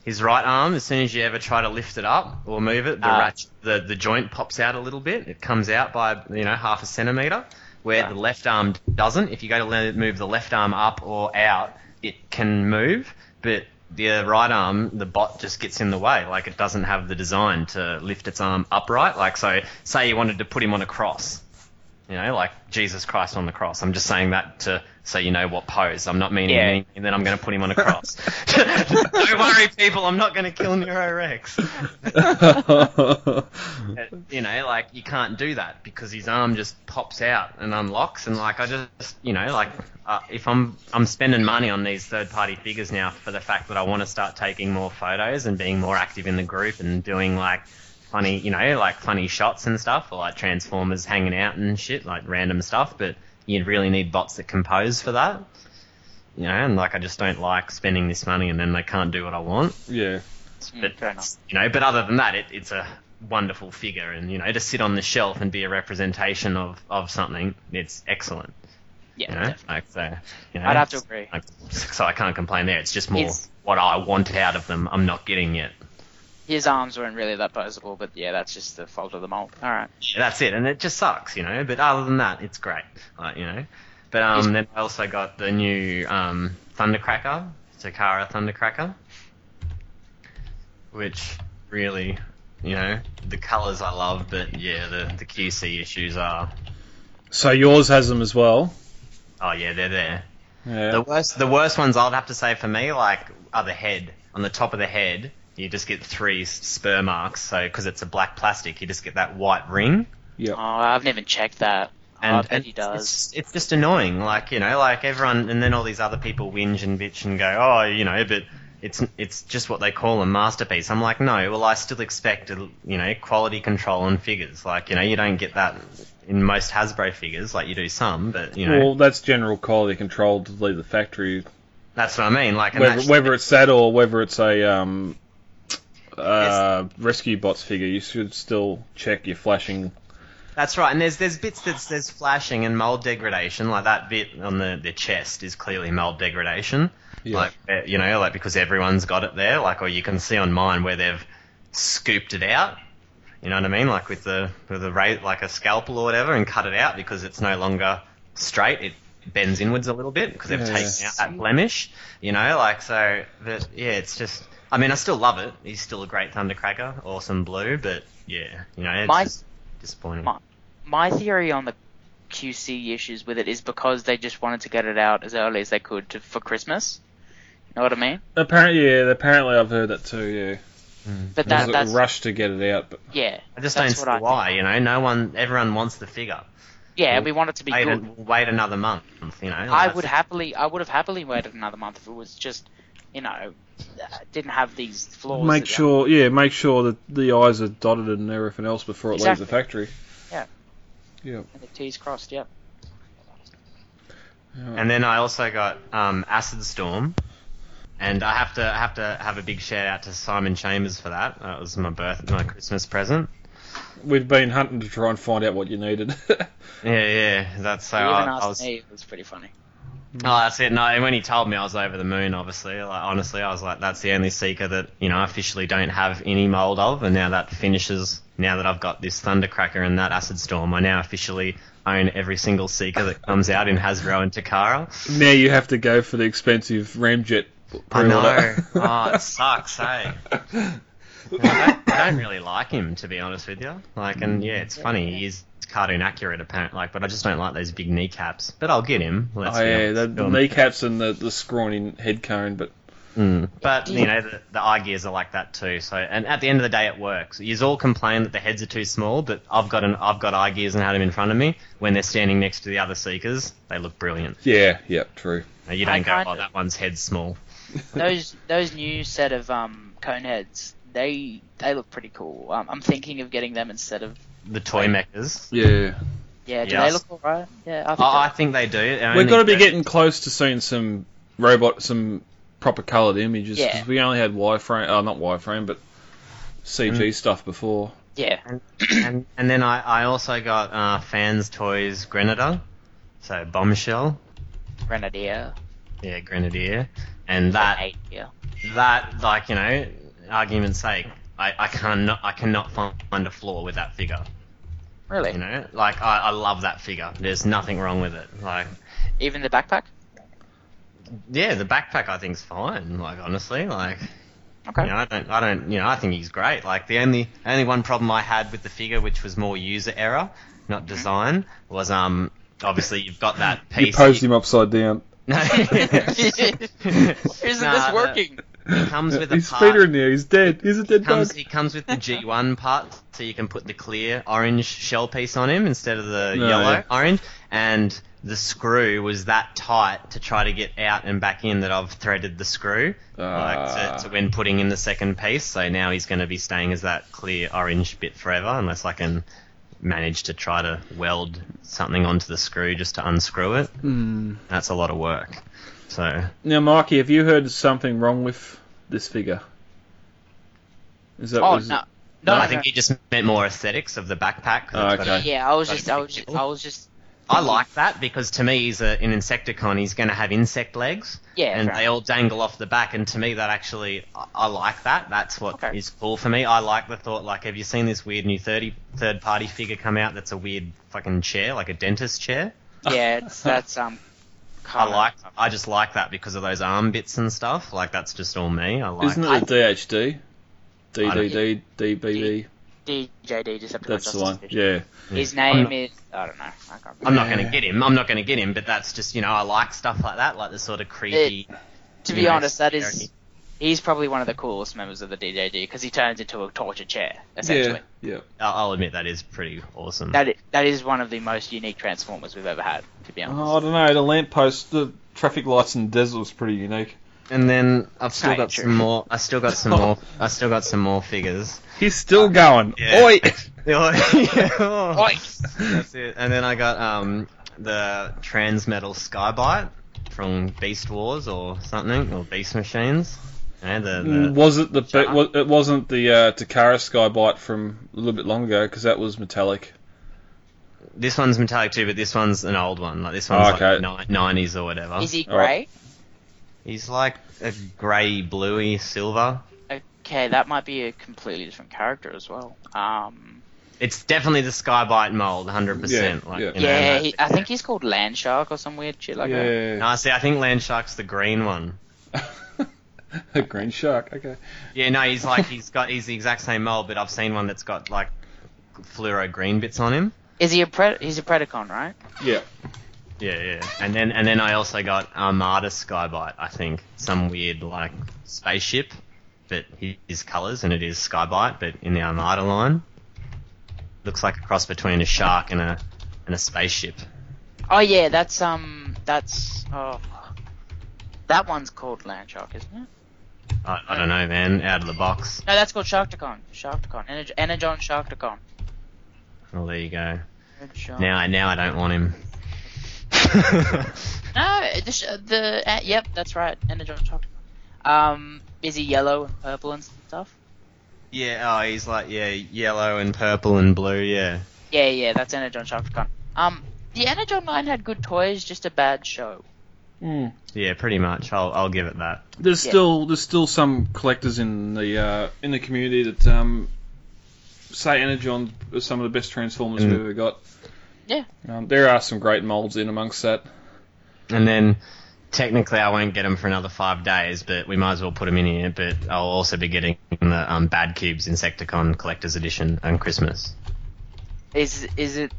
His right arm, as soon as you ever try to lift it up or move it, the Ah. ratchet, the, the joint pops out a little bit. It comes out by you know half a centimeter, where the left arm doesn't. If you go to le- move the left arm up or out, it can move, but the right arm, the bot just gets in the way. Like it doesn't have the design to lift its arm upright. Like so, say you wanted to put him on a cross, you know, like Jesus Christ on the cross. I'm just saying that to so you know what pose. I'm not meaning Yeah. anything that I'm going to put him on a cross. Don't worry, people. I'm not going to kill Nero Rex. you know, like you can't do that because his arm just pops out and unlocks. And like I just, you know, like uh, if I'm I'm spending money on these third party figures now for the fact that I want to start taking more photos and being more active in the group and doing like funny, you know, like funny shots and stuff, or like Transformers hanging out and shit, like random stuff. But you really need bots that can pose for that. You know, and like I just don't like spending this money and then they can't do what I want. Yeah. Mm. But you know, but other than that, it, it's a wonderful figure, and you know, to sit on the shelf and be a representation of, of something, it's excellent. Yeah, you know? like so. You know, I'd have to it's- agree. like, so I can't complain there. It's just more It's- what I want out of them. I'm not getting yet. His arms weren't really that posable, but yeah, that's just the fault of the mold. All right. Yeah, that's it, and it just sucks, you know. But other than that, it's great, like, you know. But um, then I also got the new um, Thundercracker, Takara Thundercracker, which really, you know, the colours I love, but yeah, the, the QC issues are, So yours has them as well. oh yeah, they're there. Yeah. The worst, the worst ones I'd have to say for me, like, are the head. On the top of the head, you just get three s- spur marks. So because it's a black plastic, you just get that white ring. Yeah. Oh, I've never checked that. And- oh, I bet and he does. It's, it's just annoying, like you know, like everyone, and then all these other people whinge and bitch and go, oh, you know, but it's it's just what they call a masterpiece. I'm like, no, well, I still expect a, you know quality control on figures. Like you know, you don't get that in most Hasbro figures, like you do some, but you know, Well, that's general quality control to leave the factory. that's what I mean. Like, and Whether, that's- whether it's that or whether it's a um, uh, rescue bots figure, you should still check your flashing. That's right, and there's there's bits that's there's flashing and mold degradation, like that bit on the, the chest is clearly mold degradation. Like eh, you know, like because everyone's got it there, like or you can see on mine where they've scooped it out. You know what I mean? Like with the with a ra- like a scalpel or whatever, and cut it out because it's no longer straight. It bends inwards a little bit because they've taken Yeah. out that blemish. You know, like so. But yeah, it's just. I mean, I still love it. He's still a great Thundercracker, awesome blue. But yeah, you know, it's My- just disappointing. My theory on the QC issues with it is because they just wanted to get it out as early as they could to, for Christmas. You know what I mean? Apparently, yeah. Apparently, I've heard that too. Yeah. But There that- was a that's- rush to get it out, but Yeah. I just that's don't what see why. You know, no one, everyone wants the figure. Yeah, we want it to be wait, good. wait another month. You know, I would happily, I would have happily waited another month if it was just, you know, uh, didn't have these flaws. make that- sure, yeah, make sure that the eyes are dotted and everything else before it leaves the factory. Yeah. Yeah. And the T's crossed. Yep. And then I also got um, Acid Storm, And I have to I have to have a big shout out to Simon Chambers for that. That was my birth my Christmas present. We've been hunting to try and find out what you needed. yeah, yeah, that's so. You I, even Oh, I asked was, me. It was pretty funny. Oh, that's it. No, and when he told me, I was over the moon. Obviously, like honestly, I was like, that's the only seeker that you know I officially don't have any mold of, and now that finishes. Now that I've got this Thundercracker and that Acid Storm, I now officially own every single seeker that comes out in Hasbro and Takara. now you have to go for the expensive ramjet. I know. pre-order. oh, it sucks, hey. I, don't, I don't really like him, to be honest with you. Like, and yeah, it's funny. He is cartoon accurate, apparently. Like, but I just don't like those big kneecaps. But I'll get him. Let's oh be yeah, honest. the, the kneecaps and the, the scrawny head cone, but Mm. But you know the, the eye gears are like that too. So and at the end of the day, it works. You all complain that the heads are too small, but I've got an I've got eye gears and had them in front of me. When they're standing next to the other seekers, they look brilliant. yeah, yeah, true. Now, you I don't go, kinda- oh, that one's head's small. those those new set of um, cone heads, they they look pretty cool. Um, I'm thinking of getting them instead of The toy mechas. Yeah, yeah. Do Yes. they look alright? Yeah, I think Oh, I they- think they do. and we've got to be they- getting close to seeing some robot, some proper coloured images because Yeah. we only had wireframe, oh not wireframe, but CG stuff before. yeah. and, and then I, I also got uh, fans toys Grenada, so bombshell, Grenadier, yeah Grenadier, and that eight yeah. that like you know argument's sake I, I cannot I cannot find a flaw with that figure Really? you know like I, I love that figure there's nothing wrong with it like Even the backpack? yeah the backpack I think's fine like honestly like Okay. you know I don't I don't you know I think he's great like the only only one problem I had with the figure which was more user error not design was um obviously you've got that piece Mm-hmm. You posed him upside down. no Isn't Nah, this the- working? it comes with a He's part- Peter in there. He's dead. He's a dead comes dog. he comes with the G1 part, so you can put the clear orange shell piece on him instead of the No, yellow yeah. orange. And the screw was that tight to try to get out and back in that I've threaded the screw Ah. like, to, to when putting in the second piece. So now he's going to be staying as that clear orange bit forever, unless I can manage to try to weld something onto the screw just to unscrew it. Hmm. That's a lot of work. So Now, Mikey, have you heard something wrong with this figure? Is that Oh was- no. No, no, I think he just meant more aesthetics of the backpack. 'cause Oh, it's got a Ah. okay. Yeah, I was Gotta just I be was just, careful. I was just I like that because to me he's a, an insecticon. He's going to have insect legs, yeah. and right. they all dangle off the back. And to me, that actually I, I like that. That's what is Okay. cool for me. I like the thought. Like, have you seen this weird new 30, third party figure come out? That's a weird fucking chair, like a dentist chair. Yeah, it's, that's um. I kinda- like. I just like that because of those arm bits and stuff. Like that's just all me. I like. Isn't it a DHD? DDD, DBD. D- DJD Decepticon That's the Justice one. Division. Yeah. His I'm name not- is I don't know. I can't remember. I'm not going to get him. I'm not going to get him. But that's just you know I like stuff like that, like the sort of creepy. to be you know, honest, that is scary- he's probably one of the coolest members of the DJD because he turns into a torture chair essentially. Yeah. I'll I'll admit that is pretty awesome. That is, that is one of the most unique Transformers we've ever had. To be honest, Oh, I don't know. The lamppost, the traffic lights in the desert was pretty unique. And then I've still Right, got true. some more. I still got some more. I still got some more figures. He's Uh, still going. Oi! Oi! That's it. And then I got um the Transmetal Skybite from Beast Wars or something or Beast Machines. Yeah, the, the, Mm, Was it the? Shut But up. wa- it wasn't the uh, Takara Skybite from a little bit long ago because that was metallic. this one's metallic too, but this one's an old one. Like this one's Oh, okay. like nineties or whatever. is he all grey? right. He's like a grey, bluey silver. Okay, that might be a completely different character as well. Um, It's definitely the Skybite mold, hundred percent. Yeah, Like yeah. you know, yeah, that- he, I think he's called Landshark or some weird shit like that. yeah. No, see, I think Landshark's the green one. A green shark. Okay. Yeah, no, he's like he's got he's the exact same mold, but I've seen one that's got like fluoro green bits on him. Is he a pred? He's a Predacon, right? Yeah. Yeah, yeah. And then and then I also got Armada Skybite, I think, some weird like spaceship, but he- his colours and it is Skybite, but in the Armada line, looks like a cross between a shark and a and a spaceship. Oh yeah, that's um, that's oh, that one's called Landshark, isn't it? I, I don't know, man. Out of the box. No, that's called Sharktacon. Sharktacon. Energ- Energon Sharktacon. Well, Oh, there you go. Energon. Now I now I don't want him. No, the, sh- the uh, yep, that's right. Energon Sharktacon. Um, is he yellow and purple and stuff? Yeah, oh, he's like yeah, yellow and purple and blue. Yeah. Yeah, yeah, that's Energon Shopcon. Um, the Energon line had good toys, just a bad show. Hmm. Yeah, pretty much. I'll I'll give it that. There's Yeah. still there's still some collectors in the uh, in the community that um, say Energon are some of the best Transformers Mm. we've ever got. Yeah. Um, there are some great molds in amongst that. And then technically, I won't get him for another five days, but we might as well put him in here. But I'll also be getting the um, Bad Cubes Insecticon Collector's Edition on Christmas. Is is it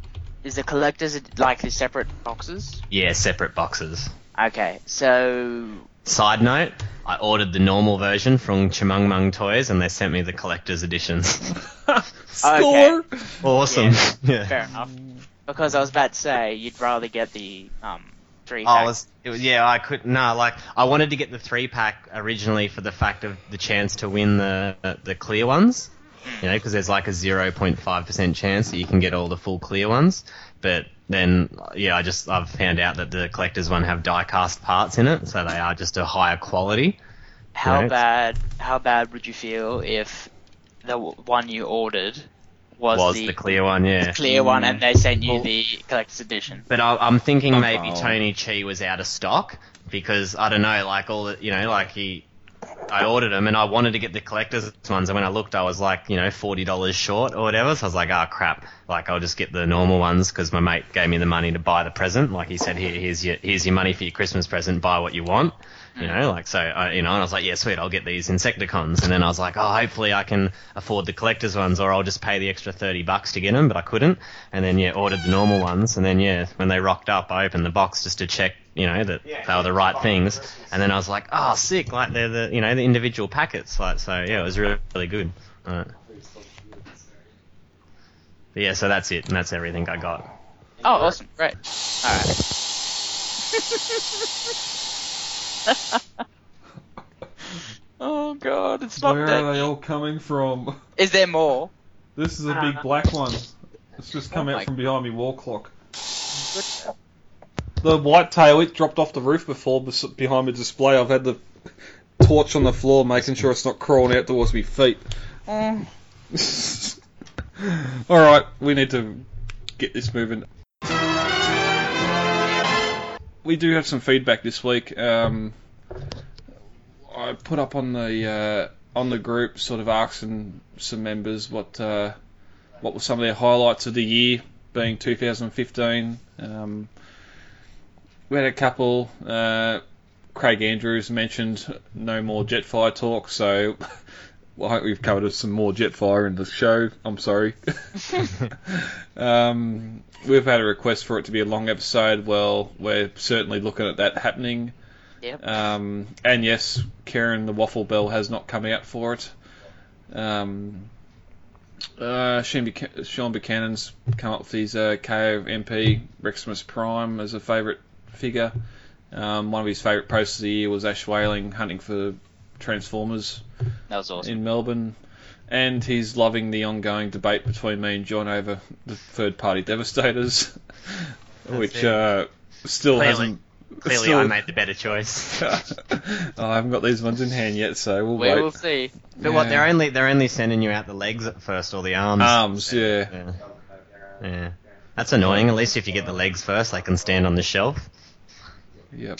is the collectors like the separate boxes? Yeah, separate boxes. Okay, so Side note, I ordered the normal version from Chemung Mung Toys and they sent me the collector's editions. okay, awesome. Yeah. fair enough. Because I was about to say you'd rather get the um three. I pack. was, it was, yeah, I could no, like I wanted to get the three pack originally for the fact of the chance to win the the clear ones, you know, because there's like a zero point five percent chance that you can get all the full clear ones. But then, yeah, I just I've found out that the collectors one have die cast parts in it, so they are just a higher quality. How Right. bad? How bad would you feel if the w- one you ordered was, Was, the, clear one, yeah, clear one, and they sent you the collector's edition? But I, I'm thinking maybe Uh-oh. Tony Chi was out of stock because I don't know, like all the, you know, like he, I ordered them and I wanted to get the collector's ones, and when I looked, I was like, you know, forty dollars short or whatever. So I was like, ah, crap. Like I'll just get the normal ones because my mate gave me the money to buy the present. Like he said, here, here's your, here's your money for your Christmas present. Buy what you want. You know, like so, I, you know, and I was like, yeah, sweet, I'll get these Insecticons, and then I was like, oh, hopefully I can afford the collector's ones, or I'll just pay the extra thirty bucks to get them, but I couldn't, and then yeah, ordered the normal ones, and then yeah, when they rocked up, I opened the box just to check, you know, that they were the right things, and then I was like, oh, sick, like they're the, you know, the individual packets, like so, yeah, it was really, really good. Uh, but yeah, so that's it, and that's everything I got. Oh, awesome! Great. All right. oh god, it's not Where that. are they all coming from? Is there more? This is a big black one. It's just come Oh out my- from behind me wall clock. The white tail, it dropped off the roof before bes- behind my display. I've had the torch on the floor making sure it's not crawling out towards my feet. Alright, we need to get this moving. We do have some feedback this week. Um, I put up on the uh, on the group, sort of asking some members what uh, what were some of their highlights of the year, being 2015. Um, we had a couple. Uh, Craig Andrews mentioned no more Jetfire talk, so I hope we've covered some more Jetfire in the show. I'm sorry. um, we've had a request for it to be a long episode. Well, we're certainly looking at that happening. Yep. Um, and yes, Karen the Waffle Bell has not come out for it. Um, uh, Sean, Buchan- Sean Buchanan's come up with his uh, KO MP Reximus Prime as a favourite figure. Um, one of his favourite posts of the year was Ash Whaling hunting for Transformers That was awesome. in Melbourne. And he's loving the ongoing debate between me and John over the third party devastators, which it. uh, still Clearly- hasn't. Clearly, still- I made the better choice. Oh, I haven't got these ones in hand yet, so we'll We wait. will see. But what Yeah. they're only they're only sending you out the legs at first or the arms. Arms, Um, yeah. Yeah. yeah. That's annoying. At least if you get the legs first, they can stand on the shelf. Yep.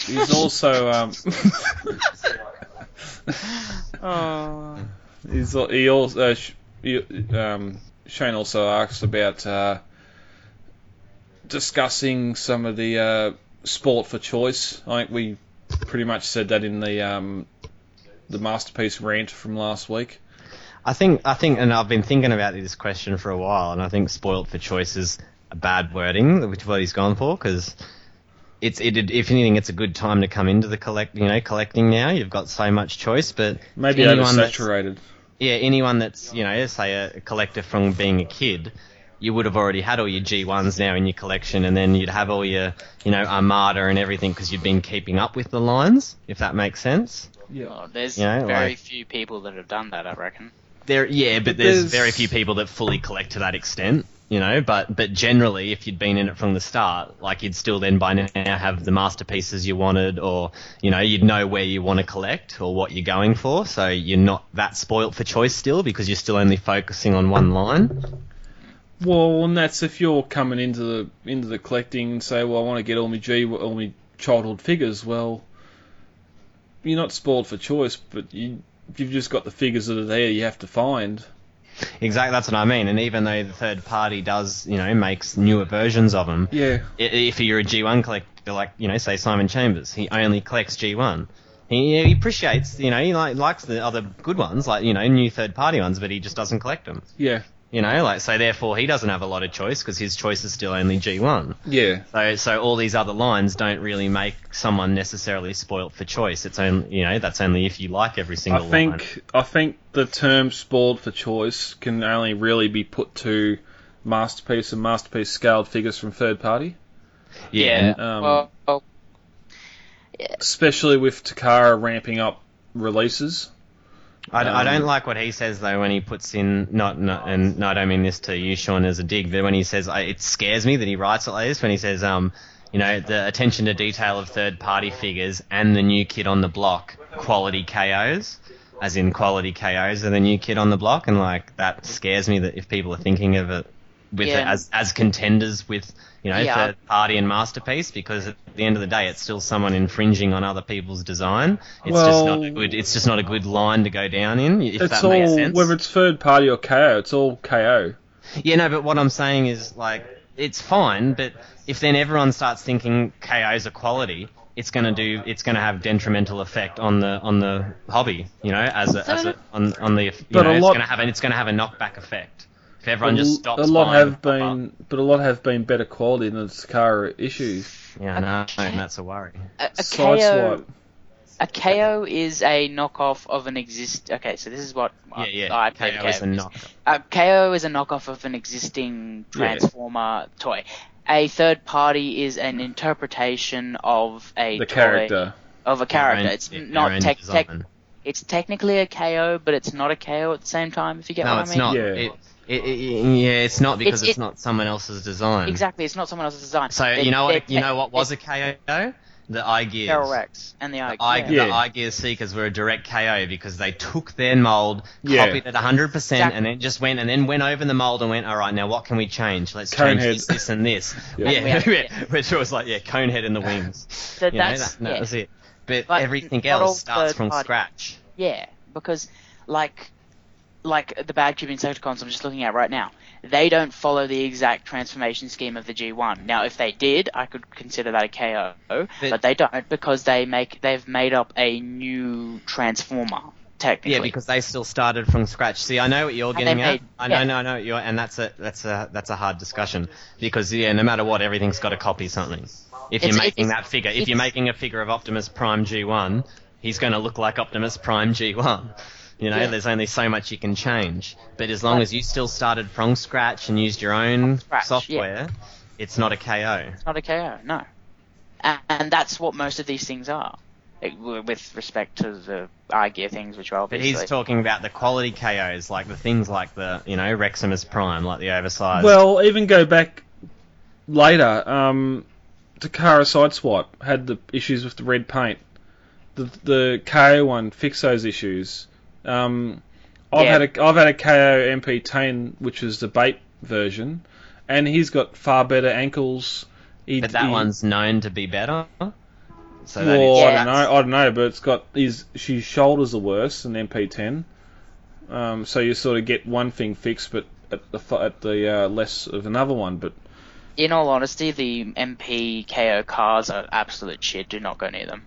He's also um. Oh. He's al- he also uh, sh- he, um Shane also asked about uh, discussing some of the uh, sport for choice. I think we pretty much said that in the um the masterpiece rant from last week. I think I think, and I've been thinking about this question for a while, and I think "spoilt for choice" is a bad wording, which is what he's gone for, because it's it, it- if anything, it's a good time to come into the collect. You know, collecting now, you've got so much choice, but Maybe anyone that's- oversaturated. yeah, anyone that's you know, say a, a collector from being a kid, you would have already had all your G1s now in your collection, and then you'd have all your you know Armada and everything because you've been keeping up with the lines, if that makes sense. Yeah. Oh, there's Yeah, very like- few people that have done that, I reckon. There, yeah, but there's, There's- very few people that fully collect to that extent. you know, but but generally, if you'd been in it from the start, like you'd still then by now have the masterpieces you wanted, or you know, you'd know where you want to collect or what you're going for, so you're not that spoilt for choice still because you're still only focusing on one line. Well, and that's if you're coming into the into the collecting and say, well, I want to get all my G, all my childhood figures. Well, you're not spoiled for choice, but you you've just got the figures that are there. You have to find. Exactly, that's what I mean. And even though the third party does, you know, makes newer versions of them, Yeah. i- if you're a G1 collector, like you know, say Simon Chambers, he only collects G1. He, he appreciates, you know, he like, likes the other good ones, like you know, new third party ones, but he just doesn't collect them. Yeah. You know, like so, therefore, he doesn't have a lot of choice because his choice is still only G1. Yeah. So, so all these other lines don't really make someone necessarily spoilt for choice. It's only, you know, that's only if you like every I single think line. I think the term "spoiled for choice" can only really be put to masterpiece and masterpiece scaled figures from third party. Yeah. Um, well, well, Especially with Takara ramping up releases. I, I Um, don't like what he says though when he puts in not, not and no, I don't mean this to you, Sean, as a dig, but when he says I, it scares me that he writes it like this when he says um you know the attention to detail of third party figures and the new kid on the block quality KOs as in quality KOs are the new kid on the block and like that scares me that if people are thinking of it with Yeah. it as as contenders with you know Yeah. third party and masterpiece because at the end of the day it's still someone infringing on other people's design it's just not Well- a good. It's just not a good line to go down in. If Oh. it's that all makes sense. whether it's third party or KO. It's all KO. Yeah, no. But what I'm saying is like it's fine, but if then everyone starts thinking KOs are quality, it's gonna do. It's gonna have detrimental effect on the on the hobby. You know, as a, as a on on the. You But know, a it's lot- gonna have an, it's gonna have a knockback effect. If everyone a, just l- stops. a lot buying the have pop-up. been, but a lot have been better quality than the Takara issues. Yeah, I know, and that's a worry. a, a Side KO, swipe. a KO is a knockoff of an exist. Okay, so this is what Yeah, I- yeah. I played KO is a knock. Uh, KO is a knockoff of an existing Transformer toy. A third party is an interpretation of a The toy- character. of a Their own- character. It's their not own tech, tech. design. It's technically a KO, but it's not a KO at the same time. If you get No, what it's I mean. not. Yeah. It, it, it, yeah, it's not because It's- it's, it- not someone else's design. Exactly, it's not someone else's design. So They're- you know they're what? You tech- know what was a KO? The eye gears. Correct. And the The Ike. eye, yeah. the eye gear seekers were a direct KO because they took their mold, Yeah. copied it 100, percent Exactly. and then just went and then went over the mold and went, all right, now what can we change? Let's Cone change head. this, this, and this. Yeah. yeah, Yeah. yeah, Which was like, yeah, cone head and the wings. So You know, that's- that, that yeah. was it. But, But everything not all else starts third from party. scratch. Yeah, because like like the bad tube insecticons I'm just looking at right now, they don't follow the exact transformation scheme of the G1. Now, if they did, I could consider that a KO, but, But- they don't because they make they've made up a new transformer technically. Yeah, because they still started from scratch. See, I know what you're And they getting at. made- I yeah. know, no, I know what you're, and that's a that's a that's a hard discussion because yeah, no matter what, everything's got to copy something. If It's- you're it- making it's- that figure, if it's- you're making a figure of Optimus Prime G1, he's going to look like Optimus Prime G1. You know, Yeah. there's only so much you can change. But as long as you still started from scratch and used your own scratch, yeah. software, it's not a KO. it's not a KO, no. And, and that's what most of these things are. like, w- With respect to the eye gear things, which are But obviously he's talking about the quality KOs, like the things like the, you know, Reximus Prime, like the oversized. Well, even go back later. Um, Takara Sideswipe had the issues with the red paint. The the KO one fixed those issues. Um, I've Yeah. had a I've had a KO MP10, which was the bait version, and he's got far better ankles. He, But that he- one's known to be better. So that well, is- Yeah, I that's- don't know. I don't know, but it's got his his shoulders are worse than MP10. Um, so you sort of get one thing fixed, but at the fu- at the uh, less of another one. But in all honesty, the MP KO cars are absolute shit. Do not go near them.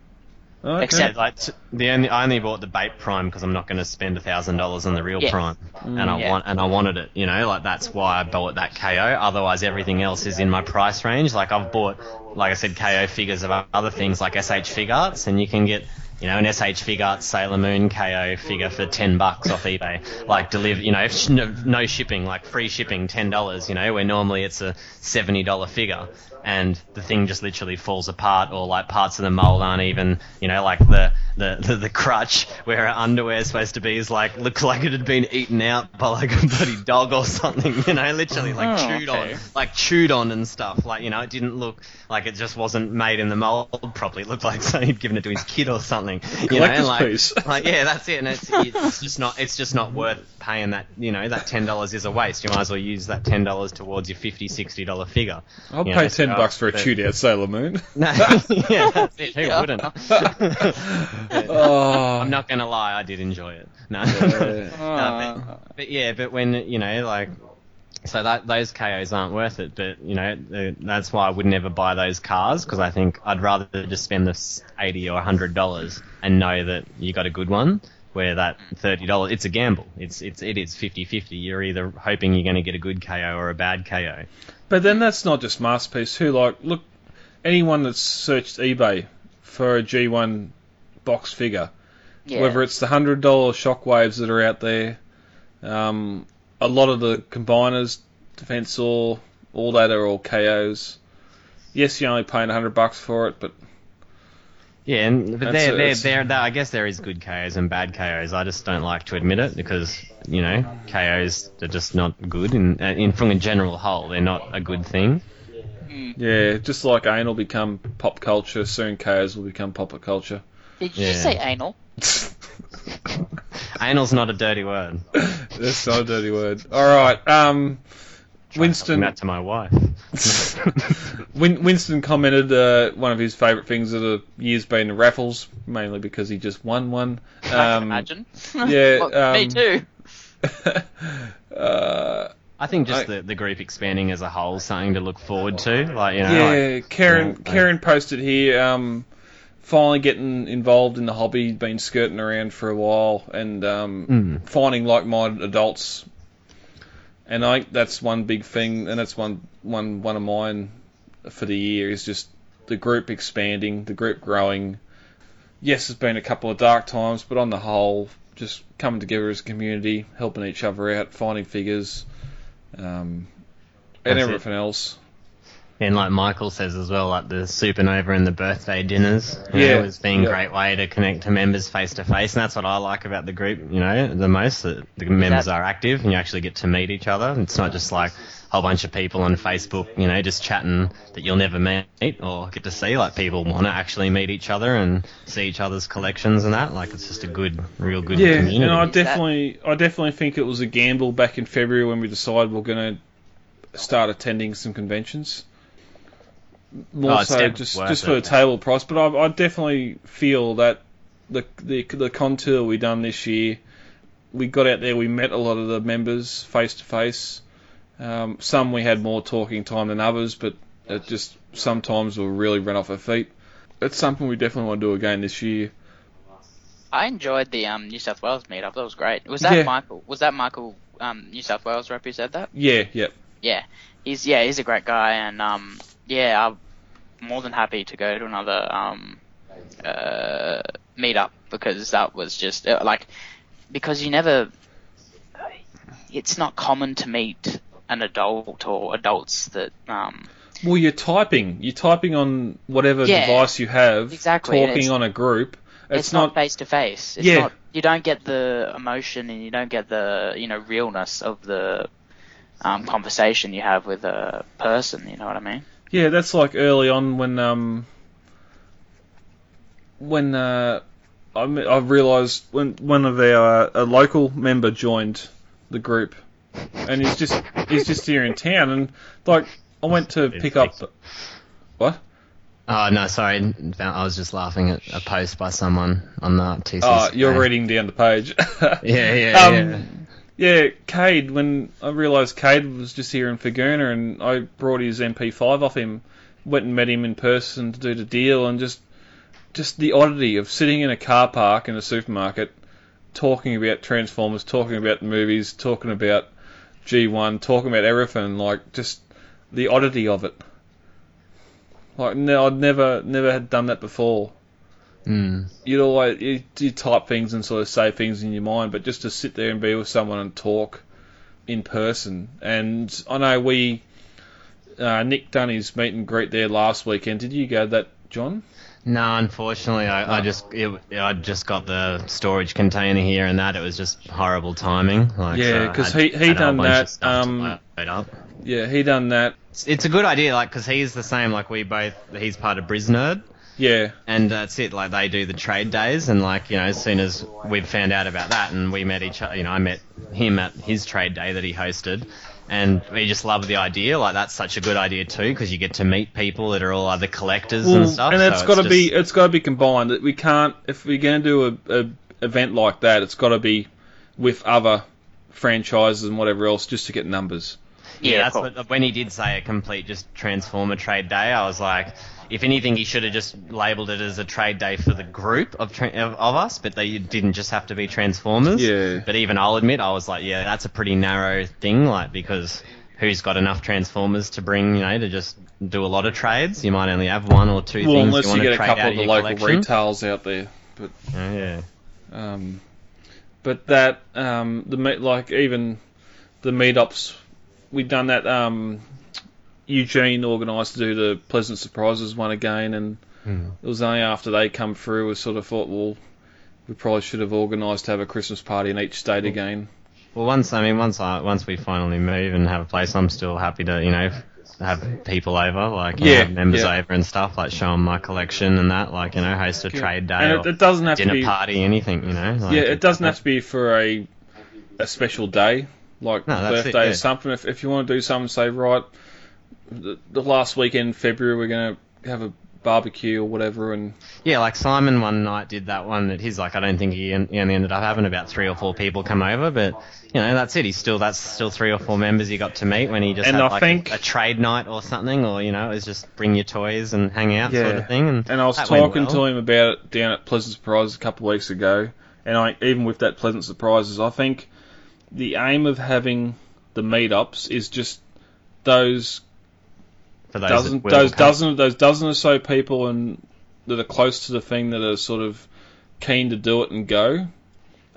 okay. Except- like t- the only I only bought the bait prime because I'm not going to spend a thousand dollars on the real Yeah. prime, and I yeah. want and I wanted it. You know, like that's why I bought that KO. Otherwise, everything else is in my price range. Like I've bought, like I said, KO figures of other things like SH Fig Arts, and you can get. You know, an SH Fig Arts Sailor Moon KO figure for ten bucks off eBay. Like deliver, you know, if sh- no, no shipping, like free shipping, ten dollars. You know, where normally it's a seventy dollar figure. and the thing just literally falls apart, or like parts of the mold aren't even, you know, like the the, the, the crutch where her underwear is supposed to be is like looks like it had been eaten out by like a bloody dog or something, you know, literally like Oh, chewed okay. on, like chewed on and stuff. Like you know, it didn't look like it just wasn't made in the mold properly. It looked like something he'd given it to his kid or something. You know, Collector's and like, piece. like yeah, that's it. And it's, it's just not it's just not worth paying that. You know, that ten dollars is a waste. You might as well use that ten dollars towards your 50 60 dollar figure. I'll You know, pay so- ten bucks for a but- chewed out Sailor Moon. No, yeah, that's it. Who Yeah. wouldn't? Oh. I'm not gonna lie, I did enjoy it. No. No, Ah. but, but yeah, but when you know, like, so that those KOs aren't worth it. But you know, th- that's why I would never buy those cars because I think I'd rather just spend this eighty or hundred dollars and know that you got a good one. Where that thirty dollars, it's a gamble. It's it's it is 50-50. You're either hoping you're going to get a good KO or a bad KO. But then that's not just masterpiece. Who like look, anyone that's searched eBay for a G1 box figure, Yeah. whether it's the hundred dollar shockwaves that are out there, um, a lot of the combiners, defense or all that are all KOs. Yes, you're only paying hundred bucks for it, but Yeah, and but there, That's a- there, that's- there, there, I guess there is good KOs and bad KOs. I just don't like to admit it because you know KOs are just not good, and uh, in from a general whole, they're not a good thing. yeah, just like anal become pop culture, soon KOs will become pop culture. Did you Yeah. just say anal? Anal's not a dirty word. That's not a dirty word. All right, um, Telling Winston. that to my wife. Win- Winston commented uh, one of his favourite things of the year's been raffles, mainly because he just won one. I can Um, imagine. yeah, Well, Oh, me um, too. uh, I think just I- the, the group expanding as a whole, is something to look forward to. Like you know, like, yeah, Karen. yeah, I- Karen posted here. Um, finally getting involved in the hobby, been skirting around for a while, and um, Mm. finding like-minded adults. And I think that's one big thing, and that's one one one of mine for the year is just the group expanding, the group growing. Yes, there's been a couple of dark times, but on the whole, just coming together as a community, helping each other out, finding figures, um, and That's it. everything else. And like Michael says as well, like the supernova and the birthday dinners, you Yeah, know, has been a yeah. great way to connect to members face to face, and that's what I like about the group, you know, the most that the members are active and you actually get to meet each other. It's not just like a whole bunch of people on Facebook, you know, just chatting that you'll never meet or get to see. Like people want to actually meet each other and see each other's collections and that. Like it's just a good, real good Yeah, community. and I Is that- definitely, I definitely think it was a gamble back in February when we decided we're going to start attending some conventions. More Oh, it's so, definitely just worth just for the it. table price, but I, I definitely feel that the the the contour we done this year, we got out there, we met a lot of the members face to face. Um, Some we had more talking time than others, but it just sometimes we'll really run off our feet. It's something we definitely want to do again this year. I enjoyed the um, New South Wales meetup. That was great. Was that Yeah. Michael? Was that Michael? Um, New South Wales rep who said that? Yeah, yeah. Yeah, he's yeah he's a great guy, and um, yeah, I'm more than happy to go to another um, uh, meetup because that was just uh, like because you never. It's not common to meet an adult or adults that um, Well, you're typing. You're typing on whatever Yeah. device you have. Exactly, and Talking it's- on a group. It's, it's, not face to face. It's Yeah. not you don't get the emotion and you don't get the you know realness of the um, conversation you have with a person. You know what I mean? Yeah, that's like early on when um when uh I me- I realised when one of our uh, a local member joined the group, and he's just he's just here in town, and like I went to pick up. What? Oh no, sorry, I was just laughing at a post by someone on the TCC. Oh, you're reading down the page. Yeah, yeah, Um, yeah. Yeah, Cade, when I realised Cade was just here in Faguna and I brought his MP5 off him, went and met him in person to do the deal and just just the oddity of sitting in a car park in a supermarket talking about Transformers, talking about movies, talking about G1, talking about everything, like just the oddity of it. Like no, I'd never never had done that before Mm. you'd always you, you type things and sort of say things in your mind, but just to sit there and be with someone and talk in person. And I know we uh, Nick done his meet and greet there last weekend. Did you go to that, John? No, unfortunately, I, I just it, I just got the storage container here and that. It was just horrible timing. Like, yeah, so I because had- he he had a whole done bunch of that. stuff to Um, load up. yeah, he done that. It's, it's a good idea, like, because he's the same. Like, we both, he's part of Brisnerd. Yeah. And that's it. Like, they do the trade days, and like, you know, as soon as we found out about that, and we met each other, you know, I met him at his trade day that he hosted, and we just loved the idea. Like, that's such a good idea too, because you get to meet people that are all other collectors and Well, stuff. and so it's got to just- be it's got to be combined. That We can't if we're going to do a, a event like that, it's got to be with other franchises and whatever else just to get numbers. Yeah, that's what, when he did say a complete just transformer trade day, I was like, if anything, he should have just labelled it as a trade day for the group of tra- of, of us, but they didn't just have to be transformers. Yeah. But even I'll admit, I was like, yeah, that's a pretty narrow thing, like because who's got enough transformers to bring, you know, to just do a lot of trades? You might only have one or two well, things. unless you, you, want get to a trade couple out of the your local collection. Oh, retails out there, but yeah. Um, but that um, the meet like even the meetups we done that. Um, Eugene organised to do the pleasant surprises one again, and Hmm. it was only after they come through we sort of thought, well, we probably should have organised to have a Christmas party in each state again. Well, once I mean, once I once we finally move and have a place, I'm still happy to you know have people over, like you know, Yeah, have members yeah. over and stuff, like show them my collection and that, like you know, host a trade day And it- or it doesn't have to dinner be- party, anything, you know. Like, yeah, it doesn't have to be for a a special day like No, that's it, birthday yeah. or something. If, if you want to do something, say right, the, the last weekend in February we're gonna have a barbecue or whatever, and Yeah, like Simon one night did that one that he's like, I don't think he, en- he only ended up having about three or four people come over, but you know that's it. He's still that's still three or four members he got to meet when he just And had I like think- a, a trade night or something, or you know, it's just bring your toys and hang out sort of thing. And, I was talking to him about it down at Pleasant Surprises a couple of weeks ago, and I even with that Pleasant Surprises, I think the aim of having the meetups is just those For those that dozen, will those come. dozen, those dozen or so people and that are close to the thing that are sort of keen to do it and go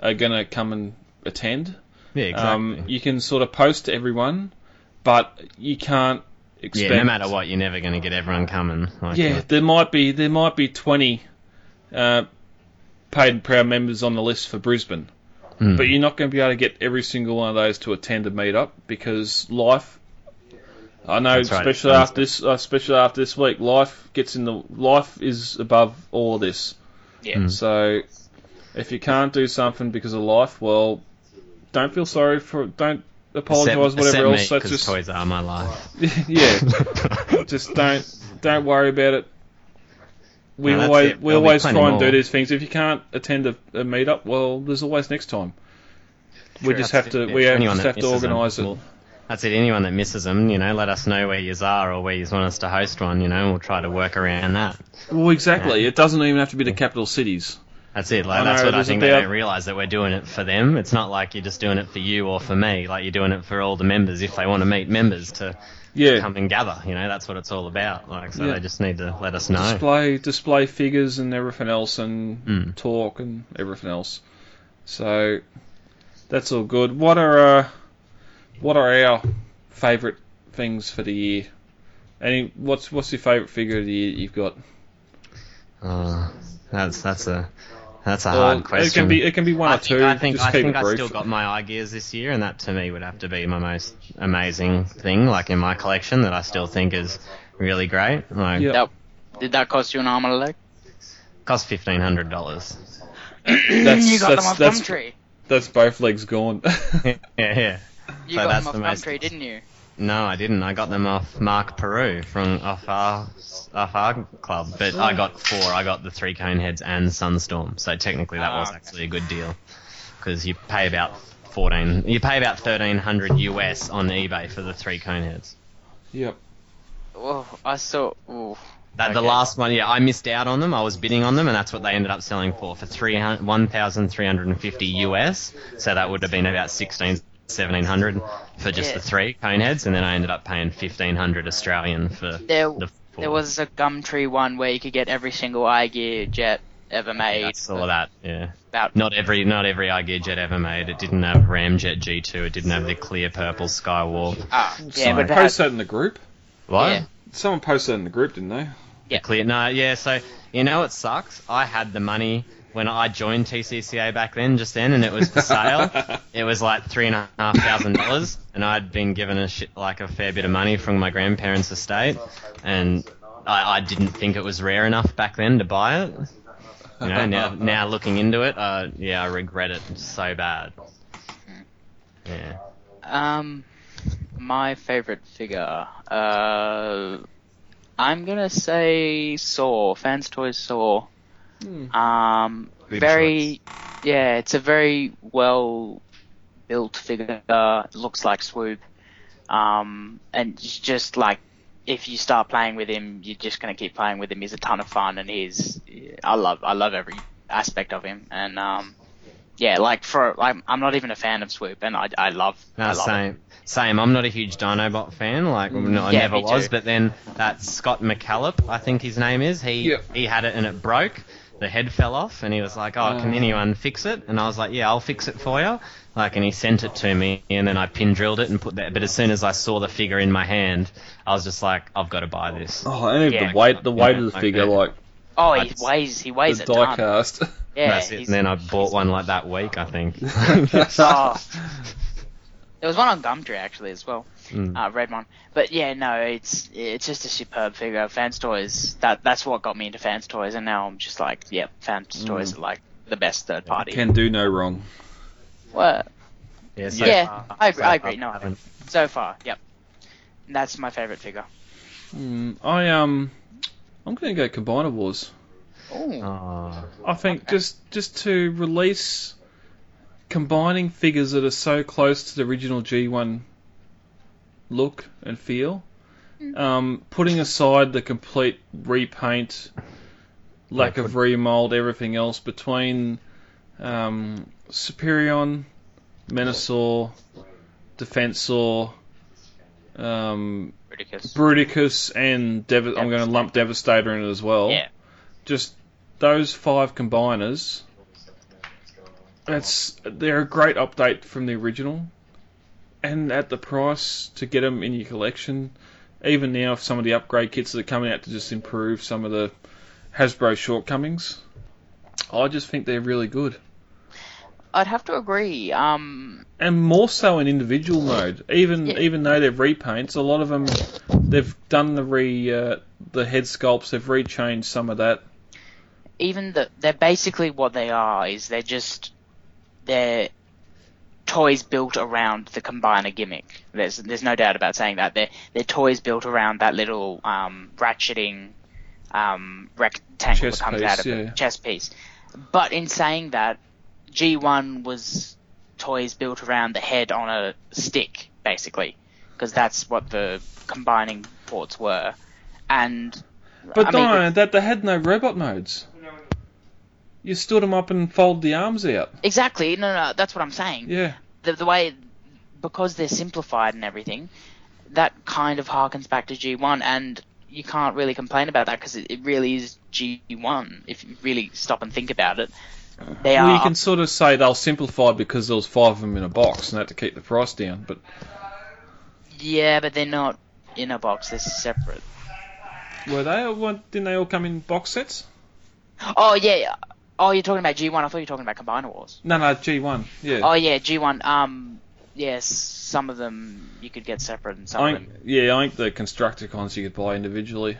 are gonna come and attend. Yeah, Um, you can sort of post to everyone, but you can't expect. Yeah, no matter what, you're never going to get everyone coming. Like, yeah, there might be there might be twenty uh, paid and proud members on the list for Brisbane, Hmm. but you're not going to be able to get every single one of those to attend a meetup because life. I know, That's right, especially it after this, uh, especially after this week, life gets in the life is above all of this. Yeah. Mm-hmm. Hmm. So, if you can't do something because of life, well, don't feel sorry for, don't apologise, except- whatever else. except me, that's 'cause just toys are my life. yeah. just don't don't worry about it. We No, that's always it. we There'll be always try plenty and do more. these things. If you can't attend a, a meetup, well, there's always next time. we just have to we have, Anyone just that have to misses them, organise it. well, That's it. Anyone that misses them, you know, let us know where yous are or where yous want us to host one, you know, and we'll try to work around that. Well, exactly. It doesn't even have to be the capital cities. That's it. Like, I know, that's what I there's think about- they don't realise that we're doing it for them. It's not like you're just doing it for you or for me. Like, you're doing it for all the members if they want to meet members to Yeah. come and gather. You know, that's what it's all about. Like, so Yeah. they just need to let us know. Display display figures and everything else and Mm. talk and everything else. So that's all good. What are uh, what are our favourite things for the year? Any what's what's your favourite figure of the year that you've got? Oh, that's that's a that's a Well, hard question. It can be it can be one I or think, two. I think, just I, keep think it I brief. still got my eye gears this year, and that to me would have to be my most amazing thing, like in my collection, that I still think is really great. Like, That, did that cost you an arm and a leg? cost fifteen hundred dollars. That's- you that's- got them off that's- Gumtree. That's both legs gone. yeah, yeah. You so got that's them off the most- Gumtree, didn't you? No, I didn't. I got them off Mark Peru from off our off our club, but I got four. I got the three cone heads and Sunstorm, so technically that Ah, was okay. actually a good deal because you pay about fourteen, you pay about thirteen hundred US on eBay for the three cone heads. yep. Oh, I saw. Oh, That the Okay. last one, yeah, I missed out on them. I was bidding on them, and that's what they ended up selling for for three one thousand three hundred and fifty US. So that would have been about sixteen. 1700 for just Yeah. the three cone heads, and then I ended up paying 1500 Australian for there, the four. there was a Gumtree one where you could get every single eye gear jet ever made. I saw that. Yeah. About Not every not every iGear jet ever made. It didn't have Ramjet G2. It didn't have the clear purple Skywarp. ah, yeah, Sorry. but it Post had, that in the group. What? Someone posted it in the group, didn't they? Yeah. Clear. No, yeah. So you know what sucks? I had the money when I joined TCCA back then, just then, and it was for sale. it was like three and a half thousand dollars, and I'd been given a shit, like a fair bit of money from my grandparents' estate, and I, I didn't think it was rare enough back then to buy it. You know, now now looking into it, uh, yeah, I regret it so bad. Yeah. Um, my favorite figure. Uh, I'm gonna say Saw. Fans Toys Saw. Um, Good very, yeah, it's a very well built figure. It Looks like Swoop, um, and it's just like if you start playing with him, you're just gonna keep playing with him. He's a ton of fun, and he's I love I love every aspect of him, and um, yeah, like for like, I'm not even a fan of Swoop, and I I love I No, love him. same. Same. I'm not a huge Dinobot fan. Like, no, I Yeah, never me was. too. But then that Scott McCallop, I think his name is. He Yep. he had it and it broke. The head fell off, and he was like, "Oh, can Uh. anyone fix it?" And I was like, "Yeah, I'll fix it for you." Like, and he sent it to me, and then I pin drilled it and put that. But as soon as I saw the figure in my hand, I was just like, "I've got to buy this." Oh, and Yeah. the weight, the weight of the Yeah, figure, okay. like Oh, I he just- weighs he the weighs a ton. diecast. Yeah, That's it. he's- Uh, And then I bought one like that week, I think. Oh. There was one on Gumtree actually as well, Mm. uh, red one. But yeah, no, it's it's just a superb figure. Fans toys that that's what got me into fans toys, and now I'm just like, yeah, fans toys are like the best third party. Mm. Can do no wrong. Well, yeah, so yeah, far- I, I so far agree. No, I haven't. so far, yep, And that's my favorite figure. Mm, I um, I'm gonna go Combiner Wars. Ooh. Oh. I think just just to release combining figures that are so close to the original G1 look and feel, um, putting aside the complete repaint, lack of remold, everything else between um, Superion, Menasor, Defensor, um, Ridiculous. Bruticus and Dev- I'm going to lump Devastator in as well. Yeah. Just those five combiners. That's they're a great update from the original, and at the price to get them in your collection. Even now, if some of the upgrade kits that are coming out to just improve some of the Hasbro shortcomings, I just think they're really good. I'd have to agree. Um, And more so in individual mode, even Yeah. even though they're repaints, a lot of them they've done the re uh, the head sculpts, they've rechanged some of that. even the they're basically what they are is they're just they're toys built around the combiner gimmick. There's there's no doubt about saying that. They're they're toys built around that little um, ratcheting um, rectangle Chess that comes piece, out of yeah. the chess piece. But in saying that, G1 was toys built around the head on a stick, basically, because that's what the combining ports were. And But I mean, no, it's- that they had no robot modes. You stood them up and fold the arms out. exactly, no, no, that's what I'm saying. Yeah. the, the way because they're simplified and everything, that kind of harkens back to G1, and you can't really complain about that because it, it really is G1 if you really stop and think about it. They Well, are you can sort of say they'll simplify because there was five of them in a box and that to keep the price down. But yeah, but they're not in a box; they're separate. were they? Or weren't- didn't they all come in box sets? Oh yeah, oh you're talking about G1. I thought you were talking about Combiner Wars. No, no, G1. Yeah. Oh yeah, G1. Um, yes, some of them you could get separate, and some I of think, them, yeah, I think the Constructicons you could buy individually.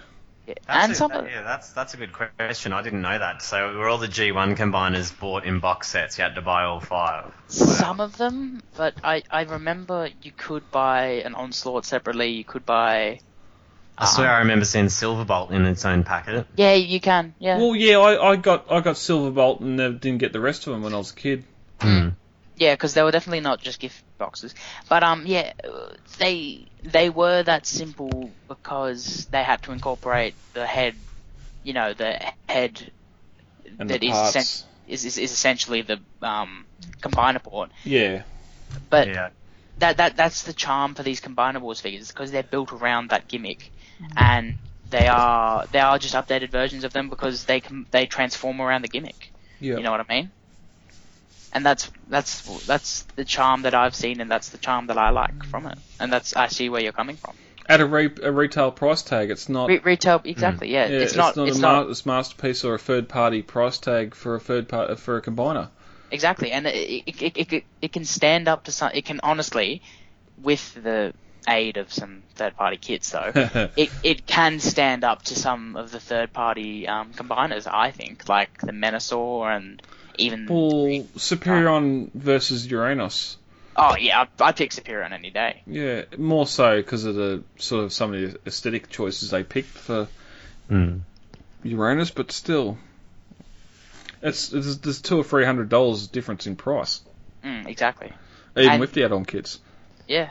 yeah. That's and a- some of yeah, that's that's a good question. I didn't know that. So were all the G1 combiners bought in box sets? You had to buy all five. Some of them, but I, I remember you could buy an onslaught separately. You could buy I swear Uh-huh. I remember seeing Silverbolt in its own packet. yeah, you can yeah Well, yeah, I, I got I got Silverbolt and uh, didn't get the rest of them when I was a kid. Hmm. yeah because they were definitely not just gift boxes. But um yeah, uh, they they were that simple because they had to incorporate the head, you know, the head And that the is parts. essen- is, is is essentially the um combiner port. Yeah. But Yeah. that that that's the charm for these combiner wars figures because they're built around that gimmick, and they are they are just updated versions of them because they can they transform around the gimmick. Yeah. You know what I mean? And that's that's that's the charm that I've seen, and that's the charm that I like from it. And that's I see where you're coming from. at a, re- a retail price tag. It's not Re- retail exactly. Yeah, Yeah, it's, not. a It's ma- not it's masterpiece or a third party price tag for a third part for a combiner. exactly, and it it, it, it it can stand up to some. It can honestly, with the aid of some third party kits though, it it can stand up to some of the third party um, combiners. I think like the Menasor and even Well, Superion versus Uranus. oh yeah, I, I pick Superior on any day. Yeah, more so because of the sort of some of the aesthetic choices they picked for Hmm. Uranus, but still, it's, it's there's two or three hundred dollars difference in price, Mm, exactly. even And- with the add-on kits. Yeah.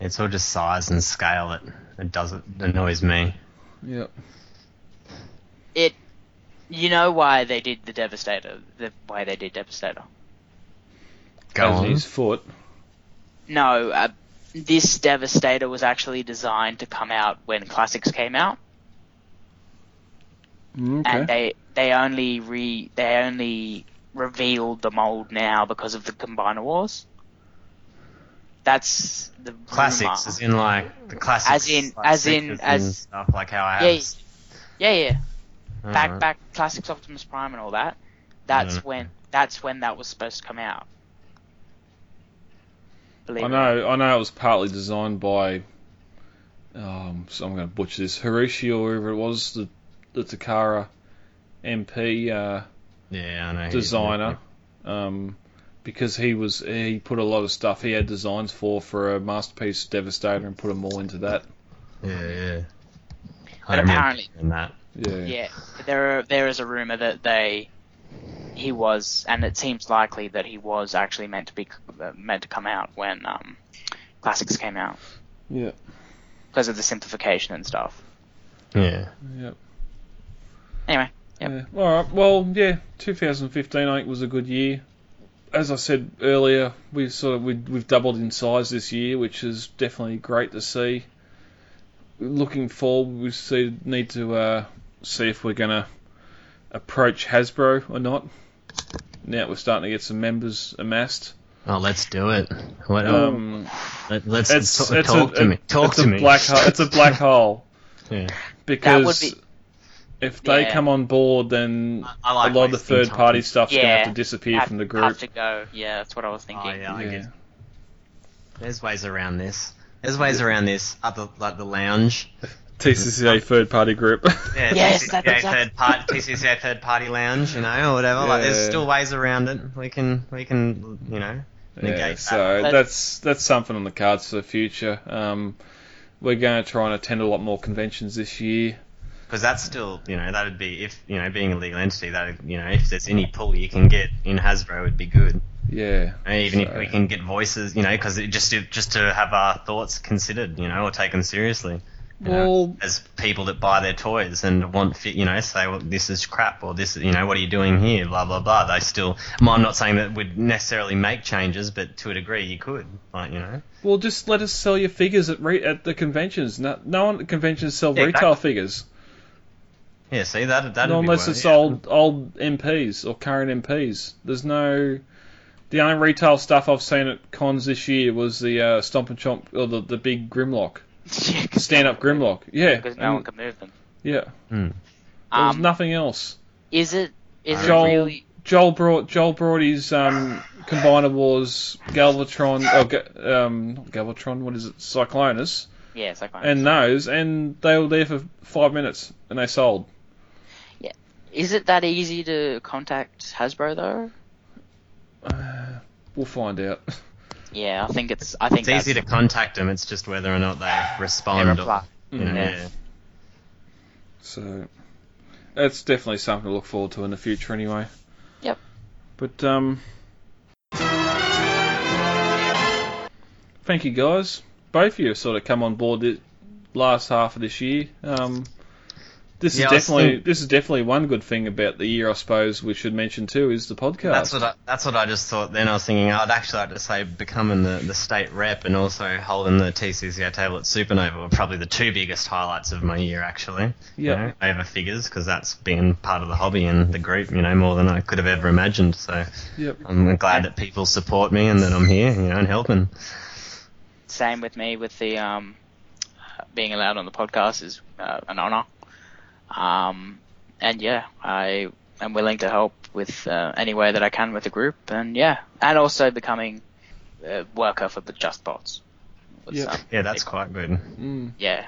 It's all just size and scale that it does it annoys me. Yeah. It. You know why they did the Devastator? The why they did Devastator? Go As on. his foot. No, uh, this Devastator was actually designed to come out when Classics came out, Okay. and they they only re they only revealed the mold now because of the Combiner Wars. That's the Classics, rumor. as in like the classics, As in- like as in- pictures as- and stuff like how I have. Uh-huh. Yeah, yeah, yeah. All back right. back classics Optimus Prime and all that. That's Mhm. when that's when that was supposed to come out. Believe I it. know. I know it was partly designed by. Um, so I'm going to butcher this. Hiroshi or whoever it was, the the Takara MP uh, Yeah, I know. who you're designer, um, because he was he put a lot of stuff he had designs for for a masterpiece Devastator and put them all into that. talking about. Yeah, yeah. But I remember apparently- hearing that. Yeah. Yeah, but there are, there is a rumor that they he was, and it seems likely that he was actually meant to be uh, meant to come out when um, classics came out Yeah. because of the simplification and stuff. Yeah. Yep. Anyway, yep. Yeah. All right. Well, yeah. 2015, I think, was a good year. As I said earlier, we've sort of we, we've doubled in size this year, which is definitely great to see. Looking forward, we see, need to uh, see if we're going to approach Hasbro or not. Now we're starting to get some members amassed. Oh, let's do it. What, Um, let, let's it's, ta- it's talk a, to me. Talk it's to a me. Black hole, it's a black hole Yeah. because be- if they Yeah. come on board, then I like a lot of the wasting third party time. stuff's going to Yeah. have to disappear Have- from the have group. to go. Yeah, that's what I was thinking. Oh, yeah, I Yeah. get There's ways around this. There's ways around this. Up the, like the lounge. TCCA third party group. Yeah, Yes, TCCA, that's third part, TCCA third party lounge, you know, or whatever. Like, Yeah. there's still ways around it. We can, we can, you know, negate yeah, Uh, that. so But- that's that's something on the cards for the future. Um, we're going to try and attend a lot more conventions this year. Because that's still, you know, that'd be if, you know, being a legal entity, that you know, if there's any pull you can get in Hasbro, would be good. Yeah, And even So- if we can get voices, you know, because just to, just to have our thoughts considered, you know, or taken seriously. you know, Well- as people that buy their toys and want fit, you know, say, well, this is crap, or this, is, you know, what are you doing here? Blah blah blah. They still. Well, I'm not saying that would necessarily make changes, but to a degree, you could, like, you know. Well, just let us sell your figures at re- at the conventions. No, no one at conventions sell Yeah, retail exactly. figures. Yeah, see that that. No, unless it's old old MPs or current MPs. There's no. The only retail stuff I've seen at cons this year was the uh, Stomp and Chomp or the, the big Grimlock, Yeah, 'cause stand up Grimlock. Yeah, because and- no one can move them. yeah. Hmm. There was Um, nothing else. is it is Joel- it really? Joel brought Joel brought his um, Combiner Wars Galvatron, or, Ga- um, not Galvatron. What is it? Cyclonus Yeah, it's like and those, and they were there for five minutes, and they sold. Is it that easy to contact Hasbro though? We'll find out. Yeah, I think it's. I think It's easy to that's- contact them. It's just whether or not they yeah, respond. reply. Or, you know, Yeah. yeah. So that's definitely something to look forward to in the future, anyway. Yep. But um, thank you guys. Both of you have sort of come on board the last half of this year. Um, this Yeah, I is definitely think- this is definitely one good thing about the year, I suppose. We should mention too is the podcast. That's what I, that's what I just thought. Then I was thinking I'd actually like to say becoming the, the state rep and also holding the TCCA table at Supernova were probably the two biggest highlights of my year actually. Yeah. you know, over figures because that's been part of the hobby and the group, you know, more than I could have ever imagined. So Yep. I'm glad that people support me and that I'm here, you know, and helping. same with me with the um, being allowed on the podcast is uh, an honor. Um, and yeah, I am willing to help with uh, any way that I can with the group, and yeah, and also becoming a worker for the Just Bots. with Yeah. some Yeah, that's people. quite good. Mm. Yeah,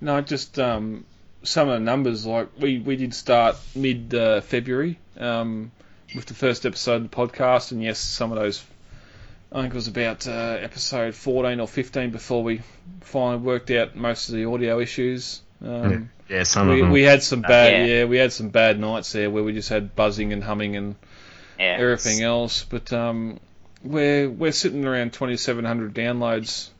No, just um, some of the numbers. Like we, we did start mid uh, February um, with the first episode of the podcast, and yes, some of those. I think it was about uh, episode 14 or 15 before we finally worked out most of the audio issues. Um, Yeah, some of we, them. we had some bad, yeah. yeah. we had some bad nights there where we just had buzzing and humming and yeah. everything else. But um, we're we're sitting around 2,700 downloads,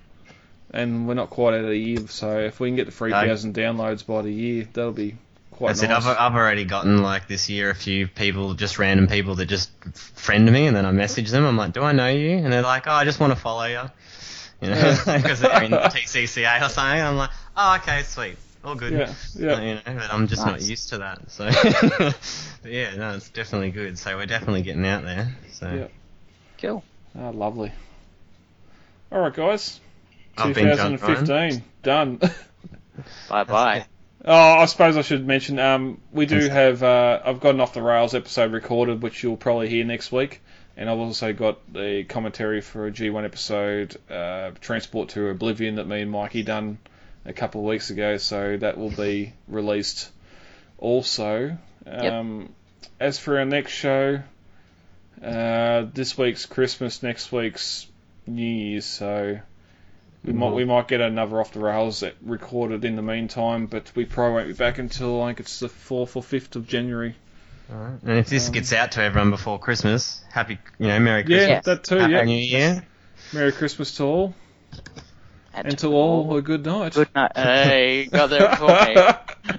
and we're not quite at a year. So if we can get to 3,000 downloads by the year, that'll be quite That's nice. it. I've, I've already Mm. gotten like this year a few people, just random people that just friend me, and then I message them. I'm like, "Do I know you?" And they're like, "Oh, I just want to follow you," you know, because they're in the TCCA or something. I'm like, "Oh, okay, sweet, all good." Yeah, yeah. You know, but I'm just not Nice. used to that. So, but yeah, no, it's definitely good. So we're definitely getting out there. So Yeah. Cool. Ah, lovely. All right, guys. I've been John Ryan. 2015 done. Bye bye. oh, I suppose I should mention. Um, we do have. Uh, I've got an off the rails episode recorded, which you'll probably hear next week. And I've also got the commentary for a G1 episode, uh, Transport to Oblivion, that me and Mikey done a couple of weeks ago. So that will be released also. Um, As for our next show, uh, this week's Christmas, next week's New Year's. So we might we might get another off the rails that recorded in the meantime, but we probably won't be back until I think it's the fourth or fifth of January. All right. And if this Um, gets out to everyone before Christmas, happy, you know, Merry Yeah, Christmas, Yes. that too. Happy Yeah. New Year. Merry Christmas to all, and to all a good night. Good night. Hey, got there before me.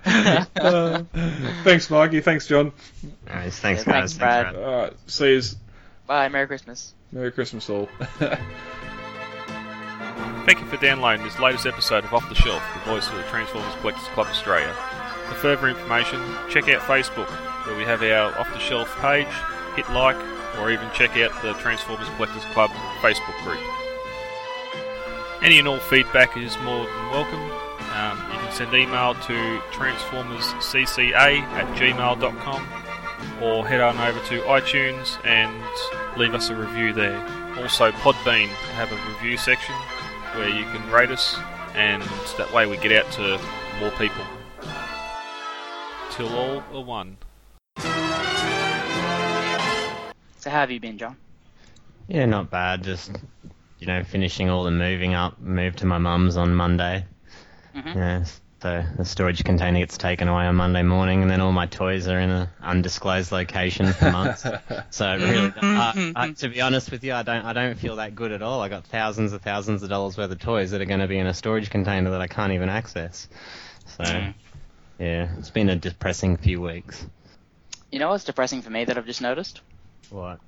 Uh, thanks, Mikey. Thanks, John. All right, thanks, Yeah, guys. thanks, Brad. All right, see yous. Bye. Merry Christmas. Merry Christmas, all. Thank you for downloading this latest episode of Off the Shelf, the voice of the Transformers Collectors Club Australia. For further information, check out Facebook, where we have our Off the Shelf page, hit like, or even check out the Transformers Collectors Club Facebook group. Any and all feedback is more than welcome. Um, you can send email to transformerscca at gmail.com or head on over to iTunes and leave us a review there. Also, Podbean have a review section where you can rate us, and that way we get out to more people. Till all are one. So how have you been, John? Yeah, not bad. Just you know, finishing all the moving up. Moved to my mum's on Monday. Mhm. Yeah, so the storage container gets taken away on Monday morning, and then all my toys are in an undisclosed location for months. Uh, so it really, I, I, to be honest with you, I don't, I don't feel that good at all. I got thousands and thousands of dollars worth of toys that are going to be in a storage container that I can't even access. So Mm. yeah, it's been a depressing few weeks. You know what's depressing for me that I've just noticed? What?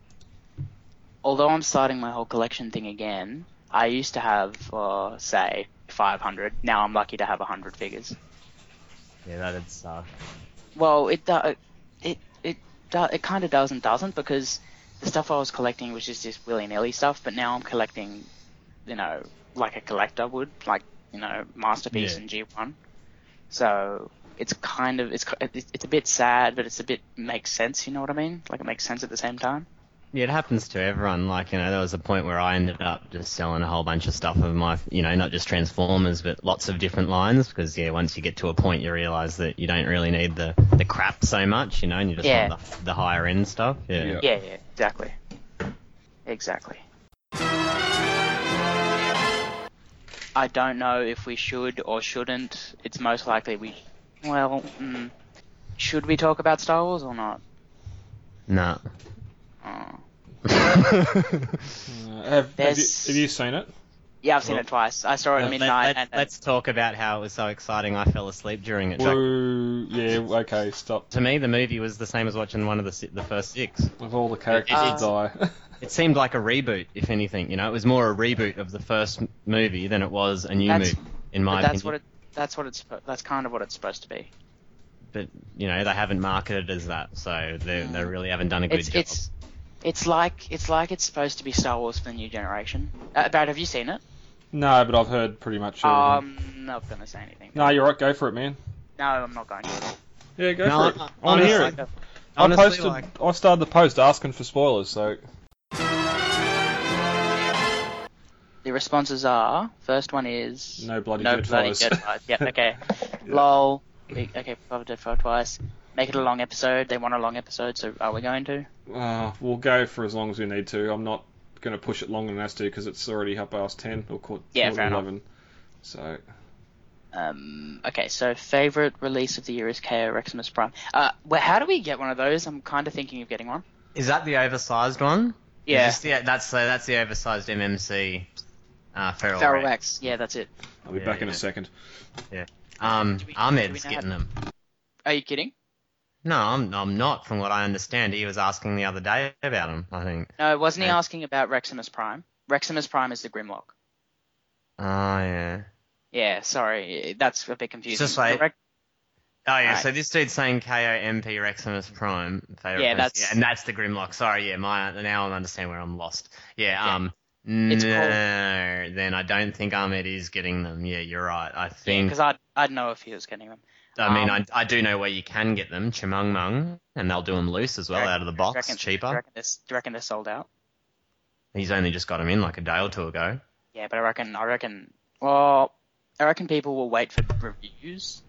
Although I'm starting my whole collection thing again, I used to have, uh, say, 500. Now I'm lucky to have 100 figures. Yeah, that'd suck. Well, it do- it it do- it kind of does and doesn't because the stuff I was collecting was just this willy nilly stuff, but now I'm collecting, you know, like a collector would, like you know, masterpiece Yeah. and G one. So it's kind of it's ki- it's it's a bit sad, but it's a bit makes sense. You know what I mean? Like it makes sense at the same time. Yeah, it happens to everyone. Like, you know, there was a point where I ended up just selling a whole bunch of stuff of my, you know, not just Transformers, but lots of different lines. Because, yeah, once you get to a point, you realize that you don't really need the, the crap so much, you know, and you just Yeah. want the, the higher end stuff. Yeah. Yeah. Yeah, yeah, exactly, exactly. I don't know if we should or shouldn't. It's most likely we. Well, mm, should we talk about Star Wars or not? Nah. Oh. Uh, have, have, you, There's- have you seen it? Yeah, I've seen Well, it twice. I saw it at Let- midnight. let, and, us talk about how it was so exciting. I fell asleep during it. Like, Woo, yeah. Okay. Stop. to me, the movie was the same as watching one of the, si- the first six. With all the characters Uh, that die. It seemed like a reboot, if anything. You know, it was more a reboot of the first m- movie than it was a new That's- movie, in but my that's opinion. what it. That's what it's. suppo- That's kind of what it's supposed to be. but you know they haven't marketed as that, so they they really haven't done a good It's job. it's. It's like it's like it's supposed to be Star Wars for the new generation. Uh, Brad, have you seen it? No, but I've heard pretty much. everything. Um, not gonna say anything. no, you're right. Go for it, man. No, I'm not going to. Yeah, go No, for it. I- I want to hear honestly- it. honestly, I posted. like- I started the post asking for spoilers, so The responses are first one is no bloody no good bloody flies. good flies. Yep, okay. Lol. We- Okay, probably did for twice. Make it a long episode. They want a long episode, so are we going to? Uh, we'll go for as long as we need to. I'm not going to push it longer than it has to because it's already half past ten or quarter, Yeah, quarter fair to enough. eleven. So Um, okay, so favorite release of the year is KO Reximus Prime. Uh, well, how do we get one of those? I'm kind of thinking of getting one. Is that the oversized one? Yeah. Is this the, that's the that's the oversized MMC uh, feral, Feral Rex. Rex. Yeah, that's it. I'll be Yeah, back in a yeah. second. Yeah. Um, Ahmed's know getting how- them. Are you kidding? No, I'm, I'm not. From what I understand, he was asking the other day about them. I think. No, wasn't he Yeah. asking about Reximus Prime? Reximus Prime is the Grimlock. Oh yeah. Yeah, sorry, that's a bit confusing. Just like- The Rex- Oh yeah. Right. So this dude's saying KOMP Reximus Prime. Favorite Yeah, that's- and that's the Grimlock. Sorry, yeah. My now I understand where I'm lost. Yeah. Um. It's no, called- then I don't think Ahmed is getting them. Yeah, you're right. I think. because I'd, I'd know if he was getting them. I mean, Um, I, I do know where you can get them, Chimung Mung, and they'll do them loose as well, out of the box, reckon- Do you, cheaper. reckon they're, do you reckon they're sold out? He's only just got them in like a day or two ago. Yeah, but I reckon I reckon well, I reckon people will wait for reviews.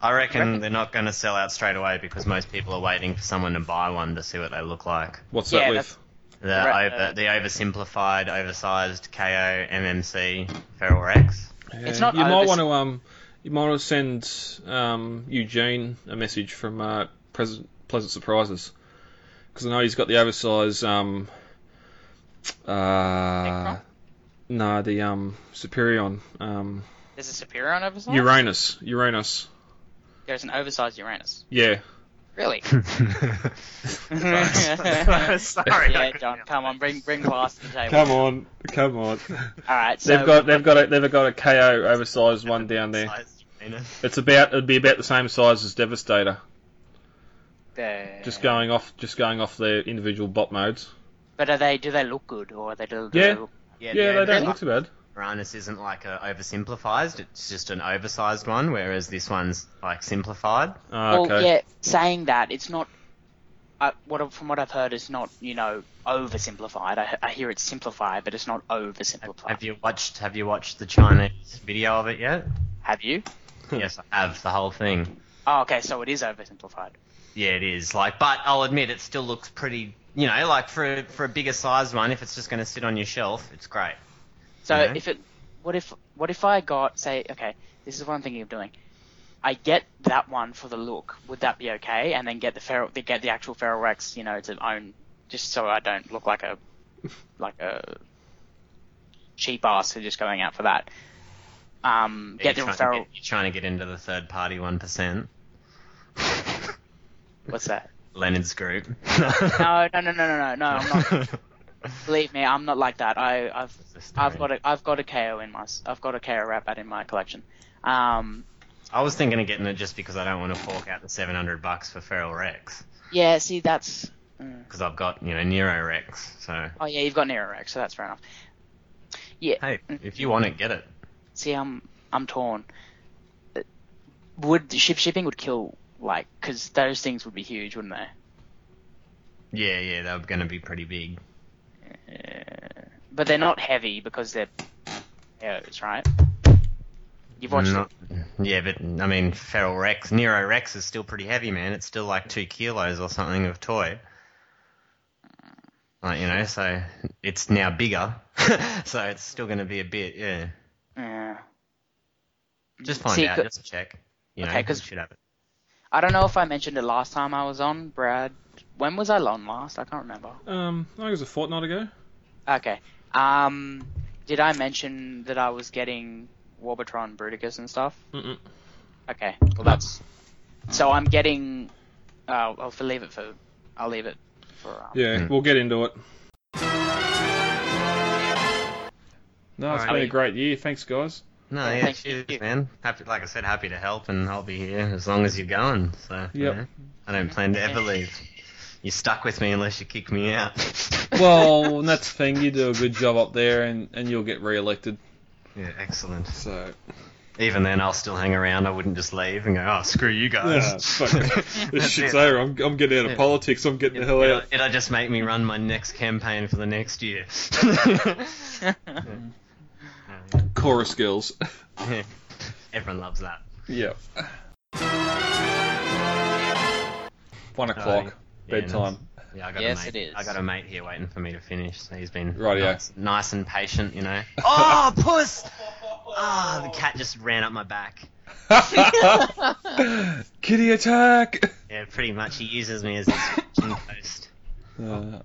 I reckon, they're not going to sell out straight away because most people are waiting for someone to buy one to see what they look like. What's Yeah, that with? that's- The, Right, over, uh, the oversimplified, oversized KO MMC Feral Rex. Yeah, It's not uh, You might over- want to um, you might want to send um Eugene a message from uh Pleasant, Pleasant Surprises because I know he's got the oversized um. Uh, no, the um Superion, um There's a superior on oversized. Uranus, Uranus. There's an oversized Uranus. Yeah, Really? Sorry, I yeah, couldn't John, come on, bring bring glass to the table. come on, come on. All right, so They've got they've got a they've got a KO oversized one down there. It's about it'd be about the same size as Devastator. uh, Just going off just going off their individual bot modes. But are they? Do they look good, or are they? Do, do Yeah. They look, Yeah, Yeah, the they don't oversimplified look too bad. Uranus isn't like a oversimplified, it's just an oversized one, whereas this one's like simplified. Ah, Well, okay. yeah. Saying that, it's not. I, what I've- from what I've heard, it's not you know oversimplified. I, I hear it's simplified, but it's not oversimplified. Have you watched Have you watched the Chinese video of it yet? Have you? yes, I have the whole thing. Oh, okay, so it is oversimplified. Yeah, it is like, but I'll admit it still looks pretty. You know, like for a- for a bigger size one, if it's just going to sit on your shelf, it's great. So Okay. if it, what if, what if I got say, okay, this is what I'm thinking of doing. I get that one for the look. Would that be okay? And then get the feral, they get the actual feral rex, you know, to own, just so I don't look like a, like a cheap ass who's just going out for that. Um, get you're, the trying feral. to get, you're trying to get into the third party one percent. What's that? Leonard's group. No, no, no, no, no, no, no. I'm not. Believe me, I'm not like that. I, I've, I've got a, I've got a KO in my, s- I've got a KO Rabat in my collection. Um, I was thinking of getting it just because I don't want to fork out the seven hundred bucks for Feral Rex yeah, see, that's. mm. because I've got you know Nero Rex. So Oh yeah, you've got Nero Rex, so that's fair enough. Yeah. hey, if you want it, get it. See, I'm I'm torn. Uh, Would ship shipping would kill like because those things would be huge, wouldn't they? Yeah, yeah, they're going to be pretty big. Uh, but they're not heavy because they're KOs, right? You've watched Not- it. Yeah, but I mean, Feral Rex, Nero Rex is still pretty heavy, man. It's still like two kilos or something of toy. Like you know, so it's now bigger, so it's still going to be a bit. Yeah, Yeah. just find See, out, c- just check. You know, Okay, 'cause- you should have it. I don't know if I mentioned it last time I was on, Brad. When was I on last? I can't remember. Um, I think it was a fortnight ago. Okay. Um, did I mention that I was getting Warbatron, Bruticus, and stuff? Mm-mm. Okay. Well, that's. So I'm getting. Uh, I'll f- leave it for. I'll leave it for. Um, Yeah, Mm. we'll get into it. No, it's Alright. been a great year. Thanks, guys. No, yeah, Thank cheers, you. man. Happy, like I said, happy to help, and I'll be here as long as you're going. So, you Yep. know, I don't plan to ever leave. You're stuck with me unless you kick me out. well, and that's the thing. You do a good job up there, and, and you'll get re-elected. Yeah, excellent. So Even then, I'll still hang around. I wouldn't just leave and go, oh, screw you yeah, guys. Uh, fuck it. this That's shit's it. over. I'm, I'm getting out of Yeah. politics. I'm getting the hell It'll, out. it'll just make me run my next campaign for the next year. Chorus girls. Everyone loves that. yeah. One o'clock yeah, bedtime. that's- Yeah, I got Yes, a mate. it is. I got a mate here waiting for me to finish. So he's been Rightio. nice, nice and patient, you know. Oh, puss! Ah, the cat just ran up my back. Kitty attack. Yeah, pretty much. He uses me as a switching post. Uh,